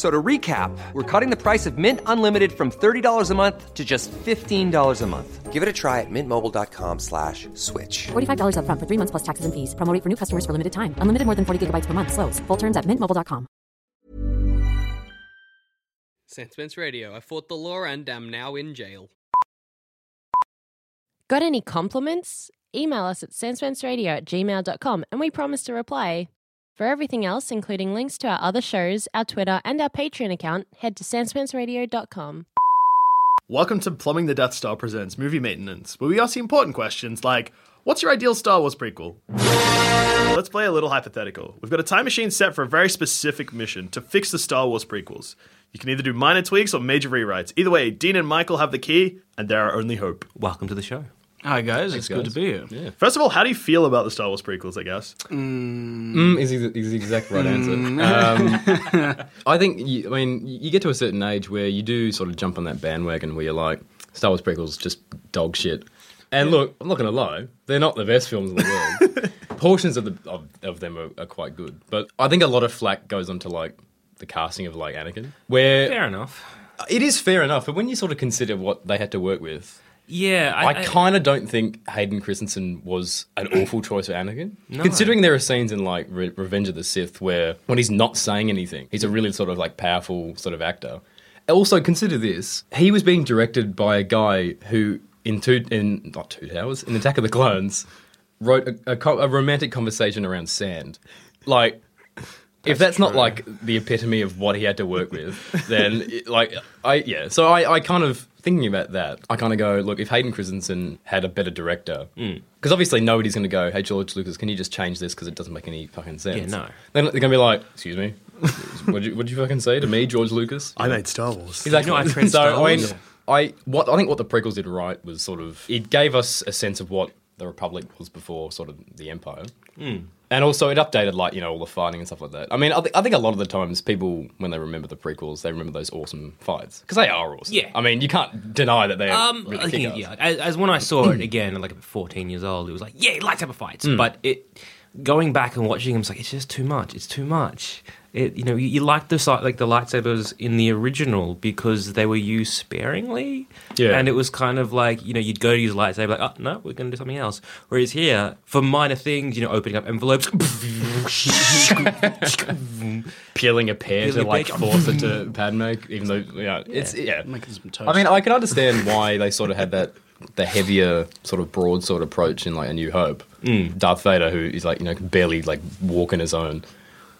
So to recap, we're cutting the price of Mint Unlimited from $30 a month to just $15 a month. Give it a try at mintmobile.com slash switch. $45 up front for three months plus taxes and fees. Promote for new customers for limited time. Unlimited more than 40 gigabytes per month. Slows. Full terms at mintmobile.com. Sentence Radio. I fought the law and am now in jail. Got any compliments? Email us at sanspansradio at gmail.com and we promise to reply. For everything else, including links to our other shows, our Twitter, and our Patreon account, head to sanspansradio.com. Welcome to Plumbing the Death Star Presents Movie Maintenance, where we ask you important questions like What's your ideal Star Wars prequel? Let's play a little hypothetical. We've got a time machine set for a very specific mission to fix the Star Wars prequels. You can either do minor tweaks or major rewrites. Either way, Dean and Michael have the key, and they're our only hope. Welcome to the show. Hi guys, it's good guys. to be here. Yeah. First of all, how do you feel about the Star Wars prequels, I guess? Mm, is, the- is the exact right answer. Mm. Um, I think, you, I mean, you get to a certain age where you do sort of jump on that bandwagon where you're like, Star Wars prequels just dog shit. And look, I'm not going to lie, they're not the best films in the world. Portions of, the, of, of them are, are quite good. But I think a lot of flack goes onto like the casting of like Anakin, where Fair enough. it is fair enough, but when you sort of consider what they had to work with, Yeah, I, kind of don't think Hayden Christensen was an awful choice for Anakin. No. Considering there are scenes in like Re- Revenge of the Sith where when he's not saying anything, he's a really sort of like powerful sort of actor. Also consider this: he was being directed by a guy who, in two, in not two towers, in Attack of the Clones, wrote a, a, co- a romantic conversation around sand. Like, if that's not like the epitome of what he had to work with, then it- like I yeah. So I, I kind of thinking about that, I kind of go look if Hayden Christensen had a better director, Hmm. because obviously nobody's going to go, hey George Lucas, can you just change this because it doesn't make any fucking sense. Yeah, no. Then they're going to be like, excuse me, what you what you fucking say to me, George Lucas? I made Star Wars. Exactly. You know, I trend so Star I, mean, Wars. I what I think what the prequels did right was sort of it gave us a sense of what the Republic was before sort of the Empire, Hmm. and also it updated like you know all the fighting and stuff like that. I mean, I, thi- I think a lot of the times people when they remember the prequels, they remember those awesome fights because they are awesome. Yeah. I mean, you can't deny that they are Um, really I think, kick-ass. yeah, as, as when I saw it again, like at 14 years old, it was like, yeah, lights up a fight. Hmm. But it, going back and watching him, it's like it's just too much. It's too much. It, you know, you, you like the si- like the lightsabers in the original because they were used sparingly. Yeah. and it was kind of like you know you'd go to use a lightsaber like, oh no, we're going to do something else. Whereas here, for minor things, you know, opening up envelopes, peeling Peeling a pear to a like pear. force it to Padme, even though yeah, it's yeah. Making some toast. I mean, I can understand why they sort of had that the heavier sort of broadsword approach in like A New Hope. Mm. Darth Vader, who is like you know can barely like walk on his own.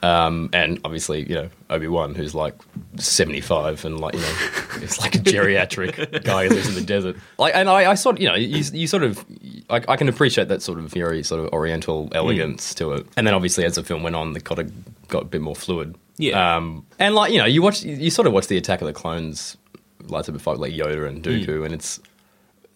Um, and obviously, you know Obi Wan, who's like seventy five and like you know, it's like a geriatric guy who lives in the desert. Like, and I, I sort, you know, you, you sort of, I, I can appreciate that sort of very sort of Oriental elegance to it. And then obviously, as the film went on, the kind of got a bit more fluid. Yeah. Um, and like you know, you watch, you sort of watch the Attack of the Clones lightsaber fight, like Yoda and Dooku, and it's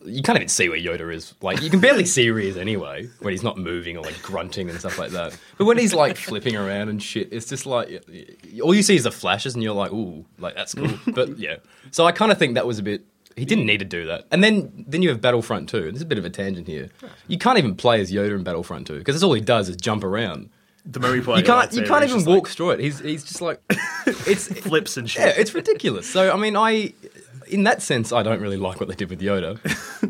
you can't even see where Yoda is. Like you can barely see where he is anyway when he's not moving or like grunting and stuff like that. But when he's like flipping around and shit, it's just like y- y- all you see is the flashes, and you're like, ooh, like that's cool. But yeah, so I kind of think that was a bit. He didn't need to do that. And then then you have Battlefront 2. This is a bit of a tangent here. You can't even play as Yoda in Battlefront 2 because all he does is jump around. The moment you play You it, can't lightsaber, you can't it's even just like walk through it. He's he's just like it's flips and shit. yeah, it's ridiculous. So I mean, I in that sense, I don't really like what they did with Yoda,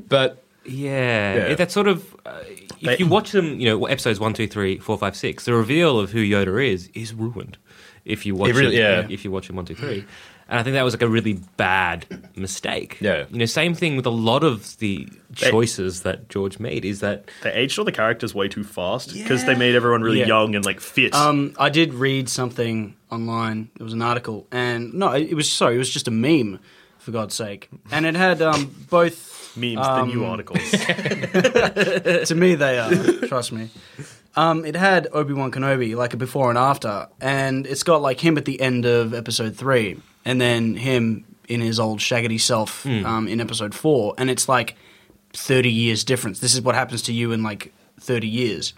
but Yeah, Yeah. It- that sort of. Uh, if They- you watch them, you know episodes one, two, three, four, five, six. The reveal of who Yoda is is ruined. if you watch It really- it, yeah. if you watch him one two three. And I think that was like a really bad mistake. Yeah. you know, same thing with a lot of the choices that George made is that They aged all the characters way too fast because they made everyone really Yeah. young and like fit. Um, I did read something online. It was an article, and no, it was sorry, it was just a meme, for God's sake. And it had um, both Memes, the new articles. to me they are. Trust me. Um, it had Obi Wan Kenobi like a before and after, and it's got like him at the end of episode three, and then him in his old shaggity self Hmm. um, in episode four, and it's like thirty years difference. This is what happens to you in like thirty years,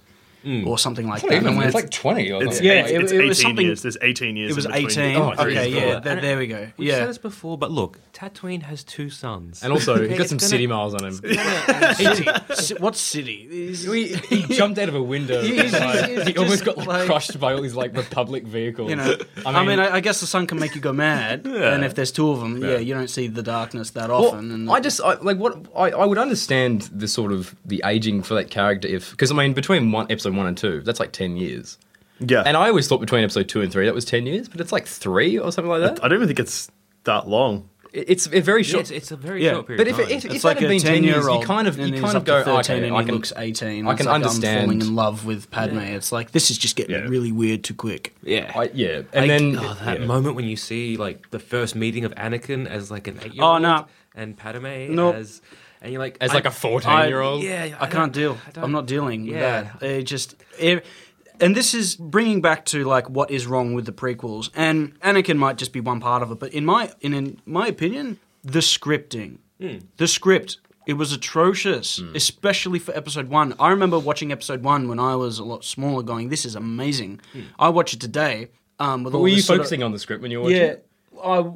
or something like that. And when Hmm. it's like 20 or It's, something. yeah, eight- it- it's it 18 was something- years. There's 18 years. it was in between. eighteen. Oh, three okay, is yeah, God. there, there we go. We've yeah, said this before, but look, Tatooine has two sons. And also, he Okay, got some it's gonna- city miles on him. Ci- what city? Is- he, he jumped out of a window. He- he's- Like, he's he just almost got like, like- crushed by all these like Republic vehicles. You know, I mean, I, I guess the sun can make you go mad, and if there's two of them, yeah. you don't see the darkness that often. and I just I, like what I, I would understand the sort of the aging for that character if because I mean between one episode one and two that's like ten years. Yeah. And I always thought between episode two and three that was ten years, but it's like three or something like that. I don't even think it's that long. It- It's a very Yeah, short. it's, it's a very Yeah, short period. but if, of it- time. if, if it's that like had a been ten years, ten-year-old, you kind of and you he's kind up of to go thirteen, okay, and I he can looks eighteen. I It's can like, I'm understand. falling in love with Padme. It's like this is just getting Yeah. really weird too quick. yeah, I, yeah, Like, and then oh, that yeah. moment when you see like the first meeting of Anakin as like an eight year Oh, old no. and Padme Nope. as and you're like as I- like a I- fourteen-year-old. yeah I don't- can't deal. I don't- I'm not dealing Yeah. with that. It just it, and this is bringing back to like what is wrong with the prequels. And Anakin might just be one part of it, but in my in, in my opinion, the scripting, the script, it was atrocious, especially for episode one. I remember watching episode one when I was a lot smaller, going, "This is amazing." I watch it today. Um, with all Were you this sort of- focusing on the script when you were watching? yeah, it? I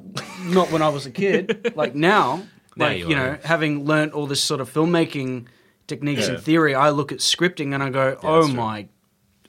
not when I was a kid. like now, Now like you you, are. know, having learnt all this sort of filmmaking techniques Yeah. and theory, I look at scripting and I go, "Oh my,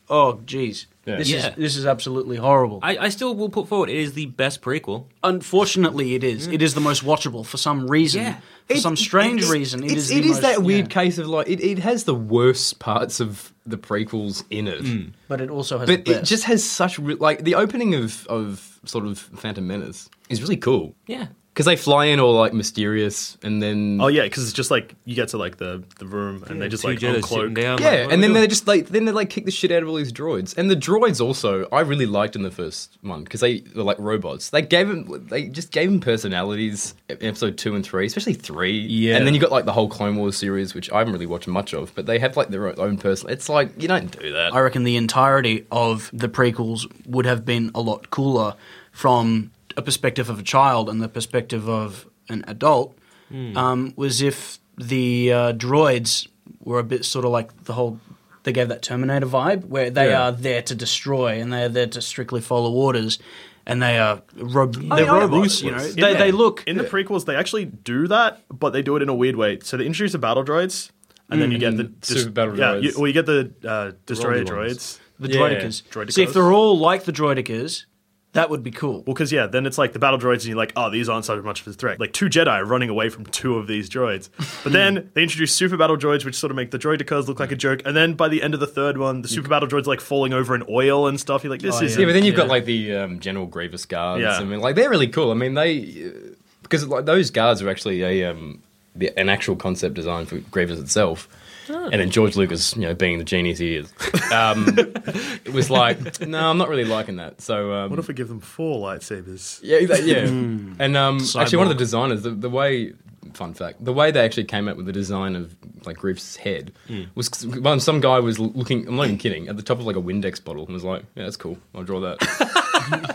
oh geez, Yeah. this Yeah. is this is absolutely horrible." I, I still will put forward it is the best prequel. Unfortunately, it is. It is the most watchable for some reason, Yeah. for Mm. It- some strange it- reason. It it's- is. It the is most- that weird yeah. case of like it, it has the worst parts of the prequels in it, but it also has. but the it best. just has such re- like the opening of of sort of Phantom Menace is really cool. Yeah. Because they fly in all like mysterious, and then Oh yeah, because it's just like you get to like the the room and they just Two like Jedi sitting uncloak. down, like, yeah, what and are then we they doing? just like then they like kick the shit out of all these droids, and the droids also I really liked in the first one because they were like robots. They gave them they just gave them personalities. in Episode two and three, especially three. Yeah. and then you got like the whole Clone Wars series, which I haven't really watched much of, but they have like their own person. It's like you don't do that. I reckon the entirety of the prequels would have been a lot cooler from a perspective of a child and the perspective of an adult. Um, was if the uh, droids were a bit sort of like the whole. They gave that Terminator vibe where they Yeah. are there to destroy and they are there to strictly follow orders, and they are rob- they're I like robots. it. You know, In they, the- they look in the prequels. They actually do that, but they do it in a weird way. So they introduce the battle droids, and then you get the Super battle yeah, droids. You, well, you get the uh, destroyer Rolly ones. droids. the Yeah. droidicas. Droidicas. See, if they're all like the droidicas, that would be cool. Well, because yeah, then it's like the battle droids, and you're like, oh, these aren't so much of a threat. Like two Jedi are running away from two of these droids. But then they introduce super battle droids, which sort of make the droidicas look like a joke. And then by the end of the third one, the super battle droids are, like falling over in oil and stuff. You're like, this is yeah, but then you've got like the um, General Grievous guards. Yeah. I mean, like they're really cool. I mean, they uh, because like those guards are actually a um, the, an actual concept design for Grievous itself. And then George Lucas, you know, being the genius he is, um, it was like, no, I'm not really liking that. So, um, What if we give them four lightsabers? yeah, exa- yeah. and um, actually, one of the Cyborg. designers, the, the way, fun fact, the way they actually came up with the design of like Griff's head was when some guy was l- looking. I'm not even kidding. At the top of like a Windex bottle, and was like, "Yeah, that's cool. I'll draw that."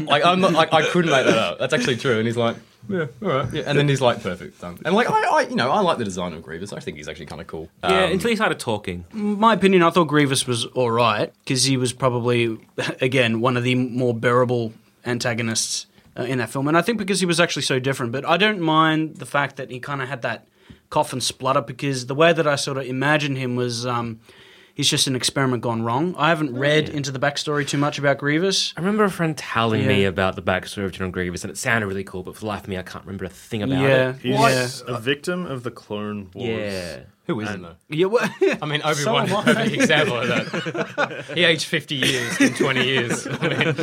like I'm not, like I couldn't make that up. That's actually true. And he's like. Yeah, all right. Yeah, and then he's like, "Perfect, done." And like, I, I, you know, I like the design of Grievous. I think he's actually kind of cool. Um, yeah, until he started talking. my opinion, I thought Grievous was all right because he was probably, again, one of the more bearable antagonists uh, in that film, and I think because he was actually so different. But I don't mind the fact that he kind of had that cough and splutter because the way that I sort of imagined him was. Um, He's just an experiment gone wrong. I haven't read into the backstory too much about Grievous. I remember a friend telling me Yeah. about the backstory of General Grievous, and it sounded really cool, but for the life of me, I can't remember a thing about Yeah, it. He's yeah. a victim of the Clone Wars. Yeah. Who isn't though? Yeah, well, I mean, Obi Wan is a perfect example of that. he aged fifty years in twenty years. I mean,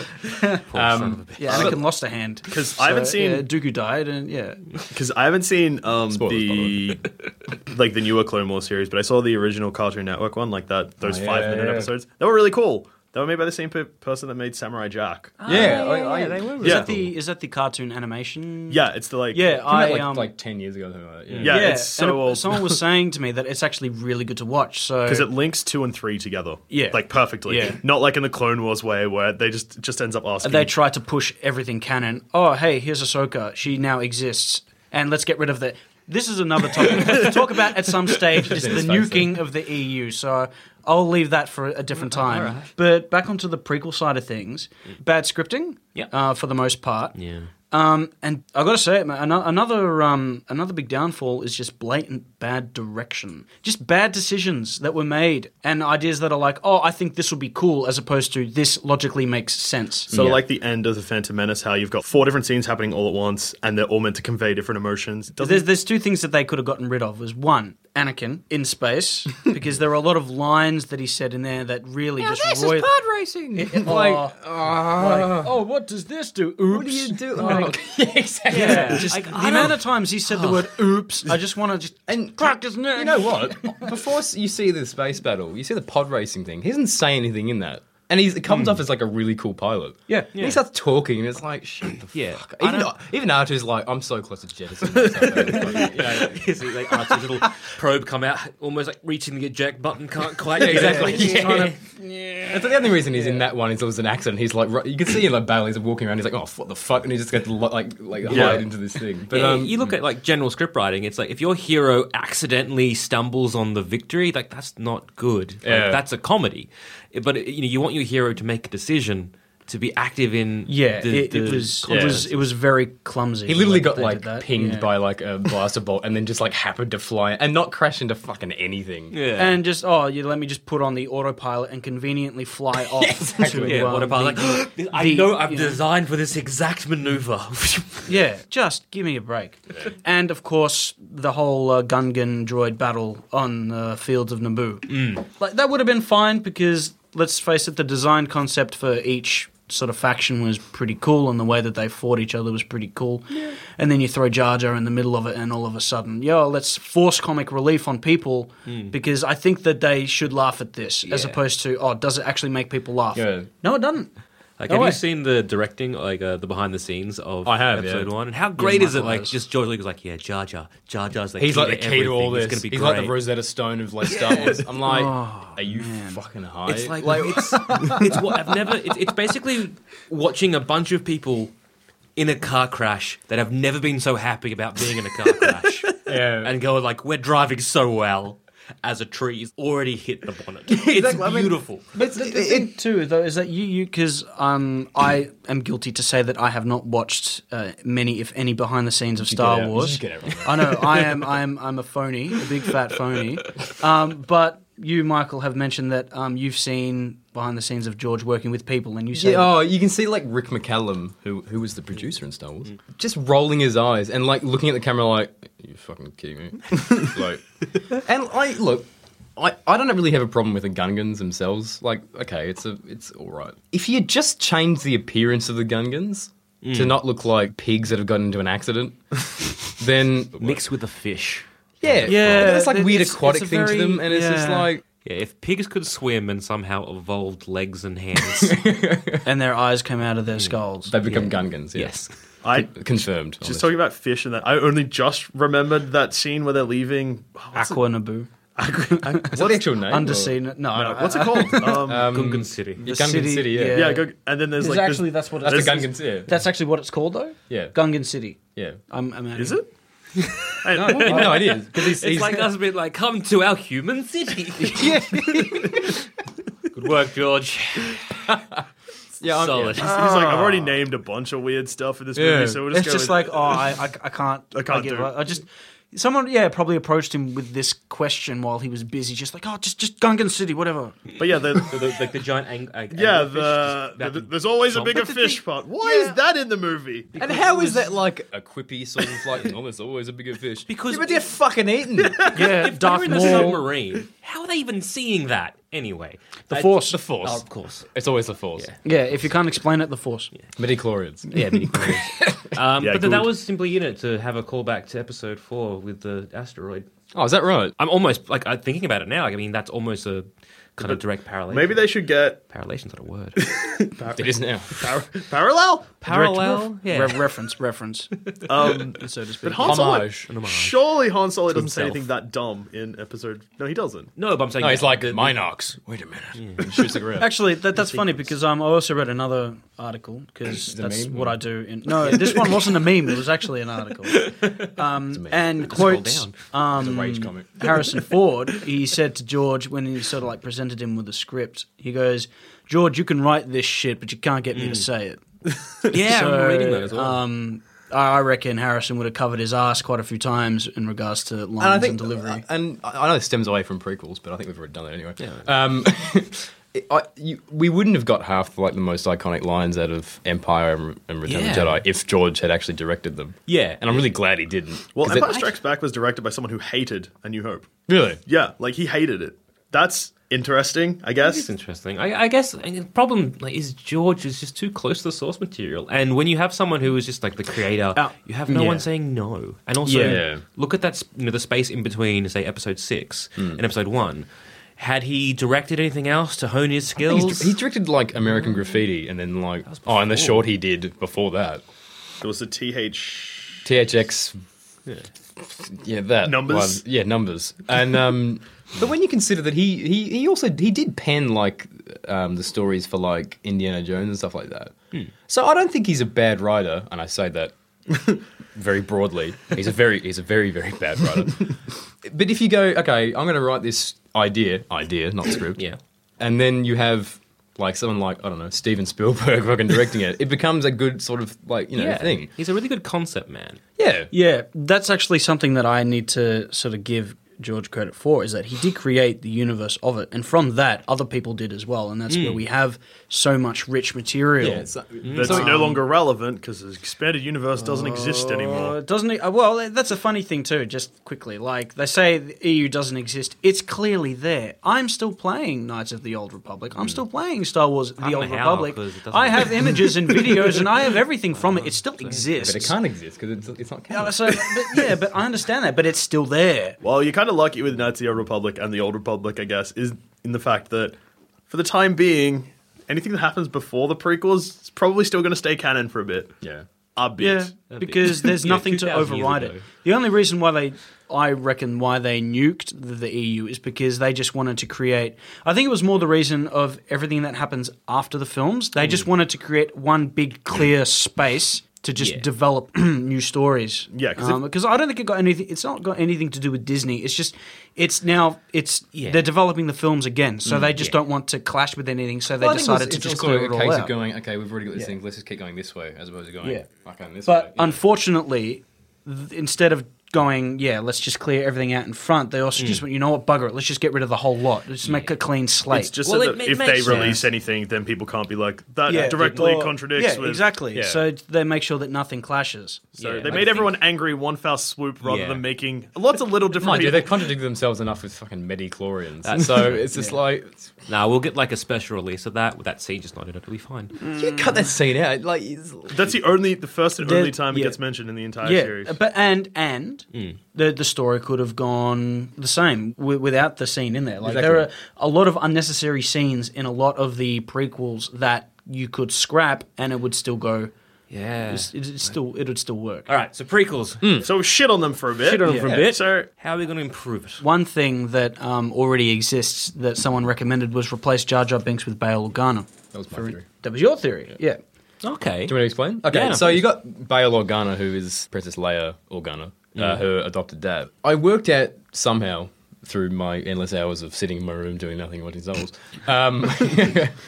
um, yeah, Anakin lost a hand 'Cause I haven't seen- Yeah, Dooku died, and yeah, Because I haven't seen um, Spoilers, the like the newer Clone Wars series, but I saw the original Cartoon Network one, like that those Oh, yeah, five minute yeah. episodes. They were really cool. They were made by the same pe- person that made Samurai Jack. yeah, I- Oh, yeah, I- they were. Is Yeah. that the is that the cartoon animation? Yeah, it's the like yeah. I, I like, um, like ten years ago. something Like that. Yeah. yeah, yeah. It's so and a- old Someone was saying to me that it's actually really good to watch. So because it links two and three together. Yeah. like perfectly. Yeah. not like in the Clone Wars way where they just it just ends up asking. they try to push everything canon. Oh, hey, here's Ahsoka. She now exists, and let's get rid of the. This is another topic to talk about at some stage. Is In the his face, nuking of the EU. So I'll leave that for a different time. But back onto the prequel side of things, bad scripting. Yeah. Uh, for the most part. Yeah. Um, and I gotta say, man, ano- another um, another big downfall is just blatant bad direction, just bad decisions that were made, and ideas that are like, oh, I think this would be cool, as opposed to this logically makes sense. So like the end of the Phantom Menace, how you've got four different scenes happening all at once, and they're all meant to convey different emotions. It doesn't- There's, there's two things that they could have gotten rid of. Was one, Anakin in space, because there are a lot of lines that he said in there that really just roil- racing. It- like, oh, like, oh, what does this do? Oops. Oh, what do you do? Like, yeah, exactly. Yeah, just the amount of times he said the word "oops," I just want to just And- crack his neck. You know what? Before s- you see the space battle, you see the pod racing thing. He doesn't say anything in that. And he's, it comes off as like a really cool pilot. Yeah. And he starts talking, and it's like, shut the Yeah. fuck. I Even, don't- even R2's like, I'm so close to jettisoning myself. You know, Is he like, oh, it's a little probe come out, almost like reaching the eject button, can't quite. Yeah, exactly. He's Yeah. trying to- That's the only reason he's in that one is it was an accident. He's like, ru- you can see him like Bale. He's walking around. He's like, oh, what the fuck? And he just gets lo- like like hide into this thing. But Yeah, um, you look at like general script writing. It's like if your hero accidentally stumbles on the victory, like that's not good. Like, Yeah. that's a comedy. It- But you know, you want your hero to make a decision to be active in. Yeah, the, it, it the was it contest. was it was very clumsy. he literally the got way they like did that. pinged Yeah. by like a blaster bolt, and then just like happened to fly and not crash into fucking anything. yeah. And just oh, you let me just put on the autopilot and conveniently fly off. exactly. to, yeah, um, what about like? I the- know I'm you know. designed for this exact maneuver. Yeah, just give me a break. And of course, the whole uh, Gungan droid battle on the fields of Naboo. Like that would have been fine because let's face it, the design concept for each sort of faction was pretty cool, and the way that they fought each other was pretty cool. And then you throw Jar Jar in the middle of it, and all of a sudden, yo, let's force comic relief on people because I think that they should laugh at this, as opposed to oh, does it actually make people laugh? Yeah. No, it doesn't. Like, No have way. you seen the directing, like uh, the behind the scenes of I have, episode yeah. one? And how great is it? Michael Like, has. just George Lucas, like, yeah, Jar Jar, Jar Jar's the He's key like the key to all everything. this. It's gonna be He's great. Oh, like the Rosetta Stone of like Star Wars. I'm like, are you fucking high? It's like, it's, it's what I've never. It's, it's basically watching a bunch of people in a car crash that have never been so happy about being in a car crash, Yeah. and go like, "We're driving so well." As a tree is already hit the bonnet. It's beautiful. But The, the thing too, though, is that you, you, because um, I am guilty to say that I have not watched uh, many, if any, behind the scenes of Star get out. Wars. You get out, right? I know I am, I am, I'm a phony, a big fat phony. Um, but you, Michael, have mentioned that um, you've seen behind the scenes of George working with people, and you say, Yeah, oh, you can see like Rick McCallum, who who was the producer in Star Wars, just rolling his eyes and like looking at the camera like, "You fucking kidding me?" like, and I look, I, I don't really have a problem with the Gungans themselves. Like, okay, it's a it's all right. If you just change the appearance of the Gungans to not look like pigs that have gotten into an accident, then Mixed with a fish. yeah, Yeah, there's like weird it's- aquatic it's a thing to them, very- and it's just yeah. like. Yeah, if pigs could swim and somehow evolved legs and hands, and their eyes come out of their skulls. They become Gungans, yeah. yes. I Confirmed. just talking about fish and that. I only just remembered that scene where they're leaving. oh, Aqua Naboo, What's the actual name? underseen. No, I Uh, don't- what's it called? Um, Gungan City. Yeah, the Gungan City, yeah. yeah, go, and then there's Is like this- actually that's what That's it's, the Gungans, yeah. That's actually what it's called, though. Yeah. Gungan City. yeah. I'm, I'm Is it? I- Yeah, no, it is. Because he's, It's he's- like us being like, come to our human city. Good work, George. yeah, I'm- Solid. yeah. He's like, I've Ah. already named a bunch of weird stuff in this Yeah. movie, so we'll just it's go just with like oh I, I, I can't I can't give do it. up. I just Someone, yeah, probably approached him with this question while he was busy, just like, oh, just just Gungan City, whatever. But yeah, the, So the, like the giant ang- like, yeah, anglerfish the, just that the- can there's always a chomp. bigger But the fish thing- pot. Why is that in the movie? And how is that like a quippy sort of like? Oh, there's always a bigger fish. Because- yeah, but they're fucking eating. Yeah, Darth Darth in a Maul. submarine. How are they even seeing that anyway? The Force. The Force. Oh, of course. It's always the Force. Yeah, if you can't explain it, the Force. Midi Midichlorians. Yeah, mini um, Yeah, but th- that good. was simply in it to have a callback to episode four with the asteroid. Oh, is that right? I'm almost like I'm thinking about it now. Like, I mean, that's almost a kind of direct parallel. Maybe they should get parallelation's not a word. It is now. par- parallel. Parallel. Yeah. Re- reference, reference, Um, so to speak. but Han Solo, Homage. An homage. surely Han Solo doesn't say himself. anything that dumb in episode. No, he doesn't. no, but I'm saying No, he's like the- Minox. Wait a minute. And shoots a grip. Actually, that, that's funny because um, I also read another article because it a that's meme? what I do. In, no, this one wasn't a meme; it was actually an article. Um, and quotes down. um, rage comic. Harrison Ford. He said to George when he sort of like presented him with a script. He goes, "George, you can write this shit, but you can't get me to say it." Mm. yeah, So, I'm reading that as well. Um, I I reckon Harrison would have covered his ass quite a few times in regards to lines and I and, think uh, delivery. And I I know this stems away from prequels, but I think we've already done that anyway. Um, I, you, we wouldn't have got half like the most iconic lines out of Empire and, and Return of the Yeah. Jedi if George had actually directed them. Yeah. and I'm really glad he didn't. Well, 'Cause it- Empire Strikes Back was directed by someone who hated A New Hope. really, Yeah, like he hated it. That's interesting, I It's guess. interesting. I, I guess I mean, the problem like, is George is just too close to the source material, and when you have someone who is just like the creator, Uh, you have no yeah. one saying no. And also, Yeah. Yeah. look at that sp- you know, the space in between, say, episode six Hmm. and episode one. Had he directed anything else to hone his skills? He's, he directed like American Graffiti, and then like oh, and the short he did before that, It was the TH. THX. Yeah, that Numbers? one. Yeah, numbers. And um, but when you consider that he he, he also he did pen like um, the stories for like Indiana Jones and stuff like that. So I don't think he's a bad writer, and I say that very broadly. He's a very he's a very very bad writer. but if you go, okay, I'm going to write this idea, idea, not script. Yeah. And then you have like someone like I don't know Steven Spielberg fucking directing it. It becomes a good sort of like you know yeah, thing. he's a really good concept man. Yeah. Yeah, that's actually something that I need to sort of give George credit for is that he did create the universe of it, and from that, other people did as well, and that's Hmm. where we have so much rich material. Yeah, so- That's no um, longer relevant because the expanded universe doesn't exist Uh, anymore. it doesn't it? uh, Well, that's a funny thing too. Just quickly, like they say, the EU doesn't exist. It's clearly there. I'm still playing Knights of the Old Republic. I'm still playing Star Wars: The Hmm. don't Old know how, Republic. 'cause it doesn't- I have images and videos, and I have everything from it. It still exists. But it can't exist because it's, it's not canon. Uh, so, but, yeah, but I understand that. But it's still there. Well, you're kind of lucky with Knights of the Old Republic and the Old Republic, I guess, is in the fact that for the time being, anything that happens before the prequels is probably still going to stay canon for a bit. Yeah. A bit. Yeah, because there's Yeah, nothing to 2,000 years override ago. it. The only reason why they, I reckon, why they nuked the, the EU is because they just wanted to create. I think it was more the reason of everything that happens after the films. They just wanted to create one big clear space to just Yeah. develop new stories. Yeah, 'cause Um, if- because I don't think it got anything. It's not got anything to do with Disney. It's just it's now it's Yeah. they're developing the films again, so they just don't want to clash with anything. So they Well, I think decided it's- to just it's clear also it a all case out. of going. Okay, we've already got this thing. Let's just keep going this way as opposed to going. Yeah. Fuck on this way. But you know. unfortunately, th- instead of going, yeah, let's just clear everything out in front, they also just went, you know what, bugger it, let's just get rid of the whole lot. Let's make a clean slate. Mm. It's just Well, so it that ma- if they makes release sense. anything, then people can't be like, that Yeah. directly Or- contradicts Yeah, with. exactly. Yeah. So they make sure that nothing clashes. So Yeah, they I made think- everyone angry in one foul swoop rather Yeah. than making lots of little Mind different you, people. they contradict themselves enough with fucking medichlorians. so it's just like Now we'll get like a special release of that with that scene just not in it. It'll be fine. you cut that scene out. Like That's the only, the first and They're- only time it yeah. gets mentioned in the entire yeah, series. Mm. but and and the the story could have gone the same wi- without the scene in there. Like there are Exactly. a lot of unnecessary scenes in a lot of the prequels that you could scrap and it would still go. Yeah. It's, it's still it would still work. All right. So prequels. Mm. So shit on them for a bit. Shit on them for a bit. So How are we going to improve it? One thing that um, already exists that someone recommended was replace Jar Jar Binks with Bail Organa. that was my theory. That was your theory. Yeah. Okay. Do you want to explain? Okay, Yeah. so you got Bail Organa, who is Princess Leia Organa, uh, her adopted dad. I worked out somehow through my endless hours of sitting in my room doing nothing, watching Star Wars. Um, It's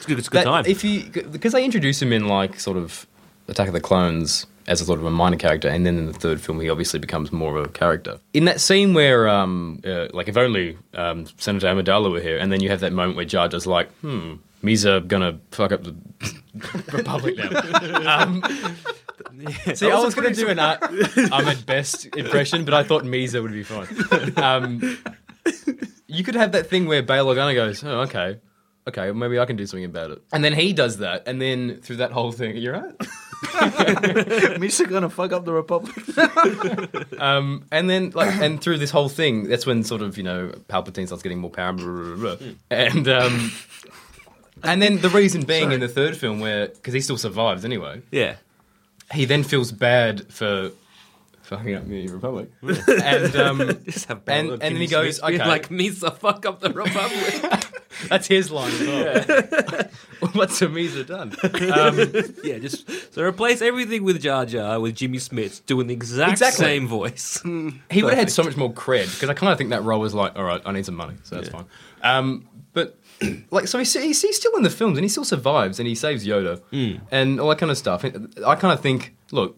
good, it's a good that time. If you because they introduce him in like sort of Attack of the Clones as a sort of a minor character, and then in the third film he obviously becomes more of a character. In that scene where, um, uh, like, if only um, Senator Amidala were here, and then you have that moment where Jar Jar's like, hmm, Misa gonna fuck up the Republic now. um, See, I was going to do an uh, I'm at best impression, but I thought Misa would be fine. Um, you could have that thing where Bail Organa goes, oh, okay, okay, maybe I can do something about it. And then he does that, and then through that whole thing, you're right. Misa gonna fuck up the Republic. Um, and then, like, and through this whole thing, that's when sort of, you know, Palpatine starts getting more power. blah, blah, blah, blah. And, um, and then the reason being in the third film where, because he still survives anyway, Yeah. he then feels bad for fucking up the Republic. and, um, Just have And- Balrog and then he Kimmy goes, Smith be okay. like, Misa, fuck up the Republic. That's his line as well. What's a Misa done? Um, yeah, just so replace everything with Jar Jar with Jimmy Smith doing the exact Exactly. Hmm. same voice. he would have had so much more cred because I kind of think that role was like, all right, I need some money, so that's fine. Um, but like, so he's, he's he's still in the films and he still survives and he saves Yoda and all that kind of stuff. And I kind of think, look,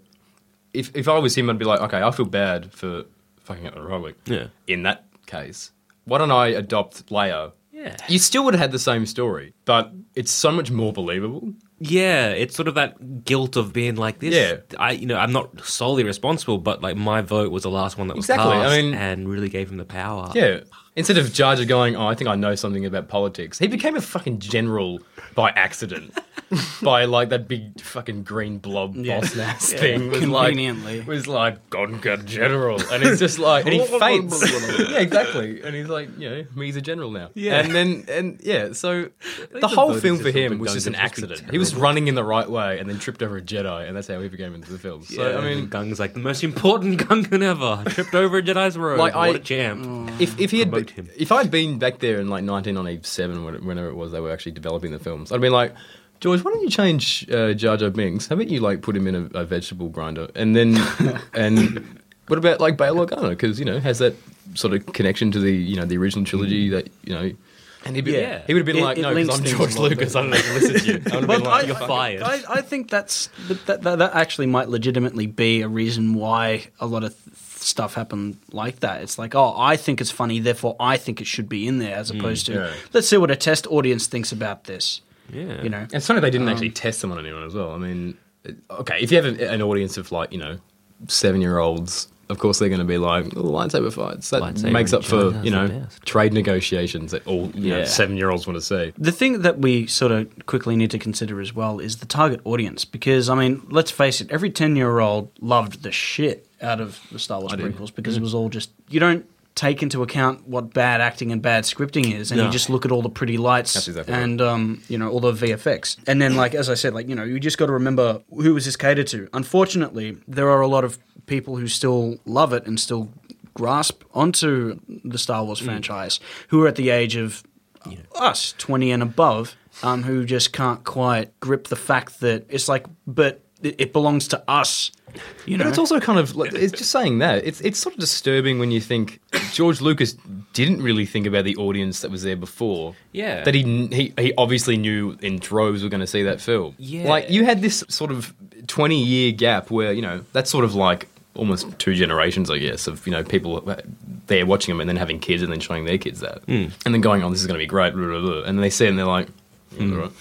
if if I was him, I'd be like, okay, I feel bad for fucking up the Republic. Yeah. In that case, why don't I adopt Leia? Yeah. You still would have had the same story, but it's so much more believable. Yeah, it's sort of that guilt of being like this. Yeah. I you know I'm not solely responsible, but like my vote was the last one that was Exactly, I cast mean- and really gave him the power. Yeah. Instead of Jar Jar going, oh, I think I know something about politics, he became a fucking general by accident. by like that big fucking green blob boss ass thing. Was Conveniently. Like, was like, God, God, general. And it's just like, and he faints. yeah, exactly. And he's like, you know, me, he's a general now. Yeah. And then, and yeah, so the the whole voting film for system him for was just an Gungans must be accident. He was running in the right way and then tripped over a Jedi, and that's how he became into the film. So, So, I mean, Gung's like the most important Gungan ever. Tripped over a Jedi's robe. Like, Like, I- Oh. what a champ. If if he had promote been- him. if I'd been back there in like 1997, when- whenever it was they were actually developing the films, I'd been like, George, why don't you change uh, Jar Jar Binks? Haven't you like put him in a, a vegetable grinder? And then and what about like Bail Organa? Because you know has that sort of connection to the you know the original Mm. trilogy that you know. And he'd be, Yeah. he would have been It- like, it no, because links I'm things George a lot Lucas. I don't know if I listen to you. I would have been But like, I- you're fired. I, I think that's that, that, that that actually might legitimately be a reason why a lot of th- stuff happened like that. It's like, oh, I think it's funny, therefore I think it should be in there, as opposed to Mm, yeah. let's see what a test audience thinks about this. Yeah. You know, It's funny they didn't actually test them on anyone as well. I mean, it- okay, if you have an, an audience of like you know seven year olds, of course they're going to be like oh, lightsaber fights. That Lightsaber makes in up for China's you know the best. trade negotiations that all you know, Yeah. seven year olds want to see. the thing that we sort of quickly need to consider as well is the target audience, because I mean, let's face it, every ten-year-old loved the shit out of the Star Wars prequels because it Mm-hmm. was all just you don't. Take into account what bad acting and bad scripting is, and you No. just look at all the pretty lights That's exactly right. and um, you know all the VFX. And then, like as I said, like you know, you just got to remember who was this catered to. Unfortunately, there are a lot of people who still love it and still grasp onto the Star Wars franchise who are at the age of us, twenty and above, um, who just can't quite grip the fact that it's like, but it, it belongs to us. You know, But it's also kind of like, it's just saying that it's it's sort of disturbing when you think George Lucas didn't really think about the audience that was there before. Yeah. that he kn- he, he obviously knew in droves were going to see that film. Yeah. like you had this sort of twenty year gap where you know that's sort of like almost two generations, I guess, of you know people there watching them and then having kids and then showing their kids that and then going, oh, this is going to be great, blah, blah, blah. and then they see it and they're like, "Mm, all right.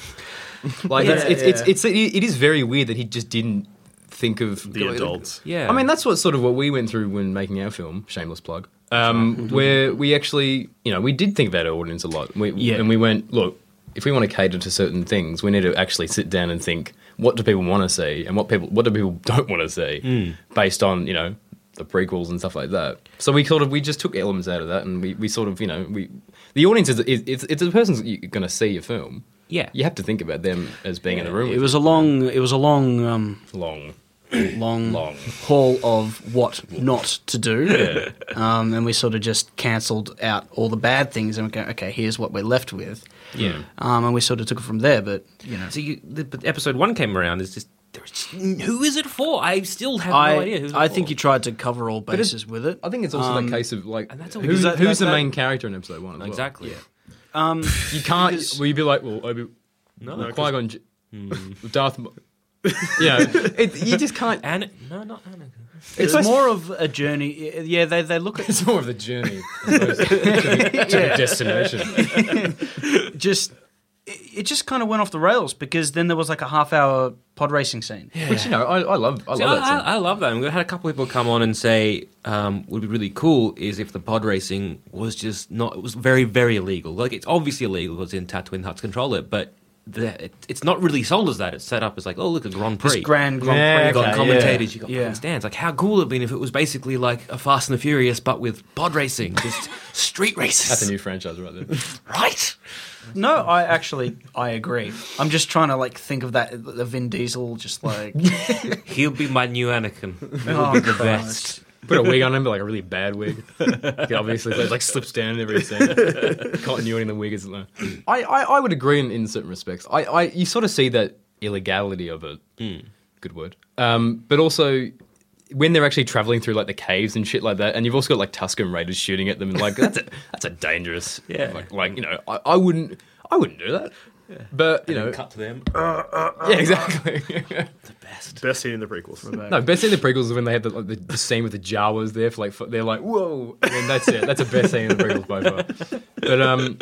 like that's, it's, it's it's it is very weird that he just didn't think of The adults. Yeah. I mean, that's what sort of what we went through when making our film. Shameless plug. Um, where we actually, you know, we did think about our audience a lot. We, Yeah. And we went, look, if we want to cater to certain things, we need to actually sit down and think, what do people want to see, and what people, what do people don't want to see, Hmm. based on you know the prequels and stuff like that. So we sort of we just took elements out of that, and we, we sort of you know we the audience is, is it's it's the person's going to see your film. Yeah. You have to think about them as being in the room. it with was a long, it was a long, um, you. long. long, Long. haul of what not to do. Um, and we sort of just cancelled out all the bad things and we go, okay, here's what we're left with. Yeah. Um, and we sort of took it from there, but you know. So you, the, but episode one came around. Is just there's just- who is it for? I still have no idea. I, Who's I think you tried to cover all bases with it. I Um, think it's also that case of like, and that's all- who's, Because that- Um, who's that- the that- main character in episode one? as well? exactly. um, Hmm. You can't. Will you be like, well, Obi, no, Qui Gon, Darth, Mo- Yeah, it, you just can't. An- no, not Anakin. It's more of a journey. Yeah, they, they look at It's more of the journey as opposed to the, to the destination. just. It it just kind of went off the rails because then there was like a half hour pod racing scene. Which you know, I, I love. I See, love that. I, scene. I, I love that. We've had a couple of people come on and say, um, "Would be really cool is if the pod racing was just not. It was very, very illegal. Like it's obviously illegal because in Tatooine Huts control it, but the, it, it's not really sold as that. It's set up as like, oh look, a Grand Prix, This Grand Grand Yeah, Prix. You got Okay, commentators, you got Yeah. fucking stands. Like, how cool would it have been if it was basically like a Fast and the Furious, but with pod racing, just street races, That's a new franchise right there. right? No, I actually I agree. I'm just trying to like think of that the Vin Diesel just like He'll be my new Anakin. He'll Oh, be the Christ. best. Put a wig on him, but like a really bad wig. He obviously, like, like slips down and everything. Continuity in the wig isn't there. I, I, I would agree in, in certain respects. I, I you sort of see that illegality of it. Hmm. Good word. Um, but also when they're actually traveling through like the caves and shit like that, and you've also got like Tuscan Raiders shooting at them, and like that's a, that's a dangerous. Yeah. Like, like, you know, I, I wouldn't I wouldn't do that. But you know, Cut to them. yeah, exactly. Best scene in the prequels. No, best scene in the prequels is when they had the, like, the, the scene with the Jawas there for like for, they're like whoa, and then that's it. That's the best scene in the prequels by far. But um,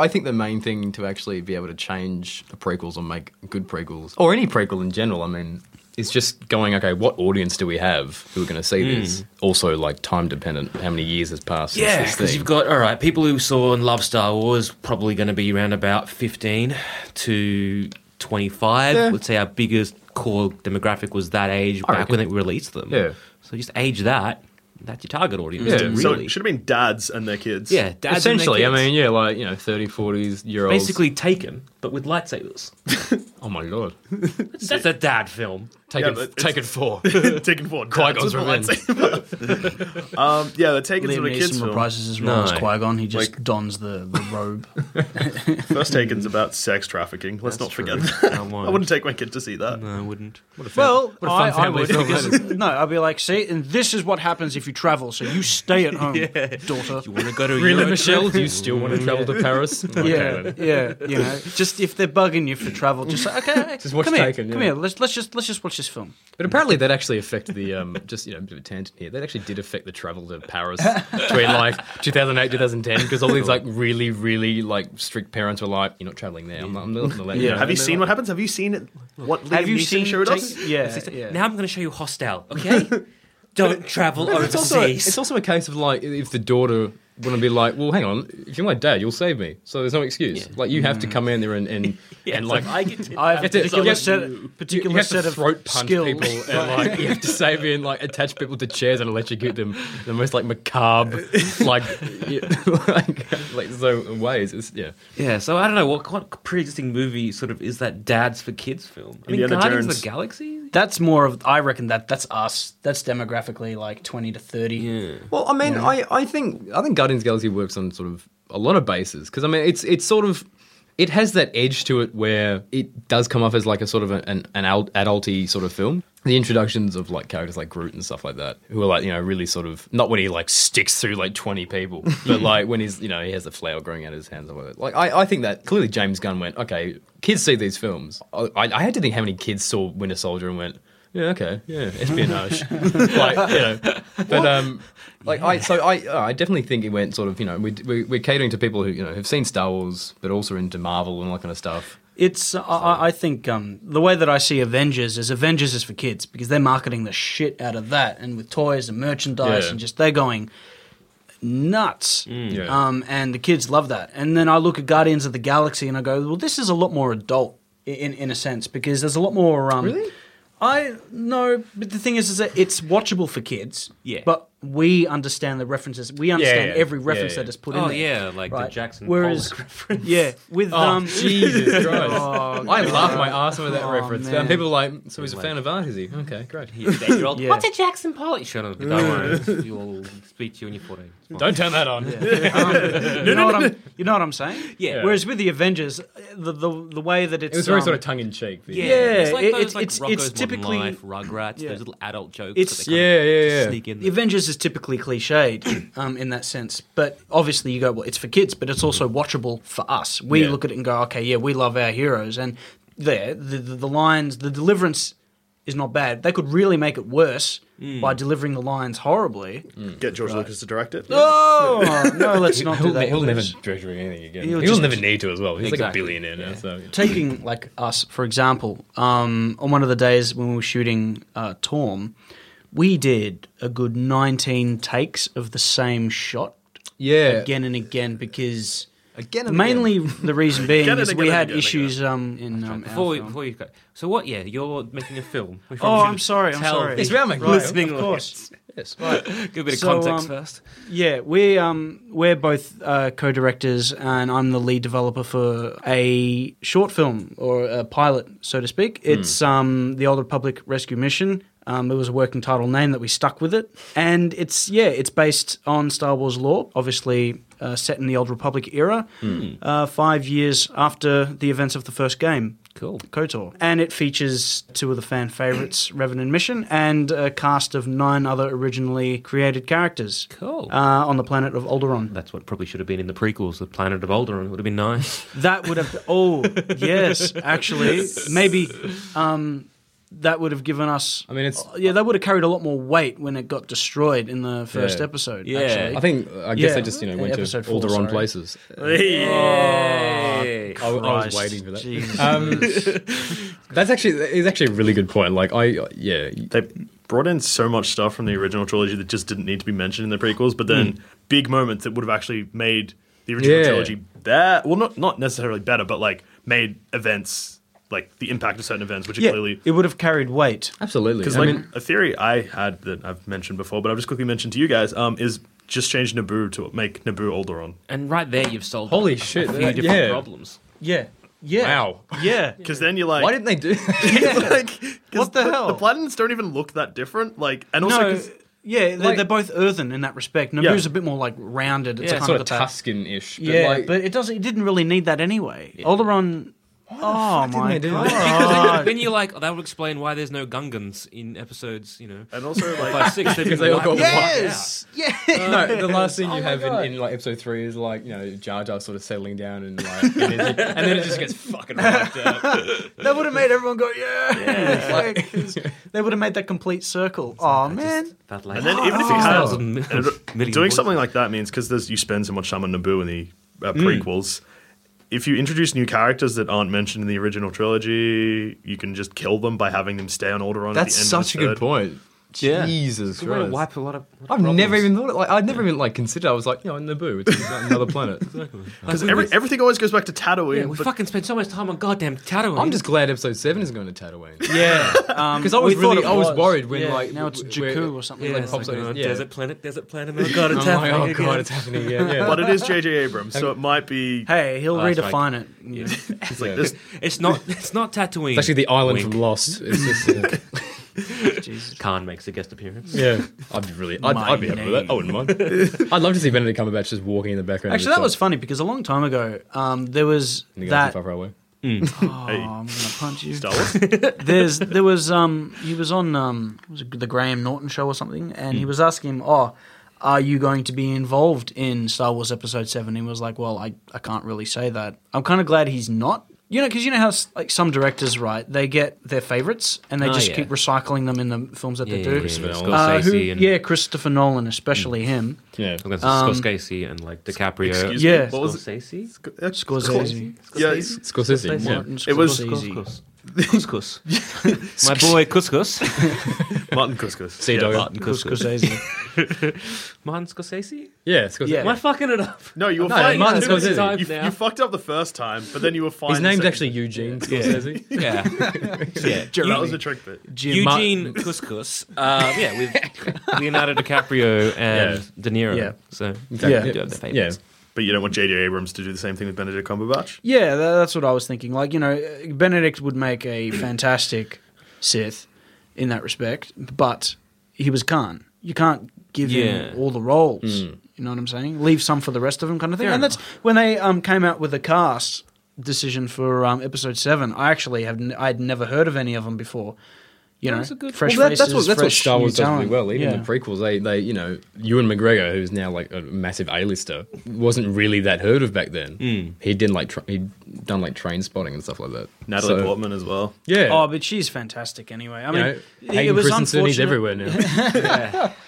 I think the main thing to actually be able to change the prequels or make good prequels or any prequel in general, I mean, is just going okay. What audience do we have who are going to see this? Also, like time dependent, how many years has passed? since Hmm. Yeah, this because thing. you've got all right. People who saw and love Star Wars probably going to be around about fifteen to twenty-five. Yeah. Let's say our biggest core demographic was that age I back reckon. when it released them. Yeah. So just age that. That's your target audience. Yeah. really. So it should have been dads and their kids. yeah, dads and their essentially. I kids. mean, yeah, like you know, 30, 40s year olds. basically Taken, but with lightsabers. oh my god, That's a dad film. take but it, it's- take it four. Taken forward. Qui-Gon's revenge. Um, yeah, they're taken Liam from a kids Neeson film. reprises his role as No. Qui Gon. He just dons the, the robe. First Taken's about sex trafficking. Let's not forget that. I won't. I wouldn't take my kid to see that. I wouldn't. well, what a fun I, I family would film because- no, I'd be like, see, and this is what happens if you travel. So you stay at home, daughter. You want to go to Really, Europe? Michelle? Do you still want to Mm, travel to Paris? Okay, Yeah, yeah, you know, just if they're bugging you for travel, just like, okay, Just watch come here, Taken, come yeah. here, let's let's just let's just watch this film. But apparently that actually affected the um, just you know a bit of a tangent here. That actually did affect the travel to Paris between like 2008 2010 because all these like really really like strict parents were like you're not traveling there. I'm not, I'm not gonna let you. Yeah. know." Have you seen what happens? Have you seen what Liam Have you Neeson seen? showed Take- us? Yeah, yeah. Now I'm going to show you Hostel. Okay. Don't travel But It's also, overseas. it's also a case of like if the daughter wouldn't be like, well, hang on, if you're my dad, you'll save me. So there's no excuse. Like you have to come in there and and, and like I get to. I have You have to- a particular you have set, to- particular you have set to of throat punch skills. people and like you have to save me and like attach people to chairs and electrocute them the most like macabre like, yeah, like like so ways it's yeah Yeah, so I don't know what, what pre-existing movie sort of is that dad's for kids film. I mean, Indiana Guardians of Jones. the Galaxy. That's more of I reckon that that's us. That's demographically like twenty to thirty. well I mean I, I think I think Guardians of the Galaxy works on sort of a lot of bases because I mean it's it's sort of it has that edge to it where it does come off as like a sort of an, an, an adult- adulty sort of film. The introductions of like characters like Groot and stuff like that, who are like you know really sort of not when he like sticks through like twenty people, but like when he's you know he has the flower growing out of his hands or whatever. Like I, I think that clearly James Gunn went okay, kids see these films. I, I I had to think how many kids saw Winter Soldier and went. Yeah. Okay. Yeah. Espionage. like you know, but um, like I so I uh, I definitely think it went sort of you know we, we we're catering to people who you know have seen Star Wars but also into Marvel and all that kind of stuff. It's I- I, I think um, the way that I see Avengers is Avengers is for kids because they're marketing the shit out of that and with toys and merchandise Yeah. Mm, and just they're going nuts. Yeah. Um, and the kids love that. And then I look at Guardians of the Galaxy and I go, well, this is a lot more adult i- in in a sense because there's a lot more. Um, Really? I no, but the thing is, is that it's watchable for kids. Yeah. But we understand the references. We understand yeah. every Yeah, reference yeah. that is put in. Oh there. yeah, like Right. the Jackson Whereas, Pollock. yeah, with Oh, um, Jesus Christ! Oh, I laughed my ass off at that Oh, reference. man. And people are like, so he's a fan of art, is he? Okay, great. Eight-year-old, Yeah. What's a Jackson Pollock? Shut up! Don't worry. You'll speak to you when you're 14. It's fine. Don't turn that on. you know what I'm, you know what I'm saying? Yeah. Whereas with the Avengers, uh, the the, the way that it's It was very um, sort of tongue in cheek. Yeah, Yeah, it's like it- those, it's- like it's- Rocko's it's Modern typically- Life, Rugrats, yeah. those little adult jokes. It's- that they Yeah, kind of yeah, yeah. Sneak in. the Avengers is typically cliched um, in that sense, but obviously you go, well, it's for kids, but it's also watchable for us. We Yeah. look at it and go, okay, yeah, we love our heroes, and there the the, the lines, the deliverance is not bad. They could really make it worse Mm. by delivering the lines horribly. Get George Lucas to direct it. Oh no, let's not do He'll, that. he'll never please. treasure anything again. He'll He'll, just- never need to as well. He's like a Exactly. billionaire now. So taking like us for example um, on one of the days when we were shooting uh, torm we did a good 19 takes of the same shot yeah, again and again because Again and mainly the reason being Again and is again we and had again and issues um, in um, Before, our we, film. before you go, so what? Yeah, you're making a film. We oh probably i'm should sorry i'm tell sorry the Right, listening of course Yes. Give a bit of So, context um, first. Yeah, we um we're both uh, co-directors, and I'm the lead developer for a short film or a pilot, so to speak. Hmm. It's um the Old Republic Rescue Mission. Um, it was a working title name that we stuck with it, and it's yeah, it's based on Star Wars lore, obviously uh, set in the Old Republic era, Hmm. uh, five years after the events of the first game. Cool. KOTOR. And it features two of the fan favorites, Revenant Mission, and a cast of nine other originally created characters. Cool. Uh, on the planet of Alderaan. That's what probably should have been in the prequels. The Planet of Alderaan would have been nice. That would have. Oh, yes, actually. Maybe. Um, that would have given us. I mean, it's- Yeah, that would have carried a lot more weight when it got destroyed in the first Yeah. episode. Yeah. Actually. I think I guess Yeah. they just you know went to Episode all the four, wrong sorry. places. Oh, Yay. I, I was Christ. waiting for that. Jeez. Um, that's actually it's actually a really good point. Like I yeah They brought in so much stuff from the original trilogy that just didn't need to be mentioned in the prequels, but Hmm. then big moments that would have actually made the original Yeah. trilogy that well, not not necessarily better, but like made events like the impact of certain events, which are yeah, clearly it would have carried weight. absolutely. Because I like mean, a theory I had that I've mentioned before, but I've just quickly mentioned to you guys um, is just change Naboo to make Naboo Alderaan And right there, you've solved Holy a, shit, a few that- different yeah. problems. Yeah. Yeah. wow. Yeah. because then you're like Why didn't they do? that? like, 'cause What the hell? The planets don't even look that different. Like, and also, No. 'cause- Yeah, they're, like- they're both earthen in that respect. Naboo's a bit more like rounded. It's Yeah, kind sort of of a tusk. Tuscan-ish. But Yeah, like, but it doesn't. It didn't really need that anyway. Alderaan. Oh my didn't they do god! that? Because then, then you're like, oh, that would explain why there's no Gungans in episodes, you know, and also five, like, six. They've been they all wiped got out. yes, yeah. no, the last thing you have in, in like episode three is like you know Jar Jar sort of settling down and like, and, then- and then it just gets fucking wiped out. that would have made everyone go yeah. Like, 'cause they would have made that complete circle. Oh man, Felt like and then even if you had 6,000 million and doing voices. something like that means because you spend so much time on Naboo in the uh, prequels. If you introduce new characters that aren't mentioned in the original trilogy, you can just kill them by having them stay on Alderaan. That's at the end such a of good the third. point. Yeah. Jesus We're gonna Christ. wipe a lot of. a lot I've of never problems. even thought. Like, I'd never even like considered. I was like, you know, Naboo, it's another planet. Because every, everything always goes back to Tatooine. Yeah, we but fucking spent so much time on goddamn Tatooine. I'm just glad episode seven is going to Tatooine. yeah. Because Because I was really, I was worried when like now it's w- where- Jakku or something. yeah, like it's that. pops like, up, oh, yeah. desert planet, desert planet. Oh god, it's I'm like, happening oh again. god, it's happening again. Yeah. but it is J.J. Abrams, so it might be. Hey, he'll that's redefine it. Yeah. it's like this. It's not. It's not Tatooine. It's actually the island Wink. from Lost. It's just, uh, Khan makes a guest appearance. yeah, I'd be really, I'd, My I'd be happy with that. I wouldn't mind. I'd love to see Benedict Cumberbatch just walking in the background. Actually, that was funny because a long time ago, um, there was That, that. far, far away. Oh, I'm gonna punch you. Star Wars. There's there was um he was on um was it the Graham Norton show or something, and Hmm. he was asking him, "Oh, are you going to be involved in Star Wars Episode 7? He was like, "Well, I I can't really say that. I'm kind of glad he's not." You know, because you know how s- like some directors, right? They get their favorites and they Oh, just yeah. keep recycling them in the films that Yeah, they yeah, do. yeah, Christopher yeah, Nolan. Uh, who- Scorsese and Hmm. yeah, Christopher Nolan, especially him. Yeah. I was Um, gonna say Scorsese and like DiCaprio. Excuse Yeah. me. What was it? Scorsese. Scorsese. Yeah, Scorsese? Scorsese. Yeah. Martin It was- Scorsese. Couscous. My boy Couscous. Martin Couscous. See, dog. Martin Couscous. Scorsese. Martin Scorsese. Yeah, Scorsese. Yeah. Am I fucking it up? No, you were No, fine. Martin Too many Scorsese. times You, Now. you fucked up the first time, but then you were fine. His the name's second actually Eugene Scorsese. Yeah. yeah. time. That was a trick bit. Eugene Couscous. Uh, yeah, with Leonardo DiCaprio and Yeah. De Niro. Yeah. So Exactly. yeah, they're Yeah. favorites. But you don't want J.J. Abrams to do the same thing with Benedict Cumberbatch. Yeah, tha that's what I was thinking. Like, you know, Benedict would make a fantastic Sith in that respect, but he was Khan. You can't give him Yeah. all the roles. Hmm. You know what I'm saying? Leave some for the rest of them, kind of thing. Fair and that's when they um, came out with the cast decision for um, episode seven. I actually have n- I'd never heard of any of them before. You know, was a good- fresh Well, that, faces, that's what that's what fresh Star new Wars does really talent. well. Even Yeah. the prequels, they they you know Ewan McGregor, Hmm. who's now like a massive A-lister, wasn't really that heard of back then. He didn't like tr- he done like train spotting and stuff like that. Natalie So- Portman as well. Yeah. Oh, but she's fantastic anyway. I You mean, know, it Hayden was Christensen, unfortunate. he's everywhere now.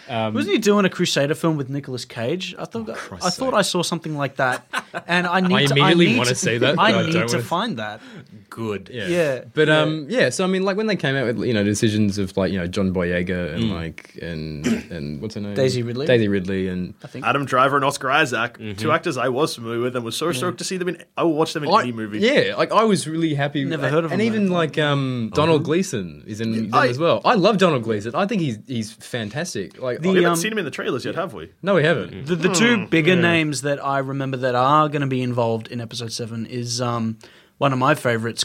Wasn't he doing a Crusader film with Nicolas Cage? I thought I Um, Oh, Christ's thought sake. I saw something like that, and I need. to, immediately need wanna see that, I but I need don't to wanna- find that. Good. Yeah. Yeah. But um yeah, so I mean like when they came out with you know decisions of like, you know, John Boyega and like and and what's her name? Daisy Ridley? Daisy Ridley and Adam Driver and Oscar Isaac, two actors I was familiar with and was so stoked to see them in. I will watch them in Mm-hmm. I- any movie. Yeah, like I was really happy. Never heard of And him even like um, Donald Gleason is in them I- as well. I love Donald Gleason. I think he's he's fantastic. Like The, Oh, We I- haven't um, seen him in the trailers yet, have we? no, we haven't. The, the Hmm. two bigger names that I remember that are going to be involved in Episode Seven is um, one of my favorites,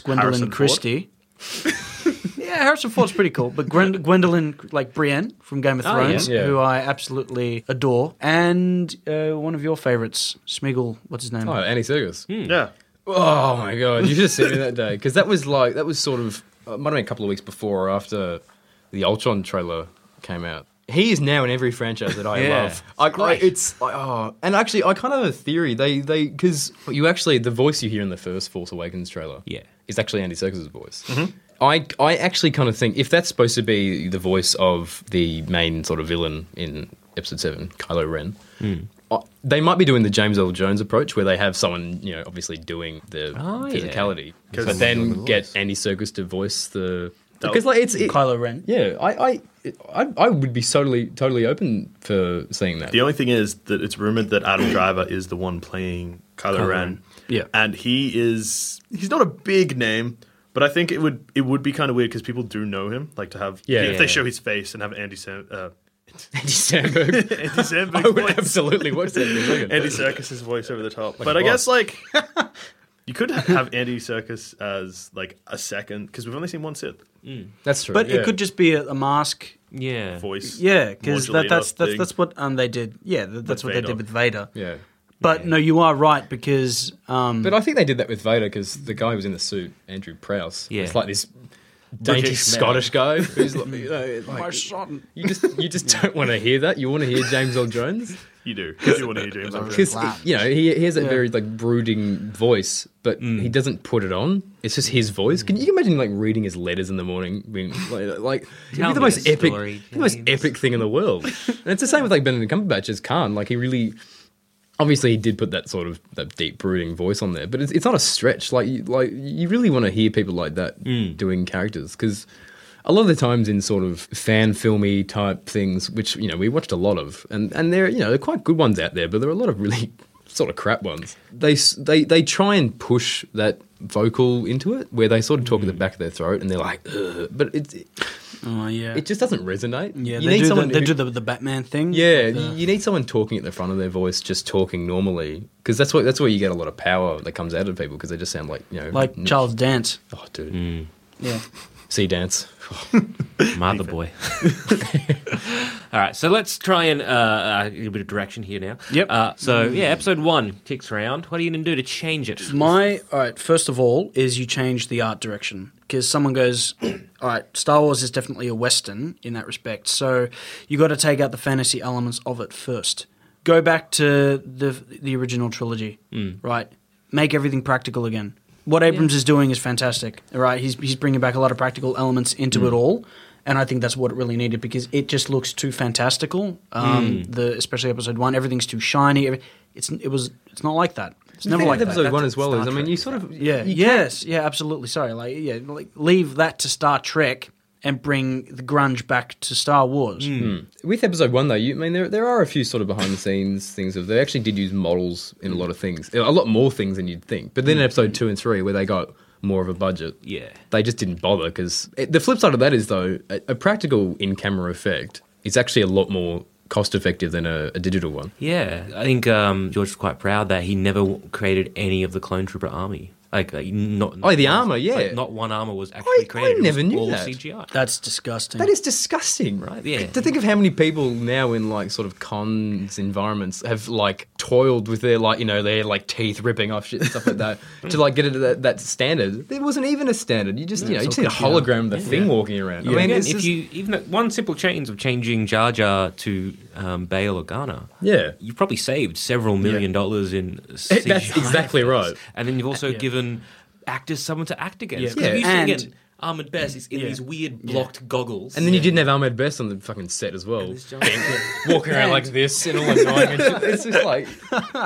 Harrison Gwendolyn Ford? Christie. yeah, Harrison Ford's pretty cool, but Gwen, Gwendolyn, like Brienne from Game of Oh, yeah. Thrones, Yeah. who I absolutely adore, and uh, one of your favorites, Smeagol. What's his name? Oh, Annie Serkis. Yeah. Oh my god, you should have seen me that day because that was like that was sort of uh, might have been a couple of weeks before or after the Ultron trailer came out. He is now in every franchise that I Yeah. love. I, I, it's I, oh, and actually, I kind of have a theory. They they because you actually the voice you hear in the first Force Awakens trailer, Yeah. is actually Andy Serkis' voice. Mm-hmm. I I actually kind of think if that's supposed to be the voice of the main sort of villain in Episode Seven, Kylo Ren. Hmm. I They might be doing the James Earl Jones approach, where they have someone, you know, obviously doing the Ah, Oh, yeah. physicality, but then get Andy Serkis to voice the because like it's it, Kylo Ren. yeah, I, I I I would be totally totally open for seeing that. The only thing is that it's rumored that Adam Driver is the one playing Kylo, Kylo Ren. Ren. Yeah. And he is he's not a big name, but I think it would it would be kind of weird because people do know him. Like to have Yeah, if yeah, they yeah. show his face and have Andy Sam uh, Andy Samberg. Andy Samberg I would voice. absolutely watch that. in a second. Andy Circus's voice over the top. but a I guess like you could ha- have Andy Circus as like a second because we've only seen one Sith That's true. But yeah. it could just be a, a mask Yeah. voice. Yeah, because modulator that, that's that's thing. that's what um they did. Yeah, that, that's what they Vader. did with Vader. yeah. But no, you are right because um But I think they did that with Vader because the guy who was in the suit, Andrew Prowse. Yeah. It's like this dainty British man. Scottish guy who's like, you know, like- you just you just don't want to hear that. You want to hear James Earl Jones You do. You do want to hear James Earl Jones. because you know he, he has that very like brooding voice, but he doesn't put it on. It's just his voice. Can you imagine like reading his letters in the morning? Being like, like it'd Tell be the me a most epic, story, the most James. epic thing in the world. and it's the same with like Benedict Cumberbatch as Khan. Like he really. Obviously, he did put that sort of that deep brooding voice on there, but it's, it's not a stretch. Like, you, like you really want to hear people like that Mm. doing characters because a lot of the times in sort of fan filmy type things, which you know we watched a lot of, and and they're you know they're quite good ones out there, but there are a lot of really sort of crap ones. They s- they they try and push that vocal into it, where they sort of talk Mm. at the back of their throat, and they're like, Ugh, but it's oh, yeah. it just doesn't resonate. yeah, you they, need do the, someone they who- do the the Batman thing. uh, yeah, with you- the- you need someone talking at the front of their voice, just talking normally, because that's what that's where you get a lot of power that comes out of people, because they just sound like you know like n- Charles Dance. Oh, dude, Yeah. sea dance. Mother boy. All right, so let's try and uh, uh, get a bit of direction here now. Yep. Uh, so yeah, episode one kicks around. What are you going to do to change it? My all right. First of all, is you change the art direction because someone goes, all right. Star Wars is definitely a western in that respect, so you got to take out the fantasy elements of it first. Go back to the the original trilogy, right? Make everything practical again. What Abrams is doing is fantastic, right? He's he's bringing back a lot of practical elements into it all. And I think that's what it really needed because it just looks too fantastical. Um, The especially episode one, everything's too shiny. every- It's it was it's not like that. It's never Think like of that. episode That's one as well Star as I mean, Trek. you sort of Yeah. yes. Yeah. Absolutely. Sorry. Like. Yeah. Like. Leave that to Star Trek and bring the grunge back to Star Wars. Hmm. With episode one, though, you I mean there there are a few sort of behind the scenes things of they actually did use models Mm. in a lot of things, a lot more things than you'd think. But then in episode two and three, where they got more of a budget, Yeah. they just didn't bother because the flip side of that is though a, a practical in camera effect is actually a lot more cost effective than a, a digital one. Yeah, I think um, George was quite proud that he never w- created any of the clone trooper army. Like, like not Oh, the armor, like, yeah. not one armor was actually I created. It never was knew all that. CGI. That's disgusting. That is disgusting, right? Yeah. To think of how many people now in like sort of cons environments have like toiled with their like you know their like teeth ripping off shit and stuff like that to like get into that, that standard. There wasn't even a standard. You just you know you just need a hologram of the thing walking around. I mean, Again, it's if just- you even at one simple change of changing Jar Jar to um, Bail or Ghana, Yeah. you've probably saved several million dollars in. CGI Eh, exactly effects. right. and then you've also given actors someone to act against. Yeah. Yeah, yeah. And- again, Ahmed Best is in these weird blocked goggles, and then you didn't have Ahmed Best on the fucking set as well, this giant- walking around like this and all annoying. and shit. It's just like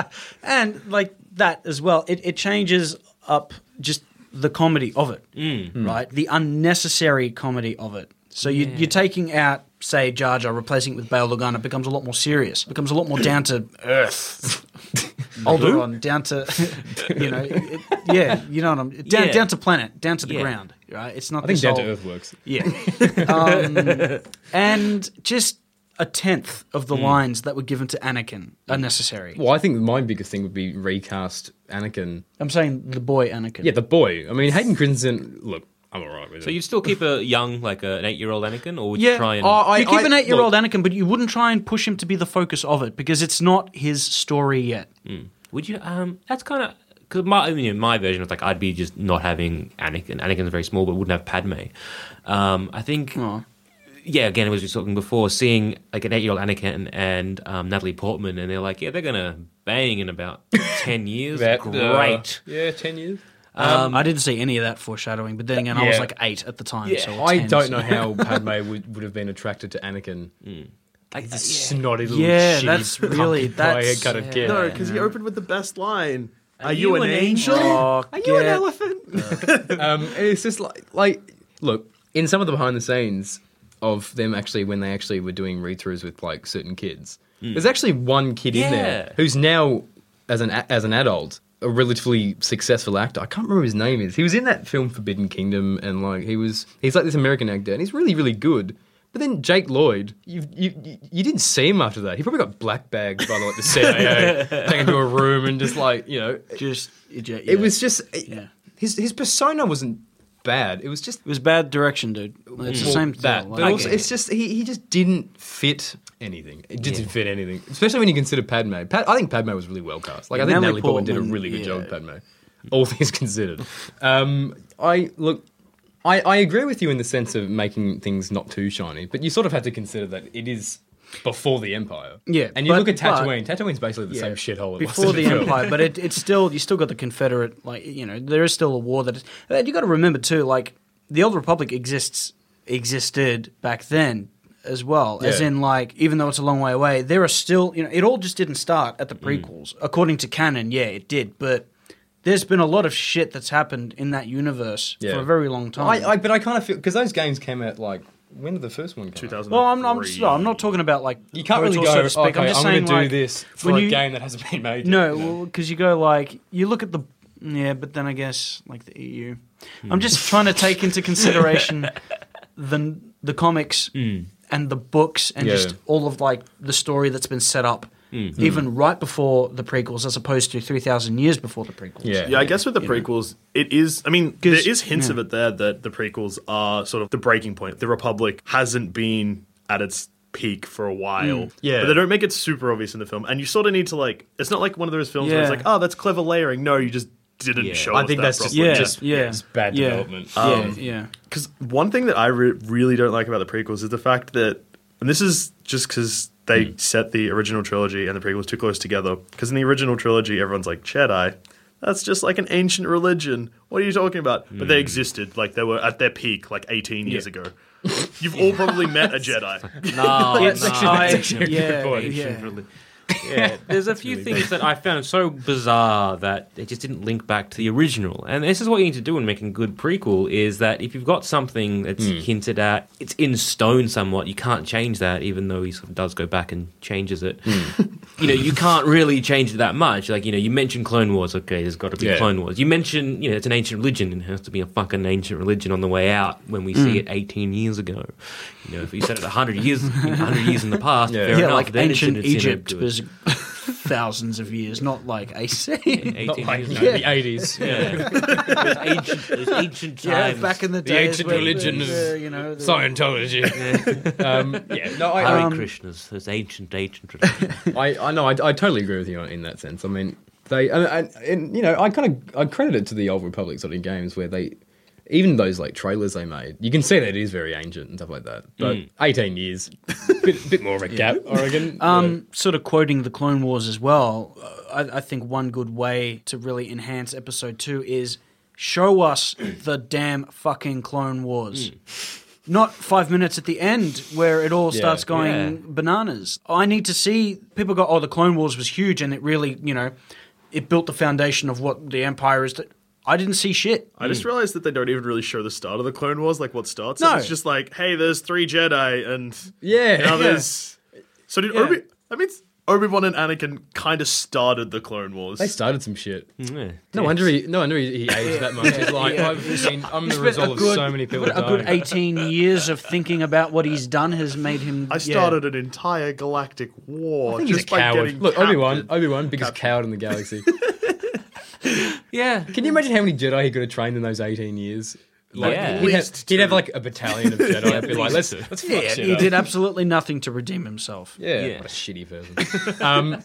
and like that as well it, it changes up just the comedy of it Mm. right the unnecessary comedy of it so you, you're taking out say Jar Jar replacing it with Bail Organa it becomes a lot more serious becomes a lot more down to earth Alderaan down to you know it, yeah you know what I'm down, Yeah. down to planet down to the Yeah. ground right it's not I think this down to whole- earth works. yeah. um, and just a tenth of the Mm. lines that were given to Anakin are necessary. Well, I think my biggest thing would be recast Anakin. I'm saying the boy Anakin. Yeah, the boy. I mean, Hayden Christensen. Look, I'm alright with it. so you'd still keep a young, like a, an eight-year-old Anakin, or would yeah. you try and? oh, I- You I- keep an eight-year-old Anakin, but you wouldn't try and push him to be the focus of it because it's not his story yet. Would you? Um, that's kind of because my I mean, my version was like I'd be just not having Anakin. Anakin's very small, but wouldn't have Padme. Um, I think. Oh. Yeah, again, as we were talking before, seeing like an eight-year-old Anakin and um, Natalie Portman, and they're like, yeah, they're gonna bang in about ten years. That, uh, Great. yeah, ten years. Um, I didn't see any of that foreshadowing, but then again, I was yeah. like eight at the time. Yeah, so I 10, don't so- know how Padme would, would have been attracted to Anakin. Like, He's a yeah. snotty little Yeah, shitty that's pumpkin really- pie that's- kind of kid. No, because he opened with the best line. Are, you, an, angel? Oh, Are you an yeah. elephant? um, and it's just like like look in some of the behind the scenes of them actually when they actually were doing read throughs with like certain kids. There's actually one kid in there Yeah. who's now as an a- as an adult a relatively successful actor. I can't remember his name is. He was in that film Forbidden Kingdom and like he was he's like this American actor and he's really really good. But then Jake Lloyd, you you you- you didn't see him after that. He probably got black bagged by like the CIA, taken to a room and just like you know Just it, yeah. it was just Yeah. his his persona wasn't bad. It was just it was bad direction, dude. It's the well, same thing. that, like- but also it's just he, he just didn't fit anything. It didn't fit anything, especially when you consider Padme. Pat, I think Padme was really well cast. Like I Yeah, think Natalie, Natalie Portman, did a Portman, really good job with yeah. Padme. All things considered, um, I look. I, I agree with you in the sense of making things not too shiny, but you sort of have to consider that it is before the Empire. Yeah, and you but- look at but- Tatooine. Tatooine's basically the same shithole it was before in the film. empire but it, it's still you still got the confederate like you know there is still a war that is, and you got to remember too like the old republic exists existed back then as well as Yeah. in like even though it's a long way away there are still you know it all just didn't start at the Mm. prequels according to canon yeah it did but there's been a lot of shit that's happened in that universe Yeah. for a very long time I, I, but I kind of feel because those games came out like when did the first one come? out? well, I'm, I'm, no, I'm not talking about like You can't really KOTOR, go. Oh, So to speak. Okay, I'm, I'm just going saying to do like, this when for a you- game that hasn't been made. yet, No, you know? well, because you go like you look at the yeah, but then I guess like the EU. Hmm. I'm just trying to take into consideration the the comics and the books and Hmm. Yeah. Hmm. just all of like the story that's been set up. Even right before the prequels, as opposed to three thousand years before the prequels. yeah, yeah, I guess with the prequels, it is. I mean, there 'Cause- is hints of it there that the prequels are sort of the breaking point. The Republic hasn't been at its peak for a while. Mm. Yeah. But they don't make it super obvious in the film. And you sort of need to, like, it's not like one of those films where it's Yeah. like, oh, that's clever layering. No, you just didn't Yeah. show I us think that that's just- properly. yeah, Just- yeah, it's bad yeah, development. Um, Yeah, yeah. Because one thing that I re- really don't like about the prequels is the fact that, and this is just because they set the original trilogy and the prequels too close together. Because in the original trilogy, everyone's like Jedi. That's just like an ancient religion. What are you talking about? But they existed, like they were at their peak, like 18 years ago. You've all probably met a Jedi. No, Yes, no. I- yeah, yeah. yeah, there's a few things that I found so bizarre that it just didn't link back to the original. And this is what you need to do when making good prequel is that if you've got something that's hinted at, it's in stone somewhat. You can't change that, even though he sort of does go back and changes it. you know, you can't really change it that much. Like you know, you mention Clone Wars, okay, there's got to be Yeah. Clone Wars. You mention you know it's an ancient religion and it has to be a fucking ancient religion on the way out when we see it 18 years ago. You know, if you said it 100 years, 100 years in the past, Yeah. fair Yeah, enough, like then it's in ancient its- you know, Egypt do it was thousands of years, not like AC. 18 years No, ago. the eighties. Those ancient, those ancient yeah, times. back in the The days ancient when religion it was, of uh, you know, the- Scientology. um, yeah, no, I, Hare I- Krishnas, those ancient, ancient religions. I, I know, I, I totally agree with you in that sense. I mean, they, and, and, and you know, I kind of, I credit it to the old Republic sort of games where they, even those like trailers they made, you can see that it is very ancient and stuff like that. But 18 years, bit, bit more of a gap, I reckon. Um, sort of quoting the Clone Wars as well, uh, I, I think one good way to really enhance episode two is show us the damn fucking Clone Hmm. Wars. Not five minutes at the end where it all Yeah. starts going Yeah. bananas. I need to see people go, oh, the Clone Wars was huge and it really, you know, it built the foundation of what the Empire is. That I didn't see shit. I Hmm. just realized that they don't even really show the start of the Clone Wars, like what starts. No. No. It's just like, hey, there's three Jedi, and Yeah, yeah. now there's. So did Obi? That means Obi Wan and Anakin kind of started the Clone Wars. they started some shit. Yeah. No wonder he, no wonder he, he aged that much. He's like, I've been, I'm the result of so many people a good dying. 18 years of thinking about what he's done has made him. I yeah. started an entire galactic war I think he's just a by coward. getting Look, oh, Obi Wan, captured. Obi Wan, biggest coward in the galaxy. yeah. Can you imagine how many Jedi he could have trained in those 18 years? Like, Yeah. he'd, have, Least he'd have two. like a battalion of Jedi. be like, let's, let's fuck Yeah, shit he up. did absolutely nothing to redeem himself. Yeah, Yeah. what a shitty person. um,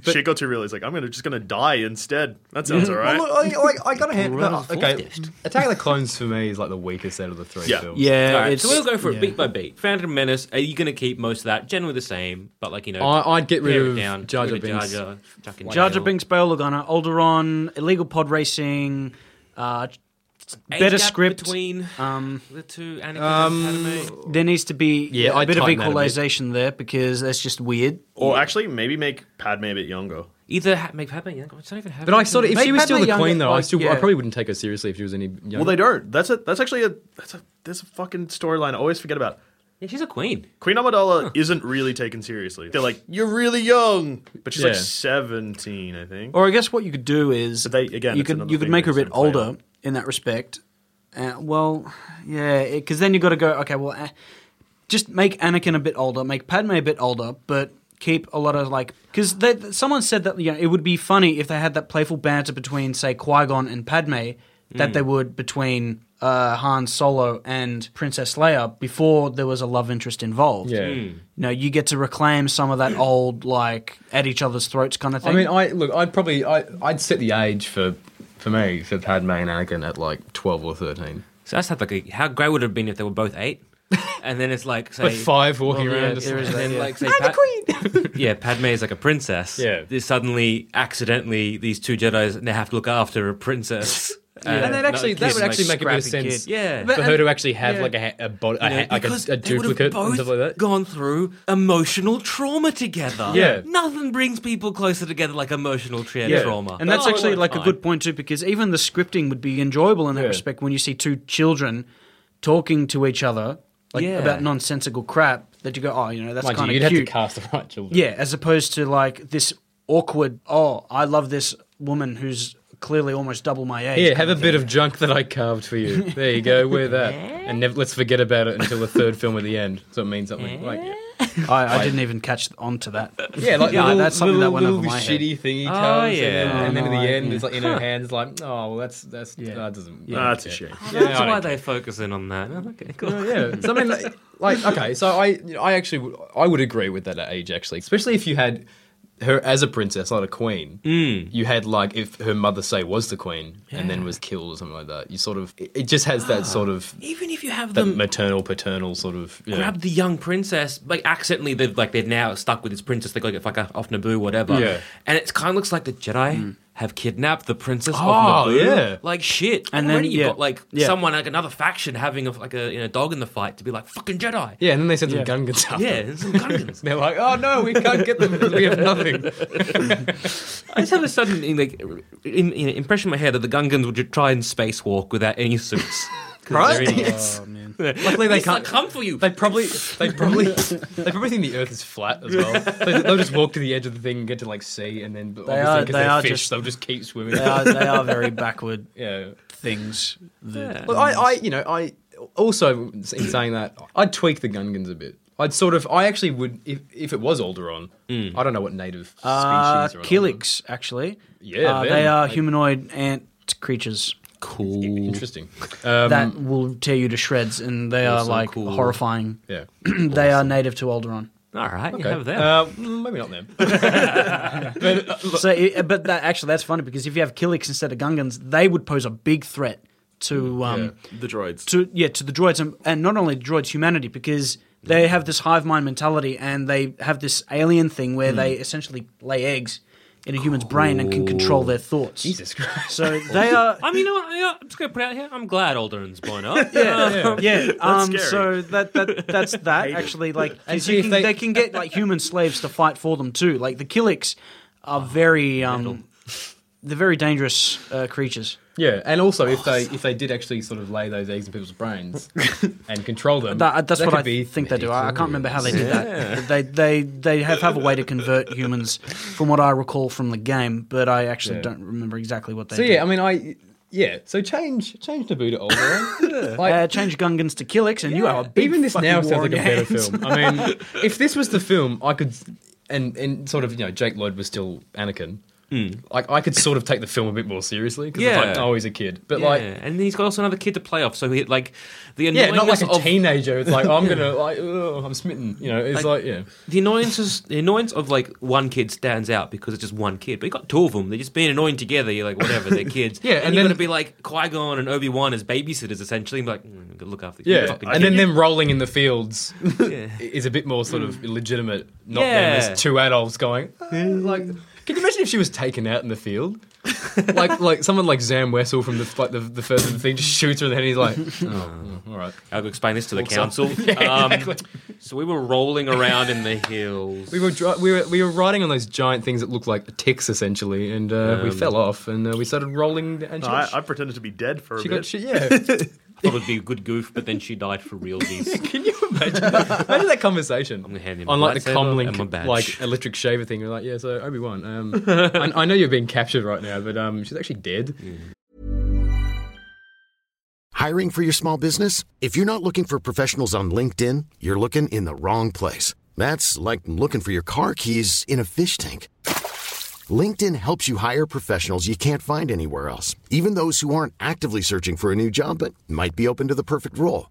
Shiko Two realized like I'm gonna just gonna die instead. That sounds Mm-hmm. alright. well, look, I, I, I gotta hand. No, Rather okay, focused. Attack of the Clones for me is like the weakest out of the three Yeah. films. Yeah, All right, so we'll go for it beat by beat. Phantom Menace. Are you going to keep most of that? Generally the same, but like you know, I, I'd get rid pare it of down. Jar Jar get rid of Binks. Jar Jar, chuck in Jar Jar Dale. Binks, Bail Organa, Alderaan, illegal pod racing, uh, Age better gap script. between um, the two Anakin and Padme. there needs to be Yeah, a I'd bit of tighten that a bit. equalization there because that's just weird. Or actually, maybe make Padme a bit younger. Either ha- make Padme younger. It's not even happening. But I sort of, if Make she was Padme still the younger, queen, though, I like, still, yeah. I probably wouldn't take her seriously if she was any younger. Well, they don't. That's a that's actually a that's a there's a fucking storyline I always forget about. yeah, she's a queen. Queen Amidala isn't really taken seriously. They're like, you're really young, but she's like Yeah. 17, I think. Or I guess what you could do is But they- again, you it's could another you could thing make her they a bit just don't play older in that respect. Uh, well, yeah, because then you got to go. Okay, well, eh, just make Anakin a bit older, make Padme a bit older, but keep a lot of like because someone said that you know it would be funny if they had that playful banter between say Qui Gon and Padme Mm. that they would between uh, Han Solo and Princess Leia before there was a love interest involved. Yeah. You know, you get to reclaim some of that old like at each other's throats kind of thing. I mean, I look. I'd probably, I, I'd set the age for, for me, for Padme and Anakin at like twelve or thirteen. So that's like a, how great would it have been if they were both eight, and then it's like say But five walking Well, yeah, around. just there like- is that, yeah. queen. yeah, Padme is like a princess. Yeah. There's suddenly accidentally these two Jedi's now have to look after a princess. Uh, and that not a actually kid, that would like, actually make a bit of scrappy sense. kid. Yeah. for her to actually have yeah. like a ha- a, bod- a, you ha- know, like a, because a they would have duplicate and both stuff like that. Gone through emotional trauma together. Yeah. Nothing brings people closer together like emotional tra- Yeah. trauma. And that's Oh, actually what like a time. good point too, because even the scripting would be enjoyable in that Yeah. respect when you see two children talking to each other like Yeah. about nonsensical crap that you go, oh, you know, that's Mind you, kind you'd of have cute. to cast the right children. yeah, as opposed to like this awkward, oh, I love this woman who's clearly almost double my age. Here, have a bit of junk that I carved for you. There you go, wear that, and never, let's forget about it until the third film at the end, so it means something. Like, yeah, I, I didn't even catch on to that. yeah like Yeah, little, that's something little, that went over little my head. shitty thing he Oh, carves, and yeah. then- and, then at I- the end, it's like in her hands, like, oh, well, that's that's that doesn't. Ah, that's a shame. Yeah, That's I don't why they focus in on that. Oh, okay, cool. yeah. So I mean, like, like, okay. So I, you know, I actually, would, I would agree with that age actually, especially if you had her as a princess, not a queen. Mm. You had like if her mother say was the queen and then was killed or something like that. You sort of, it, it just has that sort of Even if you have that them maternal paternal sort of. you know. grab the young princess, like accidentally, they've like they're now stuck with this princess. They got to get fuck off Naboo, whatever. Yeah. and it kind of looks like the Jedi have kidnapped the princess Oh, of Naboo. yeah. like shit. And And then, already you've yeah, got like yeah. someone like another faction having a, like a you know, dog in the fight to be like fucking Jedi. Yeah, and then they send some gun guns after. Yeah, them. and some Gungans. They're like, oh no, we can't get them because we have nothing. I just have a sudden like in, in, impression in my head that the Gungans would just try and spacewalk without any suits. 'Cause they're in- Yes. Luckily, they It's can't not come for you. They probably, they probably, they probably think the Earth is flat as well. They, they'll just walk to the edge of the thing and get to like sea, and then but obviously are- they because are they are fish, just- they'll just keep swimming. They are, they are very backward yeah. things. The- Well, I, I, you know, I also in saying that, I'd tweak the Gungans a bit. I'd sort of, I actually would, if, if it was Alderon, Hmm. I don't know what native species Uh, are on Kilix, actually. Yeah, Uh, them, they are like- humanoid ant creatures Alderon. Interesting. Uh, that will tear you to shreds, and they are Also like Um, cool. horrifying. Yeah. they are native to Alderaan. All right, you Okay. have that. Uh, mm, maybe not them. So, i- but that, actually, that's funny because if you have Kilix instead of Gungans, they would pose a big threat Mm, to um, The droids. to yeah to the droids and, and not only droids humanity because Mm. they have this hive mind mentality and they have this alien thing Mm. where they essentially lay eggs in a human's brain and can control their thoughts. Jesus Christ. So they are I mean, you know what? I- I'm just going to put it out here. I'm glad Alderin's blown up. yeah, yeah. Um, scary. so that, that that's that actually like 'cause see you if can, they... they- can get like human slaves to fight for them too. Like the Kilix Oh, are very um, they're very dangerous uh, creatures. Yeah, and also if they if they did actually sort of lay those eggs in people's brains and control them, That, uh, that's that what could I be think they do. I, I can't remember how they did that. They they they have, have a way to convert humans, from what I recall from the game, but I actually Yeah. don't remember exactly what they So did. yeah, I mean, I yeah. So change change Naboo to Alderaan. Like, uh, change Gungans to Kilix, and you are a big even this fucking now sounds war like a on better hands. film. I mean, if this was the film, I could and and sort of you know Jake Lloyd was still Anakin. Like I could sort of take the film a bit more seriously because it's like Yeah. oh he's a kid, but Yeah, like and he's got also another kid to play off. So he like the yeah, not like annoyingness a of teenager. It's like oh, I'm gonna like oh, I'm smitten. You know, it's like, yeah. the annoyances. The annoyance of like one kid stands out because it's just one kid, but you got two of them. They're just being annoying together. You're like whatever, they're kids. Yeah, and, and you're then- gonna be like Qui Gon and Obi Wan as babysitters essentially. And be like, mm, gotta look after these Yeah, fucking and then kids." them rolling in the fields is a bit more sort of illegitimate. Not Yeah. them as two adults going. "Ah," like, can you imagine if she was taken out in the field? like, like someone like Zam Wessel from the like the, the first of the thing just shoots her in the head. and He's like, oh, all right. I'll go explain this to the Also- council. um, so we were rolling around in the hills. We were, dri- we were we were riding on those giant things that looked like ticks essentially, and uh, we fell off and uh, we started rolling. And she, I, got, I pretended to be dead for a she bit. got shit. Yeah, Thought it'd be a good goof, but then she died for realsies. can you imagine? imagine that conversation. gonna hand him on my like the lightsaber and my comlink badge. like electric shaver thing. You're like, yeah, so Obi Wan, um, I, I know you're being captured right now, but um, she's actually dead. Hiring for your small business? If you're not looking for professionals on LinkedIn, you're looking in the wrong place. That's like looking for your car keys in a fish tank. LinkedIn helps you hire professionals you can't find anywhere else, even those who aren't actively searching for a new job but might be open to the perfect role.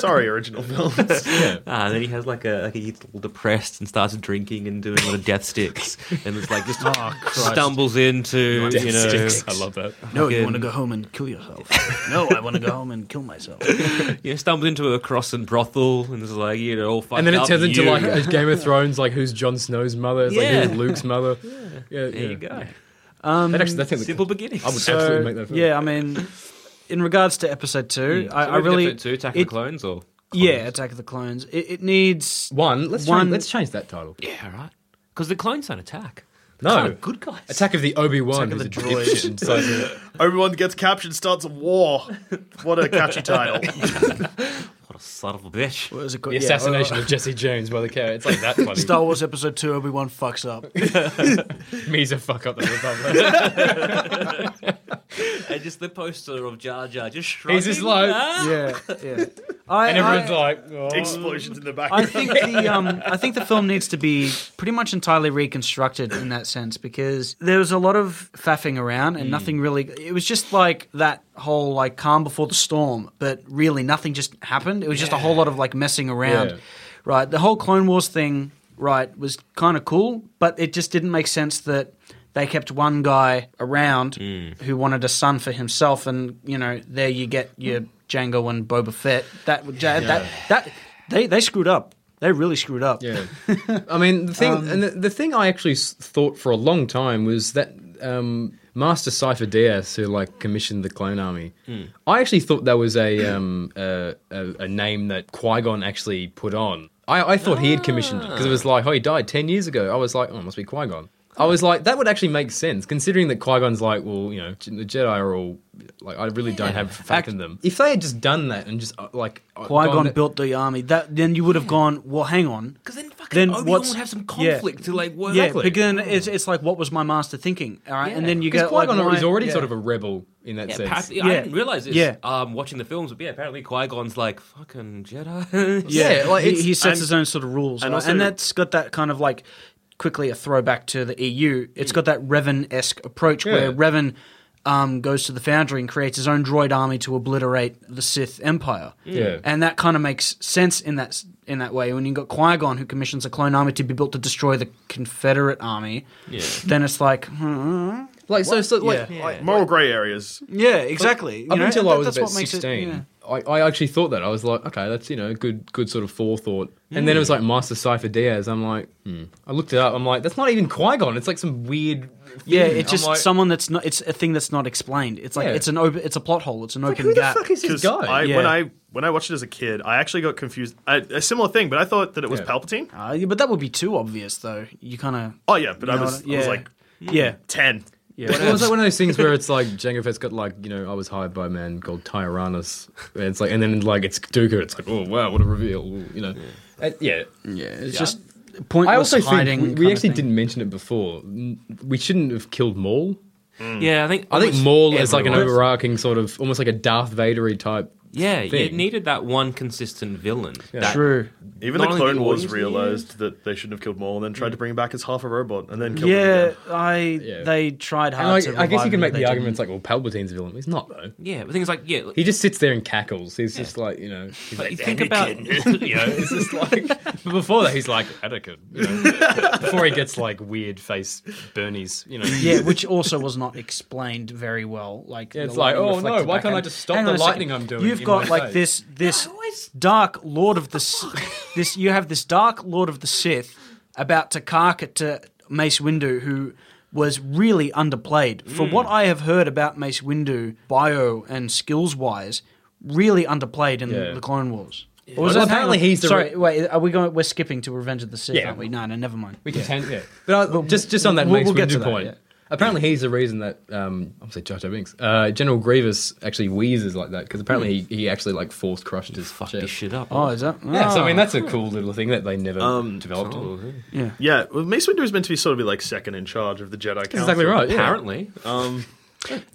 Sorry, original films. Ah, and then he has like a like he gets all depressed and starts drinking and doing a lot of death sticks, and it's like Oh, just stumbles into you know. I love that. No, Fucking- you want to go home and kill yourself. no, I want to go home and kill myself. you know, stumbled into a crossing brothel and it's like, you know, all fucked And then it up, turns into you. like a Game of Thrones, like who's Jon Snow's mother? It's Yeah. like who's Luke's mother? Yeah, yeah. there you go. That actually, that's Simple beginnings. I would So, absolutely make that film. Yeah, I mean, in regards to episode Mm. two, I, I really two attack it- the clones or Yeah, Attack of the Clones. It, it needs One. Let's One- Change, let's change that title. yeah, right. Because the clones don't attack. No. They're good guys. Attack of the Obi Wan. Attack of the Everyone gets captured, starts a war. What a catchy title. What a son of a bitch. What is it uh, The assassination of Jesse Jones by the carrot. It's like that funny. Star Wars Episode Two. Obi Wan fucks up. Me's a fuck up the Republic. And just the poster of Jar Jar just shrugging. He's just like, yeah, yeah. I, and everyone's I, like, oh. Explosions in the I background. think the um, I think the film needs to be pretty much entirely reconstructed in that sense because there was a lot of faffing around and nothing really. It was just like that whole like calm before the storm, but really nothing just happened. It was just a whole lot of like messing around. Yeah. Right, the whole Clone Wars thing, right, was kind of cool, but it just didn't make sense that they kept one guy around Hmm. who wanted a son for himself, and you know, there you get your Django and Boba Fett. That that that they they screwed up. They really screwed up. Yeah, Um, I mean the thing, and the, the thing I actually s- thought for a long time was that um, Master Cipher Diaz, who like commissioned the Clone Army, I actually thought that was a um, a, a, a name that Qui Gon actually put on. I, I thought he had commissioned because it was like, oh, he died ten years ago. I was like, oh, it must be Qui Gon. I was like, that would actually make sense, considering that Qui Gon's like, well, you know, J- the Jedi are all like, I really don't have faith in them. If they had just done that and just uh, like uh, Qui gone Gon th- built the army. That then you would have gone. Well, hang on. Because then fucking Then Obi Wan what's- would have some yeah. conflict to like work Yeah, with. because then it's, it's like, what was my master thinking? All right, and then you because get Qui like, Gon why- is already yeah. sort of a rebel in that Yeah, sense. apparently- I Yeah. didn't realize this. Yeah. Um, watching the films, but yeah, apparently Qui Gon's like fucking Jedi. Yeah, Yeah, like, he, it's- he sets and- his own sort of rules, and and, also- and that's got that kind of like quickly a throwback to the EU. It's got that Revan esque approach where Yeah. Revan um, goes to the Foundry and creates his own droid army to obliterate the Sith Empire. Yeah. and that kind of makes sense in that s- in that way. When you have got Qui Gon who commissions a clone army to be built to destroy the Confederate army, yeah. then it's like, hmm. Like so, so like Yeah. I- Moral grey areas. yeah, exactly. up until I was about sixteen, I, I actually thought that I was like, okay, that's you know good good sort of forethought. And then it was like Master Cipher Diaz. I'm like, hmm. I looked it up. I'm like, that's not even Qui Gon. It's like some weird. thing. Yeah, it's I'm just like, someone that's not. It's a thing that's not explained. It's like Yeah. it's an open. It's a plot hole. It's an Like, open who the gap. fuck is this 'Cause guy? I, Yeah. when I when I watched it as a kid, I actually got confused. I, a similar thing, but I thought that it was Yeah. Palpatine. Uh, yeah, but that would be too obvious, though. You kind of. Oh yeah, but I know was what I- I was yeah. like Yeah. ten. Yeah. Well, it was like one of those things where it's like Jango Fett's got like you know I was hired by a man called Tyrannus, and it's like and then like it's Dooku. It's like oh wow what a reveal you know Uh, yeah Yeah. It's just pointless I also hiding. think kind we- we of actually thing. didn't mention it before. N- We shouldn't have killed Maul. yeah, I think I think almost Maul is like an everyone- overarching sort of almost like a Darth Vadery type. Yeah, you thing. needed that one consistent villain. That- True. Even Not only the the Clone Wars audience, realized that they shouldn't have killed Maul, and then tried to bring him back as half a robot, and then killed him Yeah, again. I. Yeah. They tried And hard. like, to I guess you revive can him, make but the they argument it's like well Palpatine's a villain. He's not though. Yeah, but things like yeah, He just sits there and cackles. He's just like you know. He's but like, you think about you know, it's just like. But before that, he's like Anakin. You know, before he gets like weird face Bernie's, you know. didn't. Yeah, which also was not explained very well. Like Yeah, it's the like, light oh, no, reflected why back can't I at- just stop Hang the on a second. lightning I'm doing You've in got my like face? this this dark Lord of the S- this. You have this dark Lord of the Sith about to cark to Mace Windu, who was really underplayed. For what Hmm. I have heard about Mace Windu, bio and skills wise, really underplayed in Yeah. the Clone Wars. Or Well, apparently hang on. he's the sorry. re- wait, are we going? We're skipping to Revenge of the Sith, Yeah. aren't we? No, no, never mind. We can tan- yeah. But I, just just on that we'll- Mace we'll get Windu to that, point. yeah. Apparently, he's the reason that um, I'm say Jar Jar Binks. Uh, General Grievous actually wheezes like that because apparently he, he actually like force crushed his fuck chest. this shit up. Oh, is that? Yeah, so I Ah. Um, mean that's a cool little thing that they never developed. on. Yeah, well, Mace Windu is meant to be sort of be like second in charge of the Jedi Council. That's exactly right. yeah. Apparently, Uh, Um,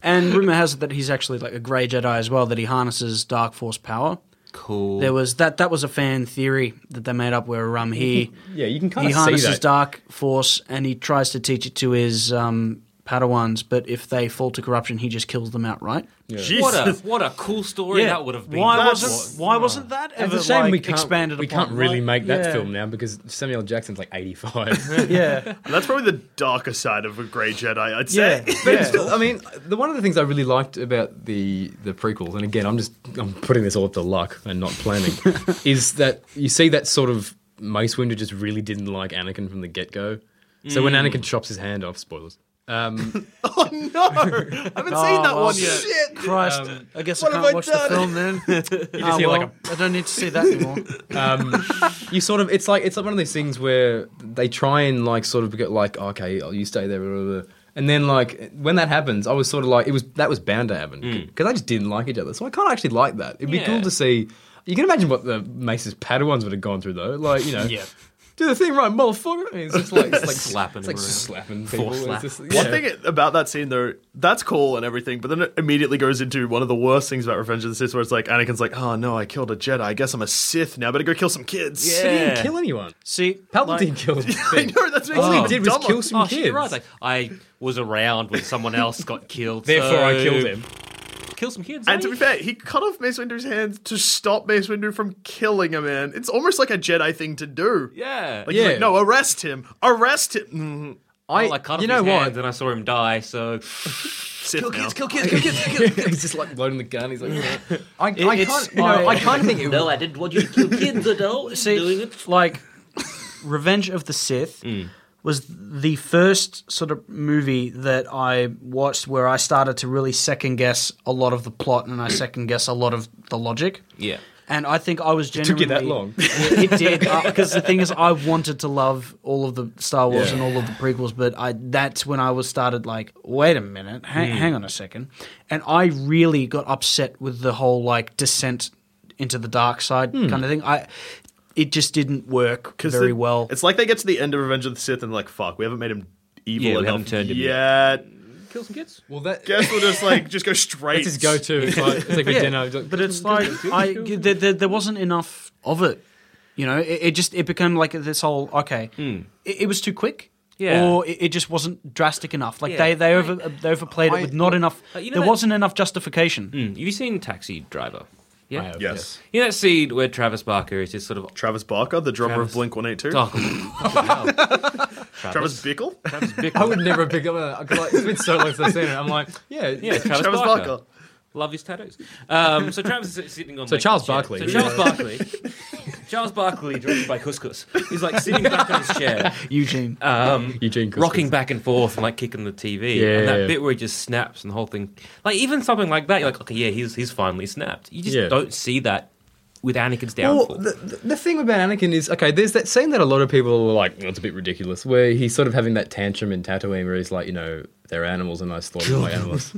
And rumor has it that he's actually like a grey Jedi as well, that he harnesses dark force power. cool. There was that that was a fan theory that they made up where um he Yeah, you can kinda he see harnesses that. dark force and he tries to teach it to his um Padawans, but if they fall to corruption, he just kills them outright. Jesus. what a what a cool story that would have been. Why That's- wasn't why wasn't that It's ever a shame like, we can't expanded we upon? can't really Like, make that yeah. film now because Samuel Jackson's like 85. Yeah, That's probably the darker side of a grey Jedi, I'd yeah, say. yeah. Still, I mean, the one of the things I really liked about the the prequels, and again, I'm just I'm putting this all up to luck and not planning, is that you see that sort of Mace Windu just really didn't like Anakin from the get go. So when Mm. Anakin chops his hand off, spoilers. Um, oh no, I haven't seen that one yet. Shit. Christ, I guess what I have can't I watch done? the film then. Ah, hear, like, well, I don't need to see that anymore. you sort of it's like it's like one of these things where they try and like sort of get like okay, oh, you stay there, blah, blah, blah. and then like when that happens, I was Mm. sort of like it was that was bound to happen because I just didn't like each other, so I can't actually like that. It'd be Yeah. cool to see. You can imagine what the Mace's Padawans would have gone through though. Like you know, Yeah. do the thing right, motherfucker. I mean, it's just like it's like Slapping it's like them just slapping people. Force It's slap. just- One yeah. thing about that scene, though, that's cool and everything, but then it immediately goes into one of the worst things about Revenge of the Sith, where it's like Anakin's like, "Oh no, I killed a Jedi. I guess I'm a Sith now. Better go kill some kids." He didn't Yeah. kill anyone. See, Palpatine like- killed. I know that's makes All me he did was dumber. kill some Oh, kids. shit, right. Like, I was around when someone else got killed. Therefore, I killed so- him. Kill some kids. And eh? to be fair, he cut off Mace Windu's hands to stop Mace Windu from killing a man. It's almost like a Jedi thing to do. yeah. Like, he's Yeah. like, no, arrest him. Arrest him. Mm, Well, I cut off you know his what? hands and I saw him die. So Sith kill now. kids, kill kids, kill He's just like loading the gun. He's like, "Yeah." I, I it's- can't. You know, I- I kind of think it. No, I didn't want you to kill kids at all. See, Doing it. like Revenge of the Sith was the first sort of movie that I watched where I started to really second guess a lot of the plot and I second guess a lot of the logic. Yeah. And I think I was took genuinely you that long. it it did because the thing is, I wanted to love all of the Star Wars and all of the prequels, but I that's when I was started like, wait a minute, Hmm. hang, hang on a second, and I really got upset with the whole like descent into the dark side Hmm. kind of thing. I it just didn't work 'Cause very it- well. It's like they get to the end of Revenge of the Sith and they're like, fuck, we haven't made him evil Yeah, we enough haven't turned him yet. kill some kids. Well, that Guess we'll just like just go straight. that's his go-to. It's like, it's like for dinner. he's like, but it's like I there, there, there wasn't enough of it. You know, it, it just it became like this whole okay. It, it was too quick. Yeah. Or it, it just wasn't drastic enough. Like Yeah. they they over they overplayed it with not enough. Uh, you know there that- wasn't enough justification. Hmm, Have you seen Taxi Driver? Yeah. I have, Yes. You know that scene where Travis Barker is just sort of. Travis Barker, the drummer Travis- of Blink One Eight Two. Oh, Travis Bickle. Travis I Bickle. would never pick up a. 'cause, Like, it's been so long since I've seen it. I'm like, yeah, Yeah, Travis, Travis Barker. Barker. Love his tattoos. Um, so Travis is sitting on. So like, Charles a chair. Barkley. So Charles Barkley. Charles Barkley, directed by Couscous, is like sitting back on his chair, Eugene. um, Eugene Couscous. rocking back and forth and like kicking the TV. Yeah. And that bit where he just snaps and the whole thing, like even something like that, you're like, okay, yeah, he's he's finally snapped. You just Yeah. don't see that with Anakin's Well, downfall. the, the- the thing about Anakin is okay. There's that scene that a lot of people are like, "That's a bit ridiculous," where he's sort of having that tantrum in Tatooine, where he's like, "You know, they're animals, and I slaughtered my animals."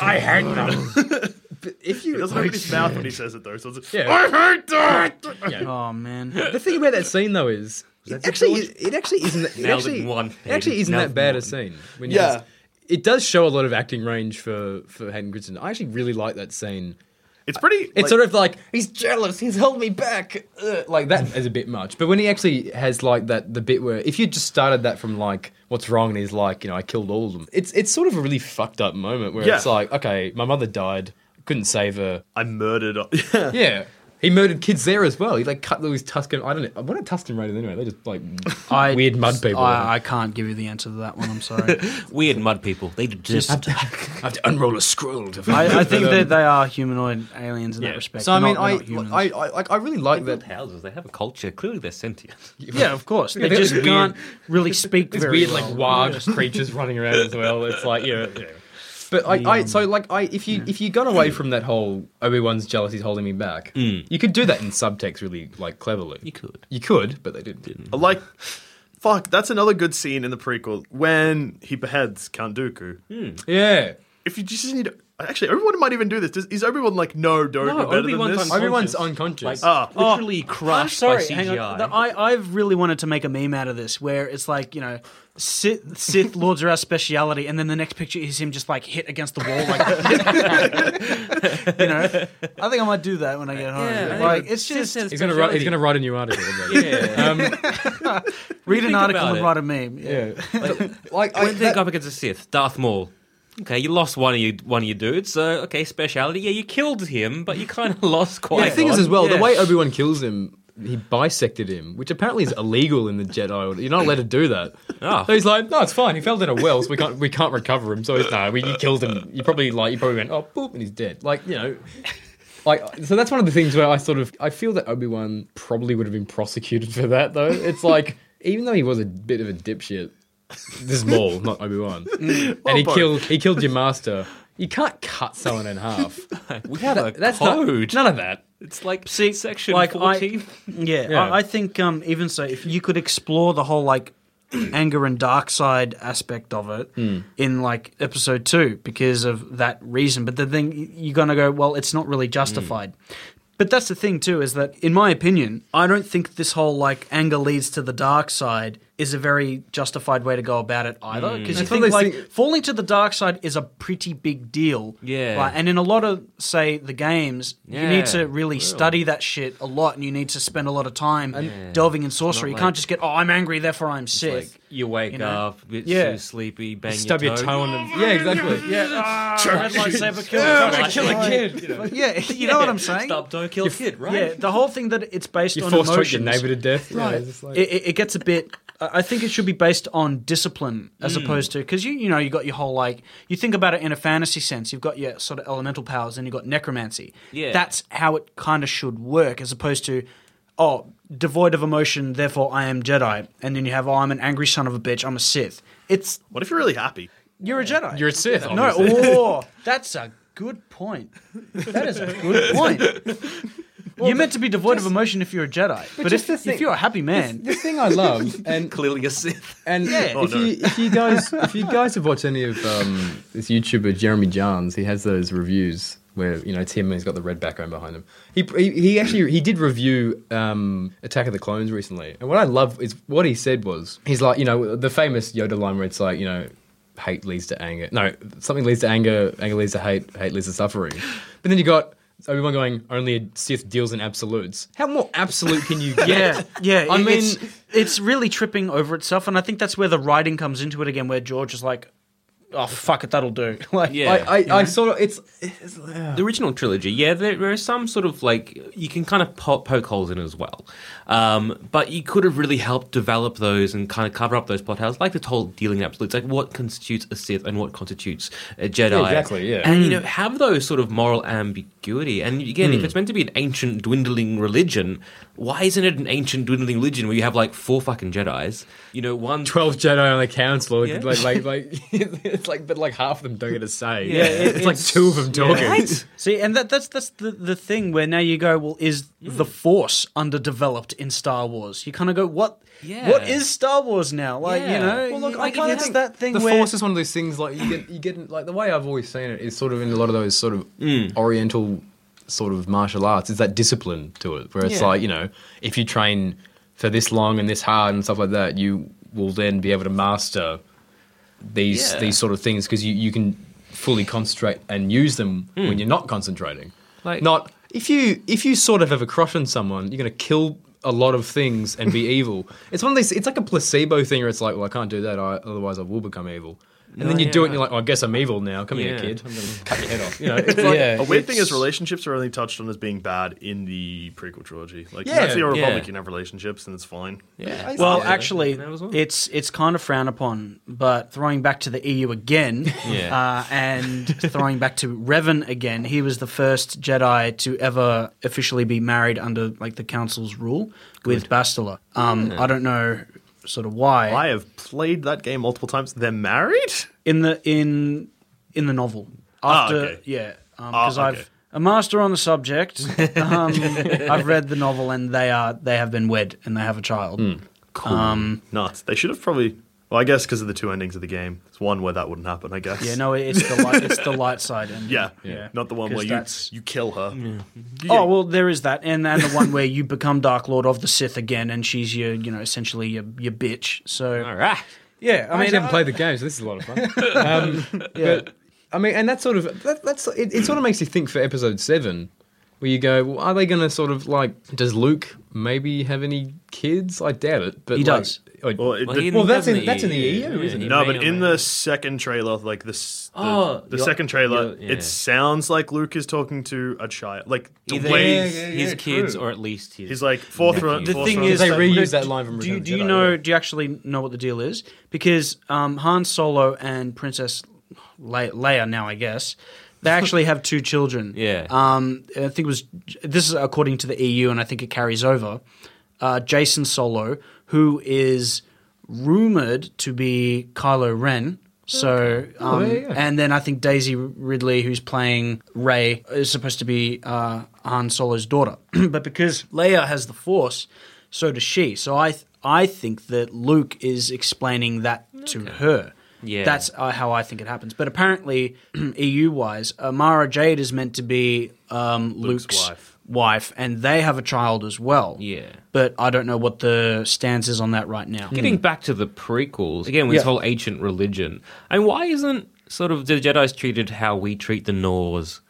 I hate them. but if you He doesn't open his mouth when he says it though, so it's Yeah. I hate that. oh man. the thing about that scene though is, it actually it actually isn't that, it Nailed it actually, in one, it actually Hayden. isn't Nailed that it bad in a one. scene. When Yeah. yeah, it does show a lot of acting range for for Hayden Christensen. I actually really like that scene. It's pretty. It's sort of like he's jealous. He's held me back. Ugh, like that is a bit much. But when he actually has like that, the bit where if you just started that from like what's wrong, and he's like, you know, I killed all of them. It's it's sort of a really fucked up moment where Yeah. it's like, okay, my mother died, couldn't save her. I murdered. Yeah. Yeah, he murdered kids there as well. He like cut all his Tuscan. I don't know what are Tuscan Raiders anyway. They're just like I, weird mud people. I, I can't give you the answer to that one. I'm sorry. Weird mud people. They just I have to unroll a scroll to find. I, I think that they are humanoid aliens in Yeah. that respect. So I They're mean, not- they're not humans. I, I I like I really like build that. houses. They have a culture. Clearly, they're sentient. yeah, of course. They they're just weird. can't really speak It's very weird, well. like warg creatures running around as well. It's like you know. But I, I, so like I, if you if you got away from that whole Obi Wan's jealousy's holding me back, you could do that in subtext really like cleverly. Hmm. You could. you could, but they didn't. didn't. Like, fuck. That's another good scene in the prequel when he beheads Count Dooku. Yeah, If you just need, actually, everyone might even do this. Does, is everyone like, no, don't No, we're better Obi-Wan's than this? on- everyone's Like unconscious. literally I'm crushed sorry, by CGI. hang on. The- I, I've really wanted to make a meme out of this where it's like, you know, Sith, Sith Lords are our speciality, and then the next picture is him just like hit against the wall. Like, you know, I think I might do that when I get home. like, it's just, he's gonna write, he's gonna write a new article. About it. Yeah. read an think article about and it. write a meme. Yeah. Like I, When they go up against a Sith, Darth Maul. Okay, you lost one of your one of your dudes. So okay, speciality. Yeah, you killed him, but you kind of lost quite. the thing is as well the way Obi Wan kills him. He bisected him, which apparently is illegal in the Jedi order. You're not allowed to do that. Ah. So he's like, no, it's fine. He fell down a well, so we can't we can't recover him. So he's no, we, you killed him. You probably like you probably went oh boop, and he's dead. Like you know, like so that's one of the things where I sort of I feel that Obi Wan probably would have been prosecuted for that though. It's like even though he was a bit of a dipshit, this is Maul, not Obi Wan, and he both. killed he killed your master. You can't cut someone in half. we have a That's not- code. none of that. it's like See, section like, I- fourteen. Yeah, Yeah. I, I think um, even so, if you could explore the whole like anger and dark side aspect of it in like episode two because of that reason, but the thing you're gonna go, well, it's not really justified. But that's the thing too, is that in my opinion, I don't think this whole like anger leads to the dark side is a very justified way to go about it either. Mm. Because you That's think what they like falling to the dark side is a pretty big deal. Yeah. Right? And in a lot of say the games, you Yeah, need to really study that shit a lot and you need to spend a lot of time Yeah. delving in sorcery. Not you can't like- just get, oh I'm angry, therefore I'm sick. Like you wake You know? up, it's Yeah. too sleepy, bang Stub your your toe. toe on the. Yeah, exactly. yeah, Red lightsaber, kill a Yeah, kid. kill a kid, you know. Yeah, you know what I'm saying. Stop, don't kill a kid, right? Yeah, the whole thing that it's based You on force choke emotions. your neighbor to death. Yeah, Right. it's just like- it, it- it gets a bit. I I think it should be based on discipline as opposed to because you you know you got your whole like you think about it in a fantasy sense. You've got your sort of elemental powers and you've got necromancy. Yeah. that's how it kind of should work as opposed to. Oh, devoid of emotion, therefore I am Jedi. And then you have, oh, I'm an angry son of a bitch, I'm a Sith. It's, What if you're really happy? you're a Jedi. You're a Sith. No, obviously. oh, that's a good point. That is a good point. you're meant to be devoid of emotion if you're a Jedi, but, just if, the thing- if you're a happy man, This thing I love, and Clearly a Sith. And Yeah. if, Oh, no. you, if you guys if you guys have watched any of um, this YouTuber Jeremy Johns, he has those reviews where you know it's him and he's got the red background behind him. He he, he actually he did review um, Attack of the Clones recently, and what I love is what he said was he's like you know the famous Yoda line where it's like you know hate leads to anger, no something leads to anger, anger leads to hate, hate leads to suffering, but then you got. Obi-Wan going, only a Sith deals in absolutes. How more absolute can you get? yeah, yeah. I I mean, mean, it's, it's really tripping over itself, and I think that's where the writing comes into it again, where George is like, "Oh fuck it, that'll do." Like, Yeah. I, I, I sort of, it's, it's The original trilogy, yeah, there, there are some sort of like you can kind of po- poke holes in as well, um, but you could have really helped develop those and kind of cover up those plot holes, like the whole dealing in absolutes, like what constitutes a Sith and what constitutes a Jedi, Yeah, exactly, yeah. and you know have those sort of moral ambiguity. And again, Hmm. if it's meant to be an ancient dwindling religion, why isn't it an ancient dwindling religion where you have like four fucking Jedi's? You know, one 12 Jedi on the council. Yeah. Like, like, like, it's like, but like half of them don't get a say. Yeah, it- it's, like two of them talking. See, and that, that's that's the, the thing where now you go, well, is the Mm. Force underdeveloped in Star Wars? You kind of go, what? Yeah. What is Star Wars now? Like, Yeah. you know, Well, look, you- I like, kinda it's think that thing The where Force is one of those things, like, you get, you get, like, the way I've always seen it is sort of in a lot of those sort of Oriental sort of martial arts, is that discipline to it, where it's Yeah. like, you know, if you train for this long and this hard and stuff like that, you will then be able to master these Yeah. these sort of things because you, you can fully concentrate and use them when you're not concentrating. Hmm. Like- not if you if you sort of have a crush on someone, you're gonna kill a lot of things and be evil. It's one of these. It's like a placebo thing where it's like, well, I can't do that, I, otherwise I will become evil. And then Oh, you do it, and yeah. you're like, oh, I guess I'm evil now. Come here, Yeah. kid. I'm gonna cut your head off. You know, it's like, A weird thing is relationships are only touched on as being bad in the prequel trilogy. Like, Yeah, that's the yeah. Republic, you can have relationships and it's fine. Yeah. Well, Yeah. actually, That was one. it's it's kind of frowned upon. But throwing back to the EU again, Yeah. uh, and throwing back to Revan again, he was the first Jedi to ever officially be married under like the Council's rule with Bastila. Um, I don't know sort of why I have played that game multiple times. They're married? in the in in the novel Ah, after okay. yeah because Ah, okay. I've. A master on the subject. Um, I've read the novel, and they are they have been wed, and they have a child. Hmm. Cool. Um, Nuts. They should have probably. Well, I guess because of the two endings of the game, it's one where that wouldn't happen. I guess. Yeah, no, it's the light, it's the light side. And Yeah, not the one 'Cause where you, that's- you kill her. Oh well, there is that, and and the one where you become Dark Lord of the Sith again, and she's your, you know, essentially your your bitch. So all right. yeah, I I mean, haven't played the game, so this is a lot of fun. Um, But I mean, and that sort of that, that's it, it. Sort of makes you think for episode seven, where you go, well, are they going to sort of like? Does Luke maybe have any kids? I doubt it. But He like- does. oh, Well, it- he Well, that's doesn't in- that's in the EU, yeah, isn't he it? no, may but not in know. the second trailer, like this, the, Oh, the you're- second trailer, you're- yeah. it sounds like Luke is talking to a child. Like the Either way his, Yeah, yeah, his yeah, kids true. or at least his. he's like fourth Nephew. run. the fourth thing run is, They that- reuse look, that line from Do you, Return of do the you Jedi, know? yeah. Do you actually know what the deal is? Because um, Han Solo and Princess Le- Leia, now I guess, they actually have two children. Yeah. Um, I think it was this is according to the EU, and I think it carries over. Uh, Jason Solo, who is rumored to be Kylo Ren. So, um, Oh, yeah, yeah. and then I think Daisy Ridley, who's playing Ray, is supposed to be uh, Han Solo's daughter. but because Leia has the Force, so does she. So I, th- I think that Luke is explaining that to her. Yeah. that's uh, how I think it happens. But E apparently, EU wise, uh, Mara Jade is meant to be um, Luke's, wife. wife, and they have a child as well. Yeah. But I don't know what the stance is on that right now. Getting back to the prequels again with this Yeah. whole ancient religion, and why isn't sort of the Jedi's treated how we treat the Norse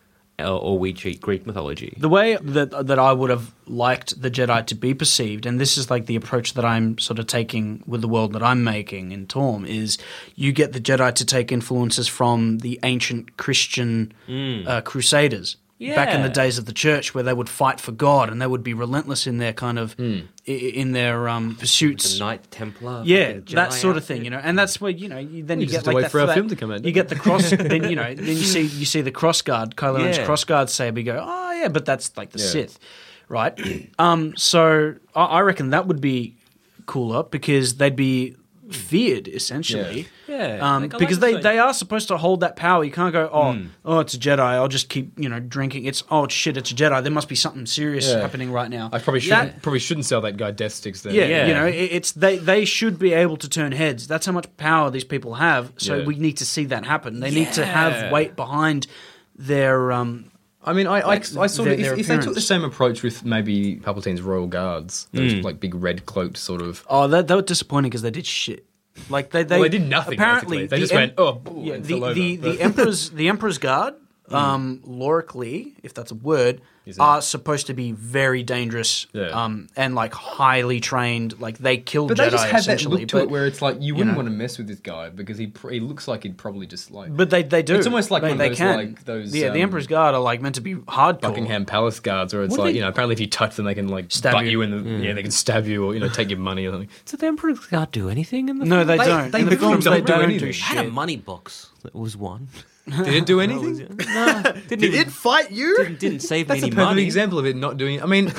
uh, or we treat Greek mythology? The way that that I would have liked the Jedi to be perceived, and this is like the approach that I'm sort of taking with the world that I'm making in Torm, is you get the Jedi to take influences from the ancient Christian Mm. uh, crusaders. Back in the Yeah. days of the church, where they would fight for God and they would be relentless in their kind of i- i- in their um, pursuits, Hmm. The Knight Templar, yeah, fucking Jedi that sort of outfit. thing, you know. And that's where you know you, then You you, just have get to like wait that, for our that- film to come out, You don't get the cross, then you know, then you see you see the cross guard, Kylo Ren's Yeah. cross guard saber. You go, oh yeah, but that's like the Yeah. Sith, right? um, so I, I reckon that would be cooler because they'd be feared essentially. Yeah. Yeah, um, like, I because like they, the- they are supposed to hold that power. You can't go, oh, Hmm. oh, it's a Jedi. I'll just keep you know drinking. It's oh shit, it's a Jedi. There must be something serious Yeah. happening right now. I probably shouldn't probably shouldn't sell that guy death sticks then. Yeah, you know, it, it's they they should be able to turn heads. That's how much power these people have. So Yeah. we need to see that happen. They need to have Yeah. weight behind their. Um, I mean, I, I, I like, sort their- of if, their if they took the appearance. same approach with maybe Palpatine's royal guards, those Mm. like big red cloaked sort of. Oh, that that was disappointing because they did shit. Like they they, Well, they did nothing, basically. Apparently, They the just went, "Oh, boo," yeah, and the fell over. Hmm. the, the emperor's the emperor's guard, um, lorically, if that's a word, Is it? are supposed to be very dangerous. Yeah. Um, and like highly trained. Like they kill But Jedi they just had that essentially. look to but, it where it's like you you wouldn't know. want to mess with this guy because he pr- he looks like he'd probably just like. But they they do. It's almost like they, one of they those, can. like, those, yeah, the um, Emperor's Guard are like meant to be hardcore. Buckingham Palace guards, where it's What do like they- you know, apparently if you touch them, they can like Stab butt you. you, in the Mm. yeah, they can stab you or you know take your money or something. Did the Emperor God do anything in the? No, film? they, They- don't. they In the don't films, do they don't anything. do They shit. had Had a a money box that was one. Did it do anything? Didn't Did even, it fight you? didn't, didn't save That's a me any perfect money. example of it not doing. I mean,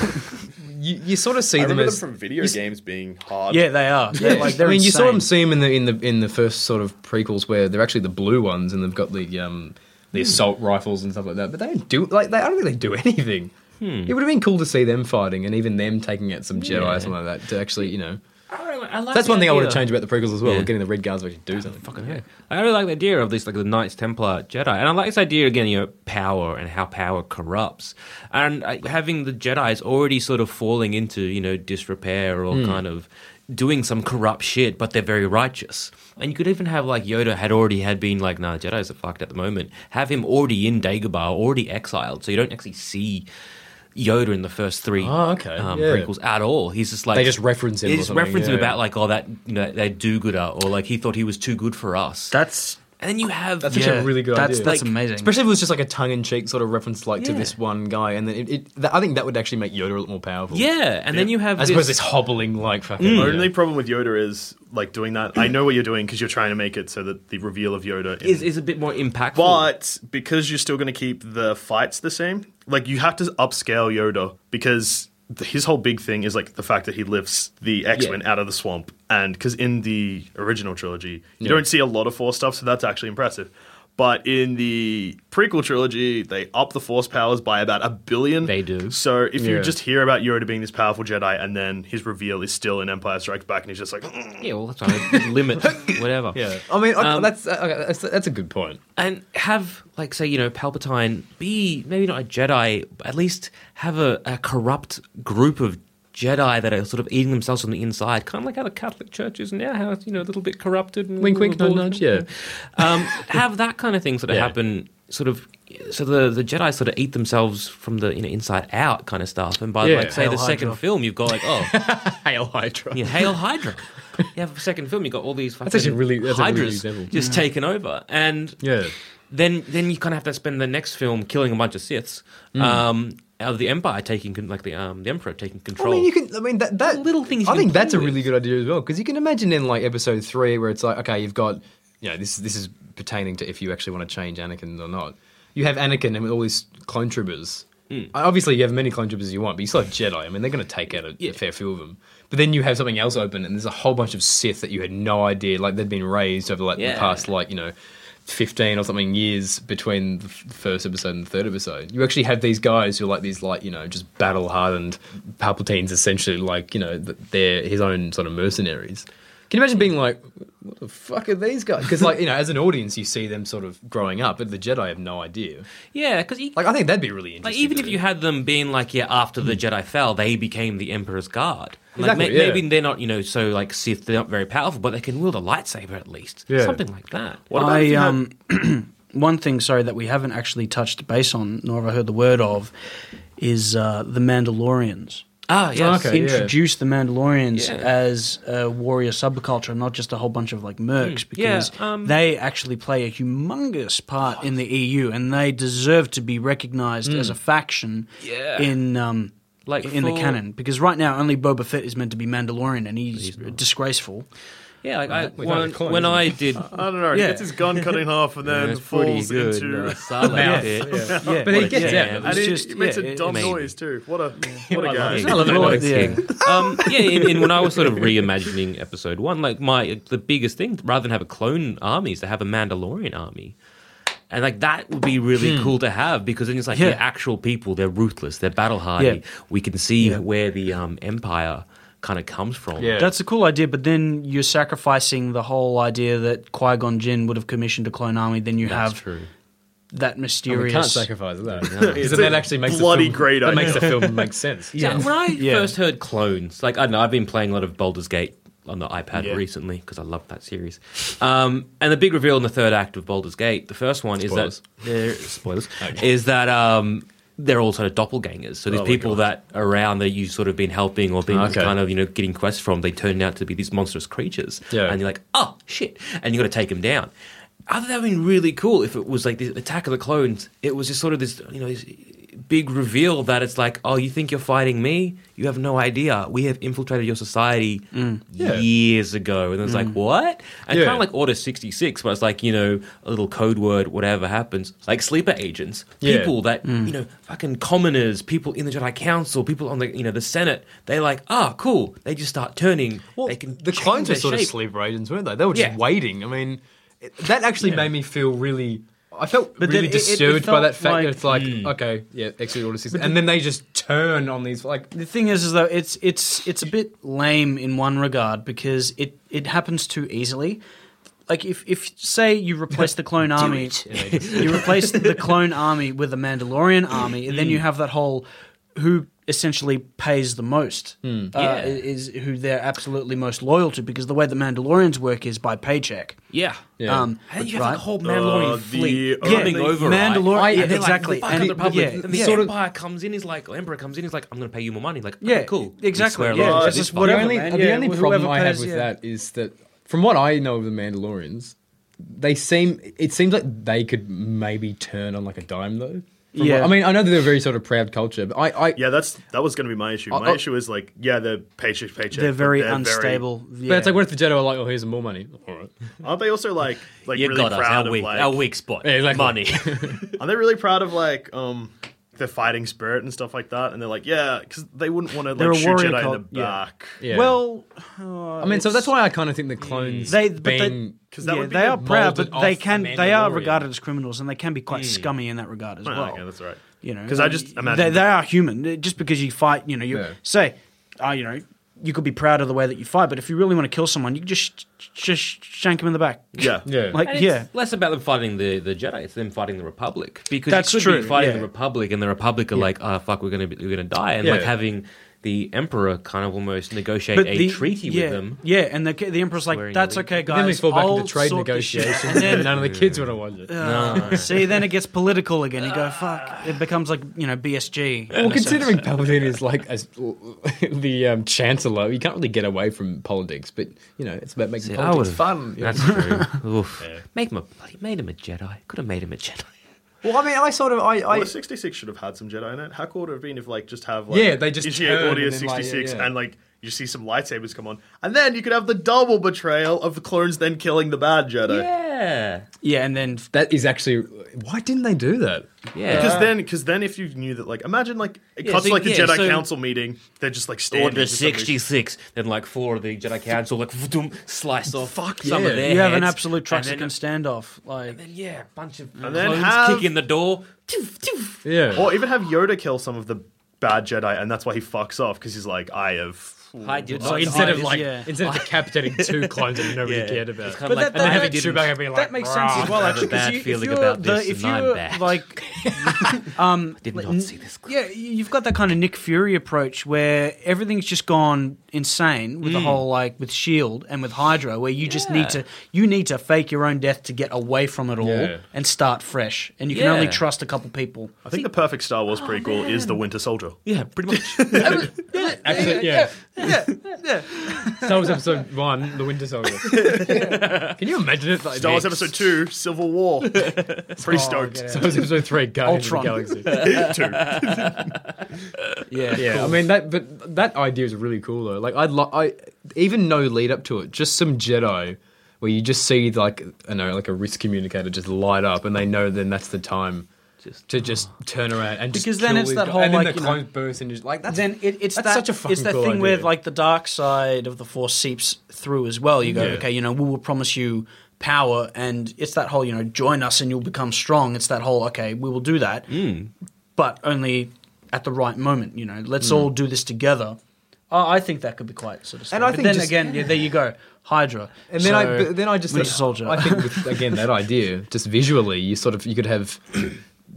you, you sort of see I them remember them as from video games being hard. yeah, they are. They're, like, they're I mean, you saw insane. them see 'em in the in the in the first sort of prequels where they're actually the blue ones and they've got the um the assault rifles and stuff like that. But they don't do like they, I don't think they do anything. Hmm. It would have been cool to see them fighting and even them taking out some Jedi or something like that to actually you know. I don't know, I like That's the one thing I would have idea. changed about the prequels as well. Yeah. Getting the Red Guards to actually do something. Fucking yeah. I really like the idea of this, like the Knights Templar Jedi, and I like this idea again, you know, power and how power corrupts, and uh, having the Jedi's already sort of falling into you know disrepair Hmm. or kind of doing some corrupt shit, but they're very righteous. And you could even have like Yoda had already had been like, nah, the Jedi's are fucked at the moment. Have him already in Dagobah, already exiled, so you don't actually see. Yoda in the first three Oh, okay. um, Yeah. prequels at all. He's just like They just reference him They or just something, reference him yeah. about like oh that you know that do-gooder or like he thought he was too good for us. That's And then you have That's actually Yeah, a really good that's- idea. that's Like- amazing. Especially if it was just like a tongue in cheek sort of reference, like to Yeah. this one guy, and then it, it that, I think that would actually make Yoda a lot more powerful. yeah, and then you have as opposed to this hobbling like fucking. My only problem with Yoda is like doing that. I know what you're doing because you're trying to make it so that the reveal of Yoda in is is a bit more impactful. But because you're still going to keep the fights the same, like you have to upscale Yoda because th- his whole big thing is like the fact that he lifts the X Men out of the swamp, and because in the original trilogy you don't see a lot of Force stuff, so that's actually impressive. But in the prequel trilogy, they up the Force powers by about a billion. They do. So if you Yeah. just hear about Yoda being this powerful Jedi, and then his reveal is still in Empire Strikes Back, and he's just like, "Mm, yeah, well, that's right. limit whatever. Yeah, I mean I that's, uh, okay, that's that's a good point. and have like say you know Palpatine be maybe not a Jedi, but at least have a, a corrupt group of Jedi that are sort of eating themselves from the inside, kind of like how the Catholic Church is now, how it's you know a little bit corrupted. And Wink, wink, nudge, nudge, yeah. Um, have that kind of thing sort of Yeah. happen, sort of. So the the Jedi sort of eat themselves from the you know inside out kind of stuff, and by Yeah. like say the Hail second Hydra. film, you've got like oh. Hail Hydra. Yeah, Hail Hydra. you have a second film, you got all these fucking actually really- that's a really good Hydras example. just taken over, and Yeah. then then you kind of have to spend the next film killing a bunch of Siths, Mm. um, out of the Empire taking con- like the um the Emperor taking I control. mean, you can. I mean, that, that Little things you I think can play that's a with. really good idea as well because you can imagine in like episode three where it's like, okay, you've got, you know, this this is pertaining to if you actually want to change Anakin or not. You have Anakin and all these clone troopers. Hmm. Uh, Obviously, you have many clone troopers you want, but you still have Jedi. I mean, they're going to take out a, a fair few of them. But then you have something else open, and there's a whole bunch of Sith that you had no idea, like they'd been raised over like the Yeah. past, like you know. 15 or something years between the f- first episode and the third episode. You actually have these guys who are like these, like, you know, just battle hardened Palpatine's essentially like, you know, th- they're his own sort of mercenaries. Can you imagine being like, what the fuck are these guys? Because like you know, as an audience, you see them sort of growing up, but the Jedi have no idea. Yeah, because like I think that'd be really interesting. Like even if you had them being like, yeah, after the Jedi fell, they became the Emperor's guard. Like Exactly, ma- yeah. maybe they're not, you know, so like Sith. They're not very powerful, but they can wield a lightsaber at least. Yeah. Something like that. I, um, one thing, sorry, that we haven't actually touched base on, nor have I heard the word of, is uh, the Mandalorians. Ah, yes. Okay, yeah. Introduce the Mandalorians Yeah. as a warrior subculture, not just a whole bunch of like mercs, Hmm, yeah, because um, they actually play a humongous part in the EU, and they deserve to be recognized Hmm. as a faction Yeah. in um, Like in the for- canon. Because right now, only Boba Fett is meant to be Mandalorian, and he's, disgraceful. Yeah, like I, Right. Without when, the clones, when isn't I it? did, I don't know, he gets his gun cut in half and then That's falls pretty good, into- no, solid Yeah. bit. Yeah. Yeah. But he gets out. jam. And It, it makes a dumb Maybe. noise too. What a what a Yeah, guy. I love it. Um, yeah, and, and when I was sort of reimagining episode one, like my the biggest thing, rather than have a clone army, is to have a Mandalorian army. And like that would be really Hmm. cool to have because then it's like Yeah. they're actual people, they're ruthless, they're battle hardy. Yeah. We can see Yeah. where the um, empire kind of comes from. That's a cool idea, but then you're sacrificing the whole idea that Qui Gon Jinn would have commissioned a clone army. Then you That's have true. that Oh, mysterious. we can't sacrifice that. No. Because then that actually makes Bloody the film, great That idea. makes the film make sense. Yeah. when I first heard clones, like I don't know, I've been playing a lot of Baldur's Gate on the iPad Yeah. recently because I love that series. Um, and the big reveal in the third act of Baldur's Gate, the first one Spoilers. is that they're spoilers is that um, they're all sort of doppelgangers. So these Oh my people that are around that you've sort of been helping or been Okay. kind of you know getting quests from, they turn out to be these monstrous creatures. Yeah. and you're like, oh shit, and you got to take them down. I thought that would been really cool if it was like the Attack of the Clones. It was just sort of this, you know, this big reveal that it's like, oh, you think you're fighting me? You have no idea. We have infiltrated your society Mm. Yeah. years ago. And it's like, Mm. what? And Yeah. kind of like Order 66, but it's like, you know, a little code word, whatever happens. Like sleeper agents, Yeah. people that, Mm. you know, fucking commoners, people in the Jedi Council, people on the, you know, the Senate, they're like, ah, cool. They just start turning. they can the change clones were their sort shape. of sleeper agents, weren't they? They were just Yeah. waiting. I mean, it, that actually Yeah. made me feel really. I felt But then really it- it- it disturbed by felt that fact like- that it's like, okay, yeah, exit order six, But and the- then they just turn on these like. The thing is, is though it's it's it's a bit lame in one regard because it it happens too easily. Like if if say you replace the clone Do army, it. Yeah, they just- you replace the clone army with the Mandalorian army, and then you Mm. have that whole who essentially pays the most Mm. uh, Yeah. is who they're absolutely most loyal to because the way the Mandalorians work is by paycheck. Yeah. Um, and you have right? like a whole Mandalorian Uh, the fleet Earthling coming over. right? Mandalorian- Right, yeah, and they're like, exactly. the fuck And of it- the Republic. yeah, and the yeah. Empire comes in, is like, or Emperor comes in, he's like, I'm going to pay you more money. Like, okay, Yeah, cool. We exactly, swear yeah, allegiance it's to just this the fucker. only, the only problem I have with that is that, from what I know of the Mandalorians, they seem it seems like they could maybe turn on like a dime though. From what- Yeah. I mean, I know that they're a very sort of proud culture, but I, I yeah, that's that was going to be my issue. I- My I- issue is like, yeah, they're paycheck, paycheck. They're but very unstable, but it's like what if the Jedi are like, oh, here's more money? All right. aren't they also like like You really got us, proud our of weak- like our weak spot, Yeah, exactly. money. Are they really proud of like um their fighting spirit and stuff like that? And they're like, yeah, because they wouldn't want to They're like a shoot warrior Jedi in cult, the yeah. back. Yeah. Well, I mean, so that's why I kind of think the clones they, but they, being yeah, they are proud, but they can they are regarded as criminals, and they can be quite scummy in that regard as Oh, well. okay, that's right. You know, because I just imagine they, they are human. eh, Just because you fight, you know, you Yeah. say, ah, you know, you could be proud of the way that you fight, but if you really want to kill someone, you just just shank him in the back. like And it's yeah. less about them fighting the, the Jedi; it's them fighting the Republic. Because That's you could true, be fighting yeah. the Republic, and the Republic are like, "Oh fuck, we're gonna be, we're gonna die," and like Yeah. having the Emperor kind of almost negotiate a the- treaty yeah, with them. Yeah, and the, the Emperor's like, Swearing that's allegiance. okay, But guys. then we fall back I'll into trade sort this shit." negotiations, And then and none of the kids wanna watch it. Uh, No. See, then it gets political again. You go, fuck. It becomes like, you know, BSG. Well, considering Palpatine is like as the um, Chancellor, you can't really get away from politics. But you know, it's about making See, I politics would've- fun. you That's know. true. Oof. Make him a bloody made him a Jedi. Could have made him a Jedi. Well, I mean, I sort of, I, Order 66 should have had some Jedi in it. How cool would it have been if, like, just have, like, Yeah, they just you see turn Order and then, like, 66 yeah, yeah. and, like, you see some lightsabers come on. And then you could have the double betrayal of the clones then killing the bad Jedi. Yeah. Yeah, and then that is actually why didn't they do that? Because then, because then, if you knew that, like, imagine like it Uh. Yeah, cuts so- like the yeah, Jedi so- Council meeting, they're just like standing. Order for some reason. sixty six. Then like four of the Jedi Council like vroom, slice off Fuck some yeah. of their you have an heads, absolute and then Truxican standoff. Like, then, yeah, bunch of And then clones have- kick in the door. Or even have Yoda kill some of the bad Jedi, and that's why he fucks off because he's like, I have. Hide your- Oh, instead of, like- instead of decapitating two clones that nobody cared about. It's kind of like- and having Chewbacca be like, that makes sense as well. "Rah, I have Actually, a bad 'cause you- if feeling you're about the- this if and I'm you're, back." Like, um, did like, not n- see this Yeah, you've got that kind of Nick Fury approach where everything's just gone insane with the Mm. whole like with Shield E and with Hydra, where you just Yeah. need to you need to fake your own death to get away from it all Yeah. and start fresh, and you can only Yeah. trust a couple people. I think the perfect Star Oh, Wars prequel is The Winter Soldier. Yeah, pretty much. Actually, yeah. Star Wars Episode 1, The Winter Soldier. Can you imagine it? Like Star Wars next? Episode 2, Civil War. Pretty Oh, stoked. Star Wars Episode 3, Guardians of the Galaxy. Two. Yeah, Yeah. cool. I mean, that but that idea is really cool, though. Like, I'd lo- I even no lead up to it, just some Jedi where you just see, like, I know, like a risk communicator just light up and they know then that's the time. Just, to just turn around and just Because then kill it's these that guys. whole and then like the you know, clones burst and just like that's then it, it's that's that, such a fucking it's that cool thing where idea. like the dark side of the force seeps through as well. You go, Yeah. okay, you know, we will promise you power, and it's that whole you know, join us and you'll become strong. It's that whole okay, we will do that, Hmm. but only at the right moment. You know, let's Hmm. Mm. all do this together. I I think that could be quite sort of. And I scary. think but then just- again, yeah, there you go, Hydra. And then I So, but then I just Winter think- soldier. I think with, again that idea just visually you sort of you could have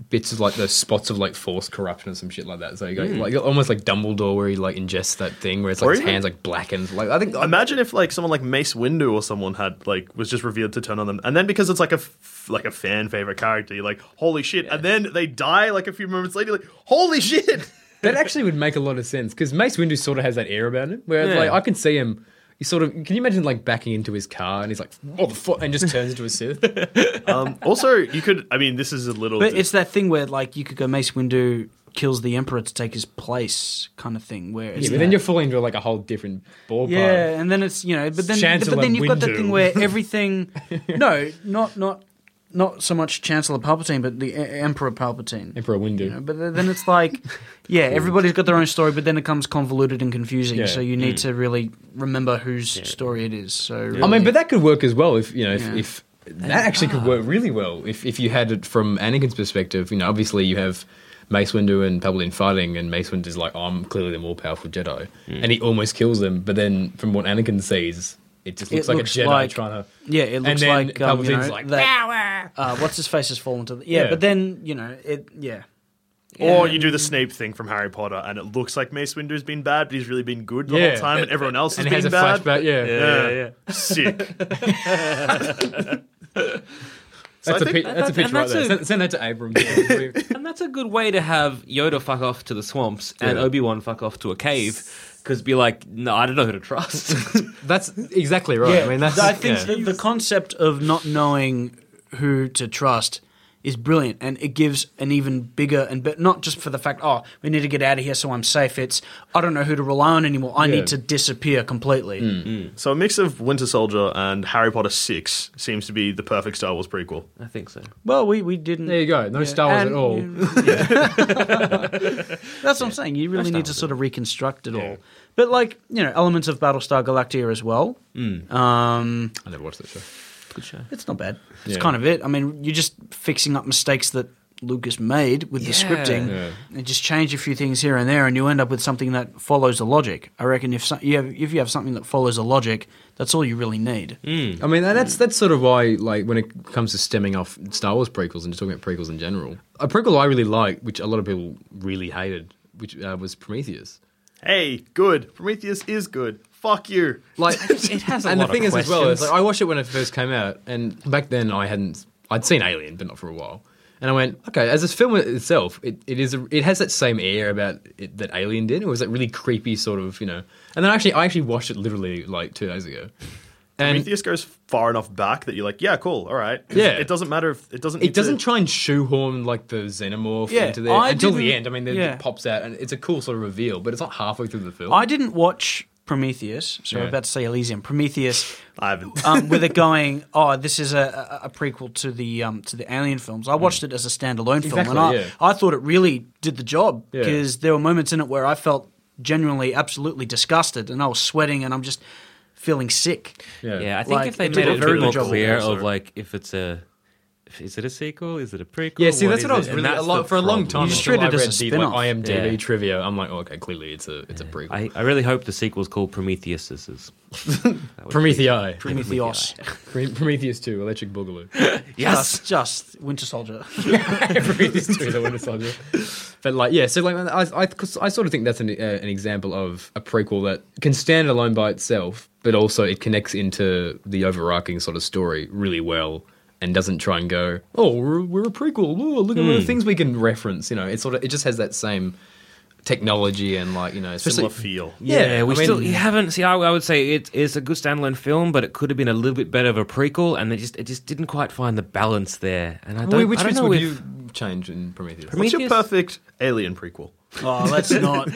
bits of like those spots of like force corruption or some shit like that. So you go Hmm. Mm. like almost like Dumbledore where he like ingests that thing where it's like Or his even- hands like blackened. Like I think imagine if like someone like Mace Windu or someone had like was just revealed to turn on them, and then because it's like a f- like a fan favorite character, you're like holy shit, and then they die like a few moments later, you're like holy shit. that actually would make a lot of sense because Mace Windu sort of has that air about him where Yeah. like I can see him. He sort of can you imagine like backing into his car and he's like oh the fuck and just turns into a Sith. um, also, you could. I mean, this is a little. But it's that thing where like you could go Mace Windu kills the Emperor to take his place, kind of thing. Where yeah, it's but that- then you're falling into like a whole different ballpark. Yeah, and then it's you know, but then Chancellor but then you've got that Windu. thing where everything. no, not not not so much Chancellor Palpatine, but the E- Emperor Palpatine. Emperor Windu. You know, but th- then it's like, yeah, everybody's got their own story, but then it comes convoluted and confusing. Yeah. So you need Mm. to really remember whose story it is. So I mean, really- but that could work as well if you know if, Yeah. if that actually could work really well if if you had it from Anakin's perspective. You know, obviously you have Mace Windu and Palpatine fighting, and Mace Windu's like, "I'm clearly the more powerful Jedi," Hmm. and he almost kills them. But then, from what Anakin sees, it just looks like a Jedi trying to Yeah, it looks and then like um, you Palpatine's know, like, that, Uh, what's his face has fallen to the yeah, Yeah. but then you know it yeah. Or Yeah. you do the Snape thing from Harry Potter, and it looks like Mace Windu's been bad, but he's really been good the Yeah. whole time, and everyone else And has he has been a bad. flashback, yeah. Yeah, yeah, yeah. sick. That's a a pi- that's a picture right there. Send- send that to Abrams. and that's a good way to have Yoda fuck off to the swamps and Yeah. Obi Wan fuck off to a cave because be like, no, I don't know who to trust. that's exactly right. I mean, that's I think yeah. the, the concept of not knowing who to trust is brilliant, and it gives an even bigger and but not just for the fact, oh, we need to get out of here so I'm safe. It's I don't know who to rely on anymore. I Yeah. need to disappear completely. Hmm. So a mix of Winter Soldier and Harry Potter Six seems to be the perfect Star Wars prequel. I think so. Well, we, we didn't. There you go. No Star Wars at all. That's what I'm saying. You really need to sort of reconstruct it all. But like you know, elements of Battlestar Galactica as well. Hmm. Um, I never watched that show. Good show. It's not bad. Yeah. It's kind of it. I mean, you're just fixing up mistakes that Lucas made with the Yeah. scripting, Yeah. and just change a few things here and there, and you end up with something that follows the logic. I reckon if so- you have, if you have something that follows the logic, that's all you really need. Hmm. I mean, and that's that's sort of why, like, when it comes to stemming off Star Wars prequels and just talking about prequels in general, a prequel I really liked, which a lot of people really hated, which uh, was Prometheus. Hey, good. Prometheus is good. Fuck you. Like it has and the thing is, as well, is like, I watched it when it first came out, and back then I hadn't, I'd seen Alien, but not for a while. And I went, okay, as a film itself, it, it is, a, it has that same air about it that Alien did. It was that really creepy sort of, you know. And then actually, I actually watched it literally like two days ago. And Prometheus goes far enough back that you're like, yeah, cool, all right. Yeah. It doesn't matter if it doesn't. It need to- doesn't try and shoehorn like the xenomorph Yeah, into there I until the didn't- end. I mean, then yeah. it pops out, and it's a cool sort of reveal, but it's not halfway through the film. I didn't watch Prometheus, so I'm Yeah. about to say Elysium. Prometheus, I haven't. um, with it going, oh, this is a, a, a prequel to the um, to the Alien films. I watched it as a standalone film, Mm. Exactly, and I, yeah. I thought it really did the job Yeah. because there were moments in it where I felt genuinely, absolutely disgusted, and I was sweating, and I'm just feeling sick. Yeah, I think Like, if they it made did it a very very good more job. clear Also. of like if it's a is it a sequel? Is it a prequel? Yeah, see, that's is what I was it? And really that's a lot the for a long problem. time. Until I read the, like, IMDb trivia. I'm like, oh, okay, clearly it's a it's a prequel. I, I really hope the sequel's called Prometheus. This is Promethei. Prometheus. Pre- Prometheus 2, Electric Boogaloo. Just, just Winter Soldier. Prometheus 2 is a Winter Soldier. But like, yeah, so like, I, I, 'cause I sort of think that's an, uh, an example of a prequel that can stand alone by itself, but also it connects into the overarching sort of story really well and doesn't try and go, oh, we're, we're a prequel. Ooh, look at all Hmm. the things we can reference. You know, it sort of, it just has that same technology and like, you know, Similar especially- feel. Yeah, we I mean- still you haven't. See, I, I would say it is a good standalone film, but it could have been a little bit better of a prequel, and they just it just didn't quite find the balance there. And I don't, Which I don't bits know would if- you change in Prometheus? What's your Prometheus- perfect alien prequel? oh, let's not.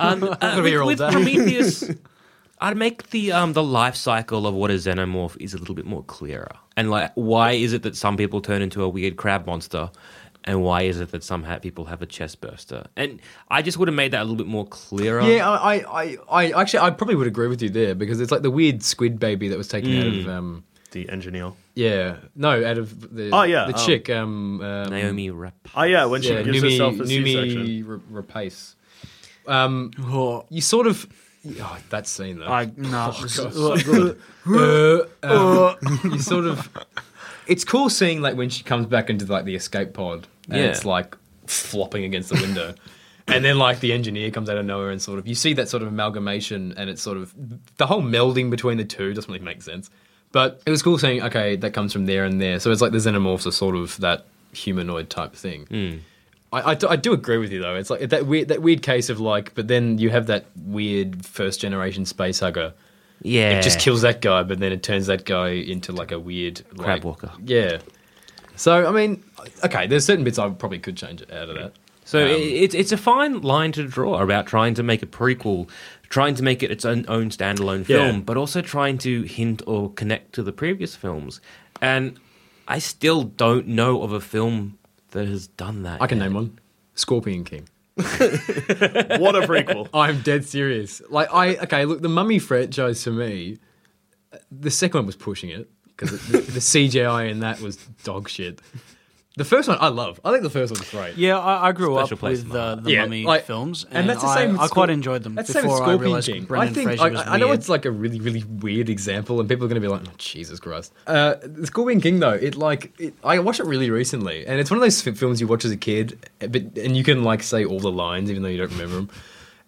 Um, uh, gonna be with, here all with day. Prometheus, I'd make the um, the life cycle of what a xenomorph is a little bit more clearer, and like why is it that some people turn into a weird crab monster, and why is it that some ha- people have a chest burster? And I just would have made that a little bit more clearer. Yeah, I, I, I, I actually, I probably would agree with you there because it's like the weird squid baby that was taken out Hmm. of, um, The engineer. yeah, no, out of the, Oh, yeah, the um, chick, um, um, Naomi Rapace. Oh yeah, when she yeah, gives Numi, herself a C-section. Numi Ra- Rapace. Um, Oh, you sort of, oh, that scene though. I no. Oh, this is- Uh, um, you sort of, it's cool seeing like when she comes back into like the escape pod and Yeah. it's like flopping against the window. And then, like the engineer comes out of nowhere, and sort of you see that sort of amalgamation, and it's sort of the whole melding between the two doesn't really make sense. But it was cool saying, okay, that comes from there and there. So it's like the xenomorphs are sort of that humanoid type thing. I, I, do, I do agree with you though. It's like that weird that weird case of like, but then you have that weird first generation space hugger Yeah, it just kills that guy, but then it turns that guy into like a weird like, Crab walker. Yeah. So I mean, okay, there's certain bits I probably could change out of that. So Um, i it's it's a fine line to draw about trying to make a prequel, trying to make it its own, own standalone film, Yeah. but also trying to hint or connect to the previous films. And I still don't know of a film that has done that. I can yet. name one: Scorpion King. What a prequel! I'm dead serious. Like I okay, look, the Mummy franchise for me, the second one was pushing it because the, the CGI in that was dog shit. The first one I love. I think the first one's great. Yeah, I, I grew Special up place with in my the, heart. the Yeah, mummy like- films, and, and that's the same I, with I quite Scorp- enjoyed them That's the same with before I Scorpion realized King. Brendan I think Fraser I, was I know weird. it's like a really really weird example, and people are going to be like, oh, "Jesus Christ!" Uh, the Scorpion King though, it like it, I watched it really recently, and it's one of those fi- films you watch as a kid, but and you can like say all the lines even though you don't remember them,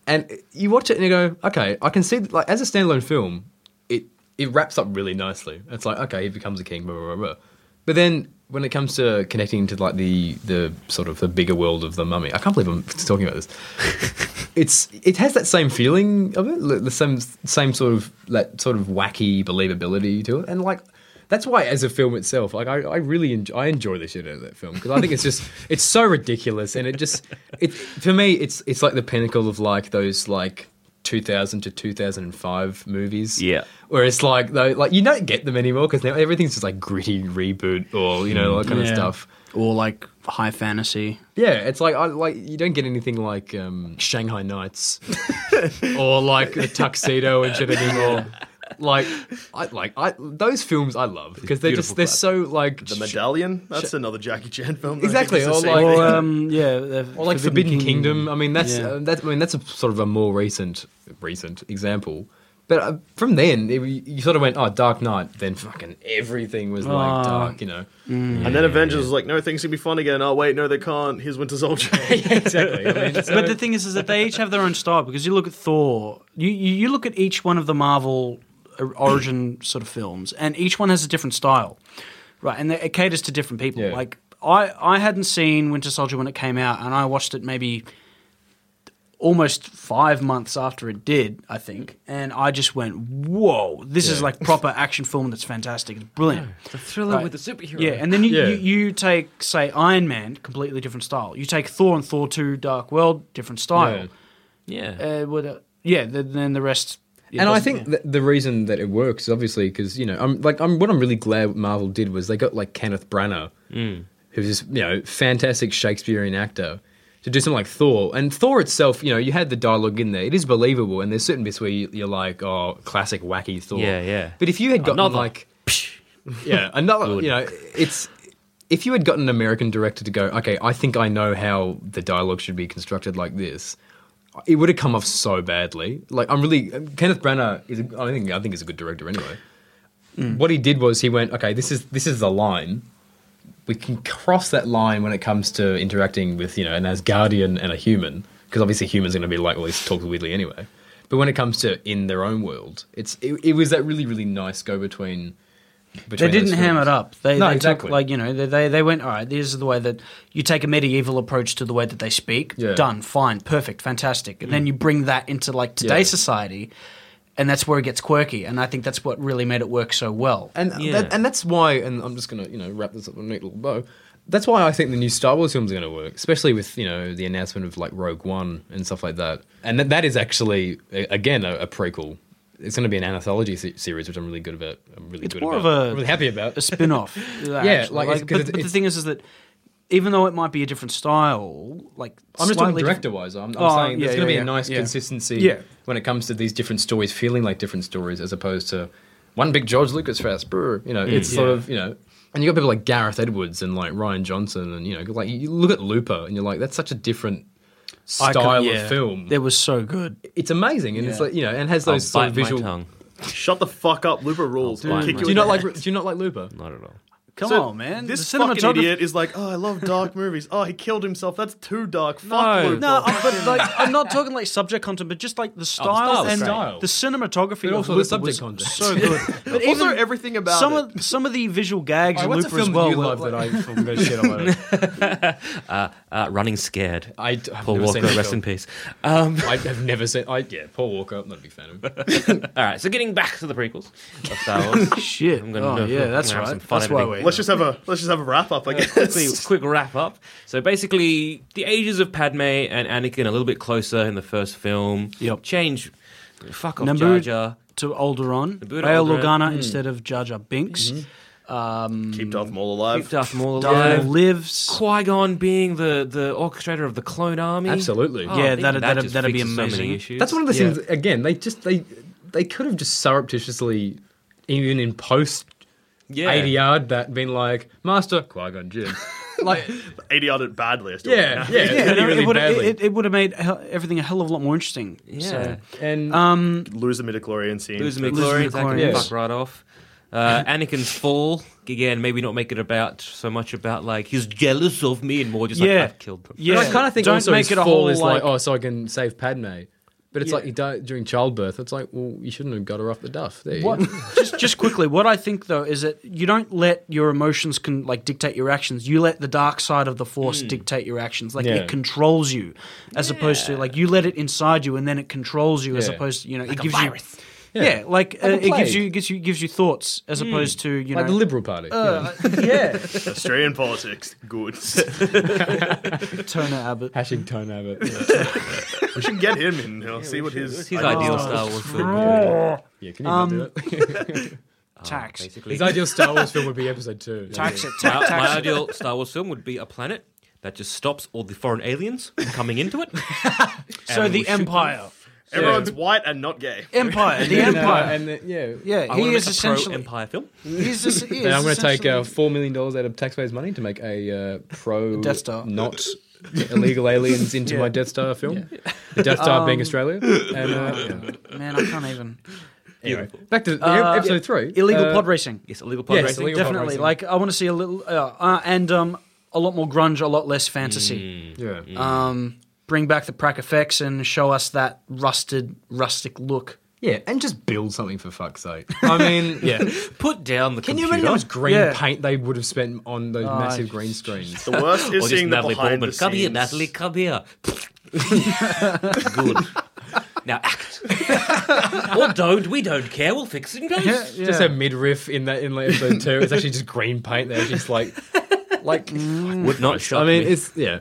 and you watch it and you go, "Okay, I can see that, like as a standalone film, it it wraps up really nicely. It's like okay, he becomes a king, blah blah blah." blah. But then when it comes to connecting to like the the sort of the bigger world of the mummy, I can't believe I'm talking about this. it's it has that same feeling of it, the- the same same sort of that sort of wacky believability to it, and like. That's why, as a film itself, like I, I really enjoy, I enjoy the shit out of that film because I think it's just it's so ridiculous and it just it for me it's it's like the pinnacle of like those like 2000 to 2005 movies. Yeah. Where it's like though, like you don't get them anymore because now everything's just like gritty reboot or you know that kind Yeah. of stuff. or like high fantasy. Yeah, it's like I like you don't get anything like um, Shanghai Nights or like the tuxedo and shit anymore. Like, I like I those films I love because they're just Beautiful they're clap. so like The Medallion. That's another Jackie Chan film. I think Exactly, it's the or same like- thing. Or um, yeah, the or like Forbidden, Kingdom. I mean, that's Yeah. uh, that. I mean, that's a sort of a more recent recent example. But uh, from then, it, you sort of went, oh, Dark Knight. Then fucking everything was like dark, you know. and then Avengers was like, no, things can be fun again. Oh wait, no, they can't. Here's Winter Soldier. exactly. I mean, so- But the thing is, is that they each have their own style because you look at Thor, you you you look at each one of the Marvel or- origin sort of films, and each one has a different style, right? And they- it caters to different people. Yeah. Like I I hadn't seen Winter Soldier when it came out, and I watched it maybe almost five months after it did, I think, and I just went, whoa, this is like proper action film that's fantastic, it's brilliant. It's a thriller Right. with a superhero. Yeah, and then you, Yeah. you, you take, say, Iron Man, completely different style. You take Thor and Thor 2 Dark World, different style. yeah. Yeah, uh, would, uh, yeah th then the rest. yeah, and I doesn't- think th- the reason that it works is obviously because you know I'm like I'm what I'm really glad Marvel did was they got like Kenneth Branagh, who's this you know fantastic Shakespearean actor, to do something like Thor. And Thor itself, you know, you had the dialogue in there; it is believable. And there's certain bits where you, you're like, oh, classic wacky Thor. Yeah, yeah. But if you had gotten Another. like, yeah, another, Good. you know, it's if you had gotten an American director to go, okay, I think I know how the dialogue should be constructed like this, it would have come off so badly. Like I'm really Kenneth Branagh is, a- I think I think is a good director anyway. Mm. What he did was he went, okay, this is this is the line. We can cross that line when it comes to interacting with you know an Asgardian and a human, because obviously humans are going to be like, well, this talks weirdly anyway. But when it comes to in their own world, it's it, it was that really really nice go between. They between didn't those ham it films. up. They, no, they exactly. took, like, you know, they, they, they went, all right, this is the way that you take a medieval approach to the way that they speak. Yeah. Mm. Done, fine, perfect, fantastic. And then you bring that into, like, today's Yeah. society, and that's where it gets quirky. And I think that's what really made it work so well. And that, and that's why. And I'm just gonna you know wrap this up with a neat little bow. That's why I think the new Star Wars films are going to work, especially with you know the announcement of like Rogue One and stuff like that. And that, that is actually a- again a, a prequel. It's going to be an anthology se- series, which I'm really good about. I'm really it's good more of about. a I'm really happy about a spin-off. yeah, like, it's- 'cause but, it's- but the it's- thing is, is that even though it might be a different style, like I'm just talking slightly diff- director wise. I'm, I'm Oh, saying there's going yeah, to yeah, be a yeah, nice yeah. consistency Yeah. when it comes to these different stories feeling like different stories as opposed to one big George Lucas fest. brr, You know, Mm. it's sort Yeah. of, you know, and you got people like Gareth Edwards and like Ryan Johnson and, you know, like you look at Looper and you're like, that's such a different I could- style yeah. of film. It was so good. It's amazing. And it's Yeah. like, you know, and has I'll those sort of bite my visual. tongue. Shut the fuck up, Looper rules. bite my Kick you Do in you the not like? head. Do you not like Looper? Not at all. Come So on, man. This the fucking cinematography- idiot is like, oh, I love dark movies. Oh, he killed himself. That's too dark. Fuck No. Looper. No, I'm, but like I'm not talking like subject content, but just like the style Oh, style was and great. the cinematography. But of also the Looper subject was content. so good. But Also, even everything about some it. of some of the visual gags Alright, in what's Looper a as film well. that you were, love like- that I am going to shit on? it? Uh, running scared. I d- I've Paul never Walker, seen that rest film. in peace. Um, I have never seen. I yeah, Paul Walker. I'm not a big fan of. him. all right, so getting back to the prequels of Star Wars. Shit. I'm gonna oh, go for- yeah, that's I'm gonna have right. some fun that's why editing. we're Let's just have a let's just have a wrap up. I guess. quickly, quick wrap up. So basically, the ages of Padme and Anakin a little bit closer in the first film. Yep. Change. Fuck off, Naboo- Jar Jar. to Alderaan, Nabuta Bail Alderaan. Organa instead of Jar Jar Binks. Um, Keep Darth Maul Keep alive. Darth Maul Darth Maul alive. lives. Qui Gon being the the orchestrator of the clone army. Absolutely. Oh, Yeah, even that'd- that'd- just that'd be fixes So amazing. many issues. That's one of the Yeah. things. Again, they just they they could have just surreptitiously, even in post yeah. ADR, that been like Master Qui Gon Jinn. like ADR'd it badly. I still yeah, yeah, Yeah, really, no, really it would badly. it, it would have made hell- everything a hell of a lot more interesting. Yeah. So, and um, lose the midichlorian scene. Losing Losing McLaurin, I can McLaurin. fuck right off. Uh, Anakin's fall again. Maybe not make it about so much about like he's jealous of me and more just like Yeah. I've killed them. yeah. but I kind of think Don't also make his it a fall whole is like, like, oh, so I can save Padme. But it's Yeah. like he died during childbirth. It's like, well, you shouldn't have got her off the duff. There you What, go. just just quickly, what I think though is that you don't let your emotions can like dictate your actions. You let the dark side of the force dictate your actions. Like Yeah. it controls you, as opposed to like you let it inside you and then it controls you, as Yeah. opposed to you know it a gives virus. you. Yeah, like, uh, a it plague. gives you gives you gives you thoughts as opposed to you Like the know Liberal Party. you Uh. know. yeah Australian politics. Good. Turner Abbott. Hashing Tone Abbott. we should get him in. I'll see what his His Oh, ideal Star Wars film. Yeah, can you not Um, do it? Tax. Basically, His ideal Star Wars film would be Episode Two. Tax it. my, Tax, my tax it. ideal Star Wars film would be a planet that just stops all the foreign aliens from coming into it. So And the we'll shoot them. Empire. Everyone's white and not gay. Empire. The You know, Empire. and the- yeah, Yeah, I he wanna is make a pro essentially. Empire film. He's just, he Then is I'm going to take uh, essentially- four million dollars out of taxpayers' money to make a uh, pro Death Star. not illegal aliens into my Death Star film. The Death Star being Australia. And, uh, Man, I can't even. anyway, back to Uh, episode three. Illegal Uh, pod racing. Yes, illegal pod Yes, racing. illegal- pod Definitely. racing. Like, I want to see a little. Uh, uh, and um, a lot more grunge, a lot less fantasy. Yeah. Um, bring back the prac effects and show us that rusted, rustic look. yeah, and just build something for fuck's sake. I mean, yeah. Put down the Can you computer. imagine how much green Yeah. paint they would have spent on those massive green screens? The worst is Or just seeing the Natalie behind Portman. the come here, scenes. Natalie. Come here. Good. Now act. or don't. We don't care. We'll fix it. Guys. Just a midriff in that in like episode two. It's actually just green paint. They're just like, like. Would not shock I mean, me. it's yeah.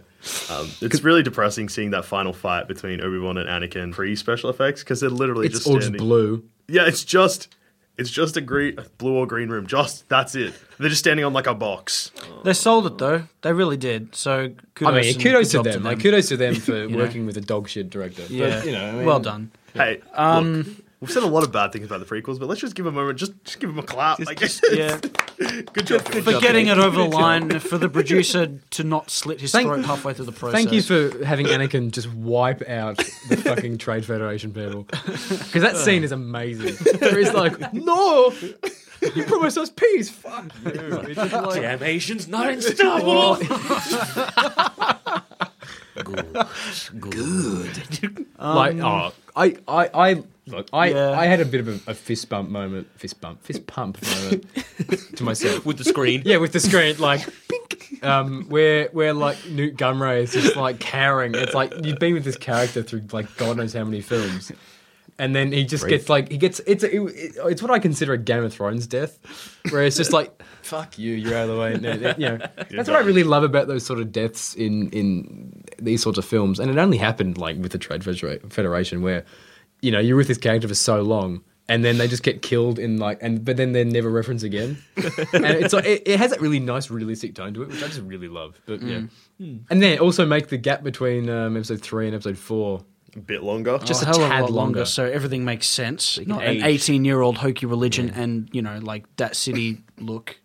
It's really depressing seeing that final fight between Obi Wan and Anakin pre special effects because they're literally It's just all standing. just blue. Yeah, it's just it's just a green, blue or green room. Just that's it. They're just standing on like a box. They sold it, though. They really did. So, kudos, I mean, and kudos to good job them. Like, kudos to them for working with a dog shit director. But, Yeah. you know, I mean, well done. Um, Hey, look, We've said a lot of bad things about the prequels, but let's just give a moment. Just, just give them a clap. I guess. yeah. Good job. Good For job, getting Nick. it over the Good job. line, for the producer to not slit his Thank- throat halfway through the process. Thank you for having Anakin just wipe out the fucking Trade Federation people. Because that scene is amazing. Where he's like, no! You promised us peace! Fuck! you." It's like- Damnation's not in Star Wars. Good. like, oh, I, I, I, look, I, Yeah. I had a bit of a, a fist bump moment, fist bump, fist pump moment to myself. With the screen. Yeah, with the screen, like, pink, um, where, where like Newt Gumray is just like cowering. It's like you've been with this character through like God knows how many films. And then he just gets like he gets it's a, it, it's what I consider a Game of Thrones death, where it's just like fuck you, you're out of the way. No, that- you know, that's what I really love about those sort of deaths in in these sorts of films, and it only happened like with the Trade Federa- Federation, where you know you're with this character for so long, and then they just get killed in like, and but then they're never referenced again, and it's like, it, it has that really nice, realistic tone to it, which I just really love. But yeah, Hmm. and then it also make the gap between um, episode three and episode four. A bit longer. Just a a Oh, Oh, hell of a tad lot longer, longer. so everything makes sense. Not age. an eighteen-year-old hokey religion and you know like that city look.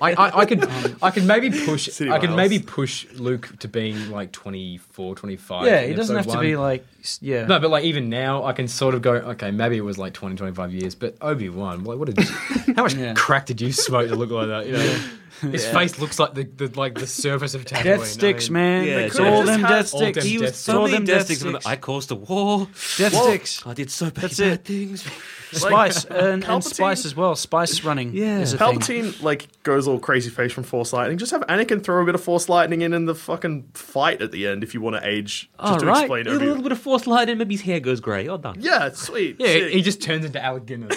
I, I, I could Um, I could maybe push City I could Miles. maybe push Luke to being like 24, 25. Yeah, in it doesn't have episode to one. be like s- yeah. No, but like even now, I can sort of go, okay, maybe it was like 20, 25 years, but Obi Wan, like, what did, how much Yeah. crack did you smoke to look like that? You know, his face looks like the, the like the surface of Tatooine. Death sticks, man. yeah, it's they all could've them just had death all them sticks. death sticks. It's So all many them death death sticks. sticks. I caused a war. Death sticks. I did so many That's bad it. things. Spice and, Palpatine- and spice as well. Spice running. Yeah. is a thing. Palpatine like goes all crazy face from Force Lightning. Just have Anakin throw a bit of Force Lightning in in the fucking fight at the end if you want to age. Just All to right, explain a little Obi. bit of force light and maybe his hair goes grey. Oh, done. Yeah, sweet. Yeah, Sick. he just turns into Alec Guinness.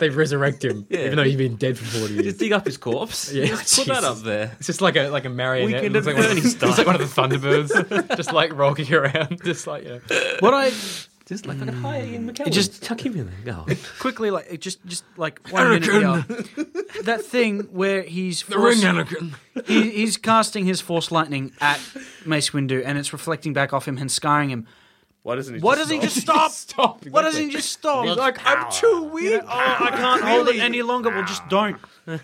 they resurrect him, even though he's been dead for 40 years. Just dig up his corpse. Yeah, Just put that Jesus. up there. It's just like a like a marionette. Weekend It looks at like, one of, Bernie's it looks like one of the Thunderbirds, just like rocking around, just like yeah. What I Just like fucking hire Ian McKellen. just- chuck him in there. Go. quickly like it just just like one minute here. that thing where he's force- Anakin. he, he's casting his force lightning at Mace Windu, and it's reflecting back off him and scarring him. Why doesn't he? Why just doesn't he stop? just stop? Stop. Why doesn't he just stop? like I'm too weak. oh, I can't hold it any longer. Well, just don't.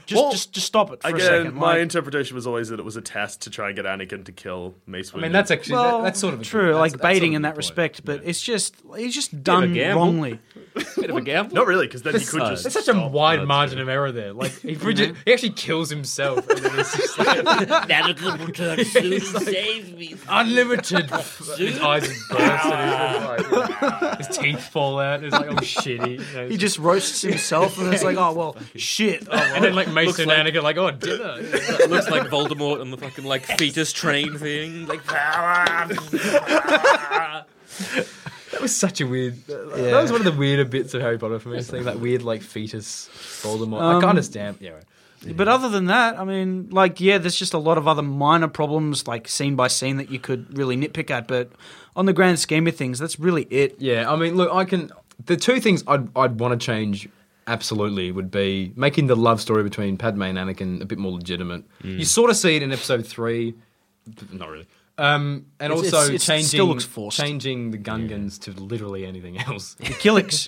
Just, Well, just, just stop it for Again, a second. my like- interpretation was always that it was a test to try and get Anakin to kill Mace Windu. I mean, that's actually well, that, that's sort of a true, good- like that's- that's baiting sort of in a that good respect, point. but it's just he's just done gamble. wrongly. Bit of a gamble. not really because then he could uh, just. There's such a wide margin of error there. Like he, just- he actually kills himself. And then it's just like, Anakin will return soon. Save me. unlimited. his eyes burst. And he's just like, his teeth fall out. It's like oh shitty. You know, He just roasts himself, and it's like, oh well, shit. Oh, and then like Mason and Anakin like oh dinner. It looks like Voldemort on the fucking like fetus train thing. Like power. That was such a weird. That was one of the weirder bits of Harry Potter for me. This thing, that weird like fetus Voldemort. I can't understand. Yeah. Right. But other than that, I mean, like, yeah, there's just a lot of other minor problems, like scene by scene, that you could really nitpick at. But on the grand scheme of things, that's really it. Yeah, I mean, look, I can. The two things I'd I'd want to change absolutely would be making the love story between Padme and Anakin a bit more legitimate. You sort of see it in Episode Three, not really. Um, and It's- also it's- it's- it changing still looks forced. changing the gun guns to literally anything else The Killix.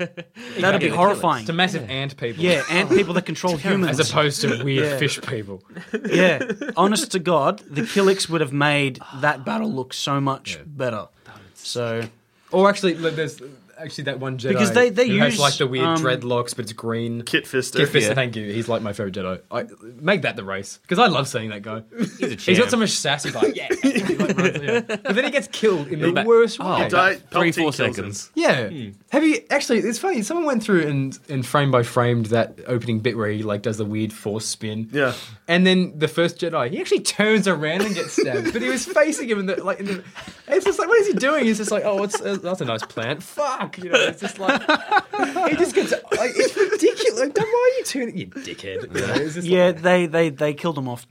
That'd be horrifying. to massive ant people. Yeah, and people that control humans. As opposed to weird Yeah. fish people. yeah, honest to God, the Killix would have made that battle look so much better. So Or actually, look, there's actually that one Jedi Because they- they who use, has like the weird um, dreadlocks, but it's green. Kit Fisto. Kit Fisto, Yeah. thank you. He's like my favorite Jedi. I, make that the race because I love seeing that guy. He's, got so much sass. He's like, yeah, He, like, runs, yeah. But then he gets killed in the Yeah. worst way. Die- Three, Palpatine four kills him. seconds. Yeah. Have you actually? It's funny. Someone went through and and frame by framed that opening bit where he like does the weird force spin. Yeah. And then the first Jedi, he actually turns around and gets stabbed, but he was facing him in the like. In the, it's just like, what is he doing? He's just like, oh, it's, uh, that's a nice plant. Fuck. You know, it's just like he just gets like it's ridiculous. Like, why are you turning? You dickhead. You know, it's just yeah, like- they they they killed him off.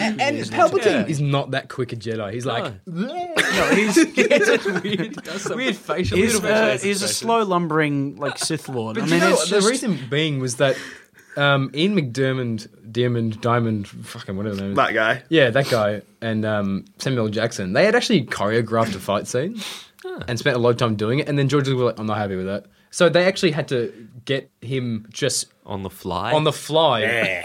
and, and Palpatine is not that quick a Jedi. He's like, No, he's it's just weird, weird facial. he's, little uh, facial he's a expressions. slow lumbering like Sith Lord. But I do you mean, know, it's what? the just, reason being was that um, Ian McDermott, Diamond, Diamond, fucking whatever the name. is. That guy. Yeah, that guy and um, Samuel Jackson. Ah. They had actually choreographed a fight scene and spent a lot of time doing it. And then George Lucas was like, "I'm not happy with that." So they actually had to get him just on the fly. on the fly.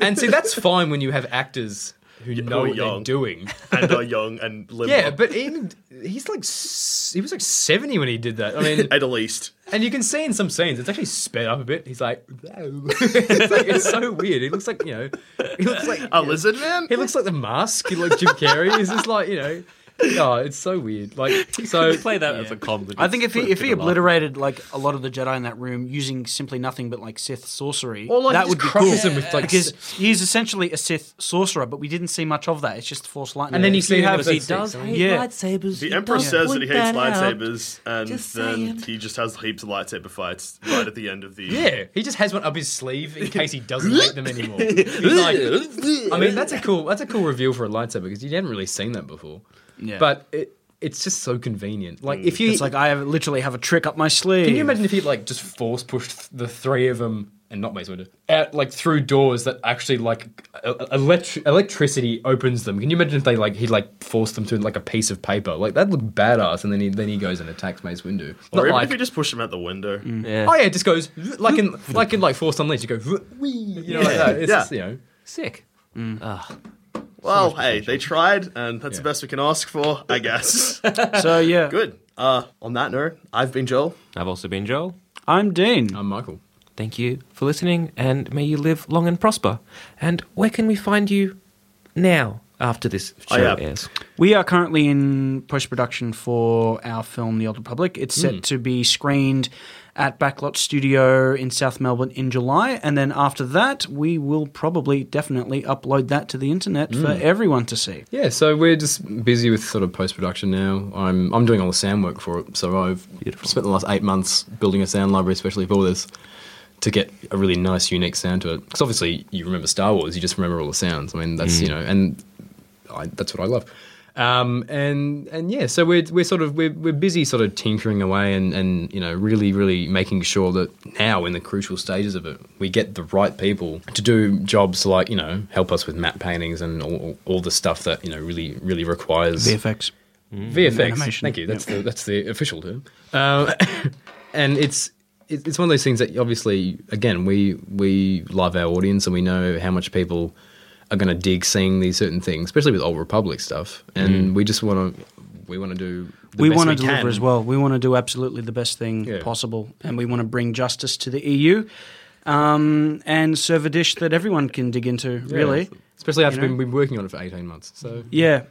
and see, that's fine when you have actors who know are what young. they're doing. and are young and live Yeah, up, but even he's like s- he was like seventy when he did that. I mean, at least. and you can see in some scenes it's actually sped up a bit. He's like, "Whoa." it's, like it's so weird. He looks like you know, he looks like Oh. A lizard man? he looks like the mask. He looks like Jim Carrey. He's just like you know, oh, it's so weird. Like so, play that as a comedy. I think if he Put a if bit he of laugh. obliterated like a lot of the Jedi in that room using simply nothing but like Sith sorcery, Or, like, that just would be cool. crushes him with, like, because he's essentially a Sith sorcerer, but we didn't see much of that. It's just Force lightning. and then you see him Because he episode does six. hate Yeah. lightsabers. The you Emperor don't says that he point hates out. lightsabers, and Just then saying. he just has heaps of lightsaber fights right at the end of the. Yeah, he just has one up his sleeve in case he doesn't hate them anymore. He's like, I mean, that's a cool that's a cool reveal for a lightsaber because you haven't really seen that before. Yeah. But it, it's just so convenient. Like if you It's like I have, literally have a trick up my sleeve. can you imagine if he like just force pushed the three of them and not Mace Windu out like through doors that actually like electric electricity opens them. Can you imagine if they like he like forced them through like a piece of paper like that looked badass and then he then he goes and attacks Mace Windu. Or Not even like- if you just push him out the window. Mm. Oh yeah, it just goes like in like in like Force Unleashed. You go, wee, you know, like that. It's Yeah. just, you know, Sick. Well, hey, they tried, and that's the best we can ask for, I guess. So yeah, Good. Uh, on that note, I've been Joel. I've also been Joel. I'm Dean. I'm Michael. Thank you for listening, and may you live long and prosper. And where can we find you now after this show Oh, yeah. airs? We are currently in post production for our film The Old Republic. It's Hmm. set to be screened at Backlot Studio in South Melbourne in July, and then after that, we will probably definitely upload that to the internet Hmm. for everyone to see. Yeah, so we're just busy with sort of post production now. I'm I'm doing all the sound work for it, so I've spent the last eight months building a sound library, especially for this, to get a really nice, unique sound to it. Because obviously, you remember Star Wars, you just remember all the sounds. I mean, that's you know, and I, that's what I love. Um, and and yeah, so we're we're sort of we're, we're busy sort of tinkering away and and you know really really making sure that now in the crucial stages of it we get the right people to do jobs like you know help us with map paintings and all, all the stuff that you know really really requires VFX. VFX. Animation. Thank you. That's the that's the official term. Um, and it's it- it's one of those things that obviously again we we love our audience and we know how much people are going to dig seeing these certain things, especially with old Republic stuff. And we just want to we want to do the Mm. we best want to we deliver can. as well. We want to do absolutely the best thing Yeah. possible, and we want to bring justice to the EU um, and serve a dish that everyone can dig into, Yeah. really. Especially after You know? we've been working on it for eighteen months. So Yeah.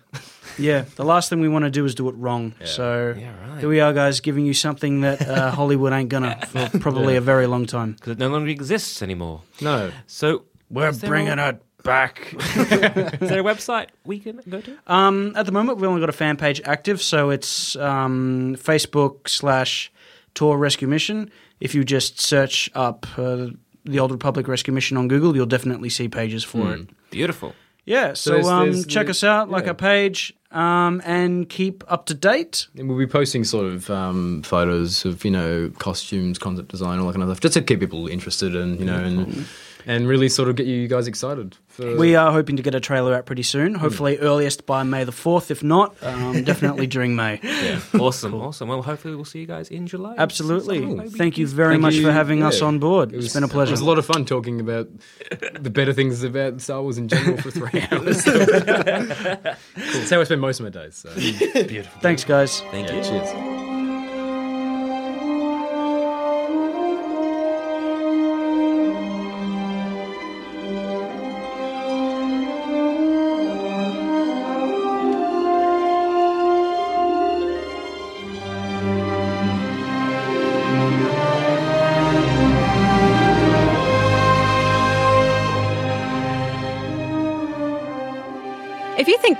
Yeah. The last thing we want to do is do it wrong. So Yeah, right. here we are, guys, giving you something that uh, Hollywood ain't gonna for probably a very long time. Because it no longer exists anymore. no, So We're is there bringing a, it back. Is there a website we can go to? um, at the moment, we've only got a fan page active, so it's um, Facebook slash Tour Rescue Mission. If you just search up uh, the Old Republic Rescue Mission on Google, you'll definitely see pages for it. Beautiful. Yeah, so, there's- um, there's check the- us out, like yeah. our page, um, and keep up to date. And we'll be posting sort of um, photos of you know costumes, concept design, all that kind of stuff, just to keep people interested and you know and and really sort of get you guys excited. For, We are hoping to get a trailer out pretty soon. Hopefully, earliest by May the 4th. If not, um, definitely during May. Awesome. Awesome. Well, hopefully we'll see you guys in July. Absolutely. Cool. Thank you very much for having us on board. it's been a pleasure. It was a lot of fun talking about the better things about Star Wars in general for three hours. It's how I spend most of my days. So. Thanks, guys. Thank you. Yeah, cheers. If you think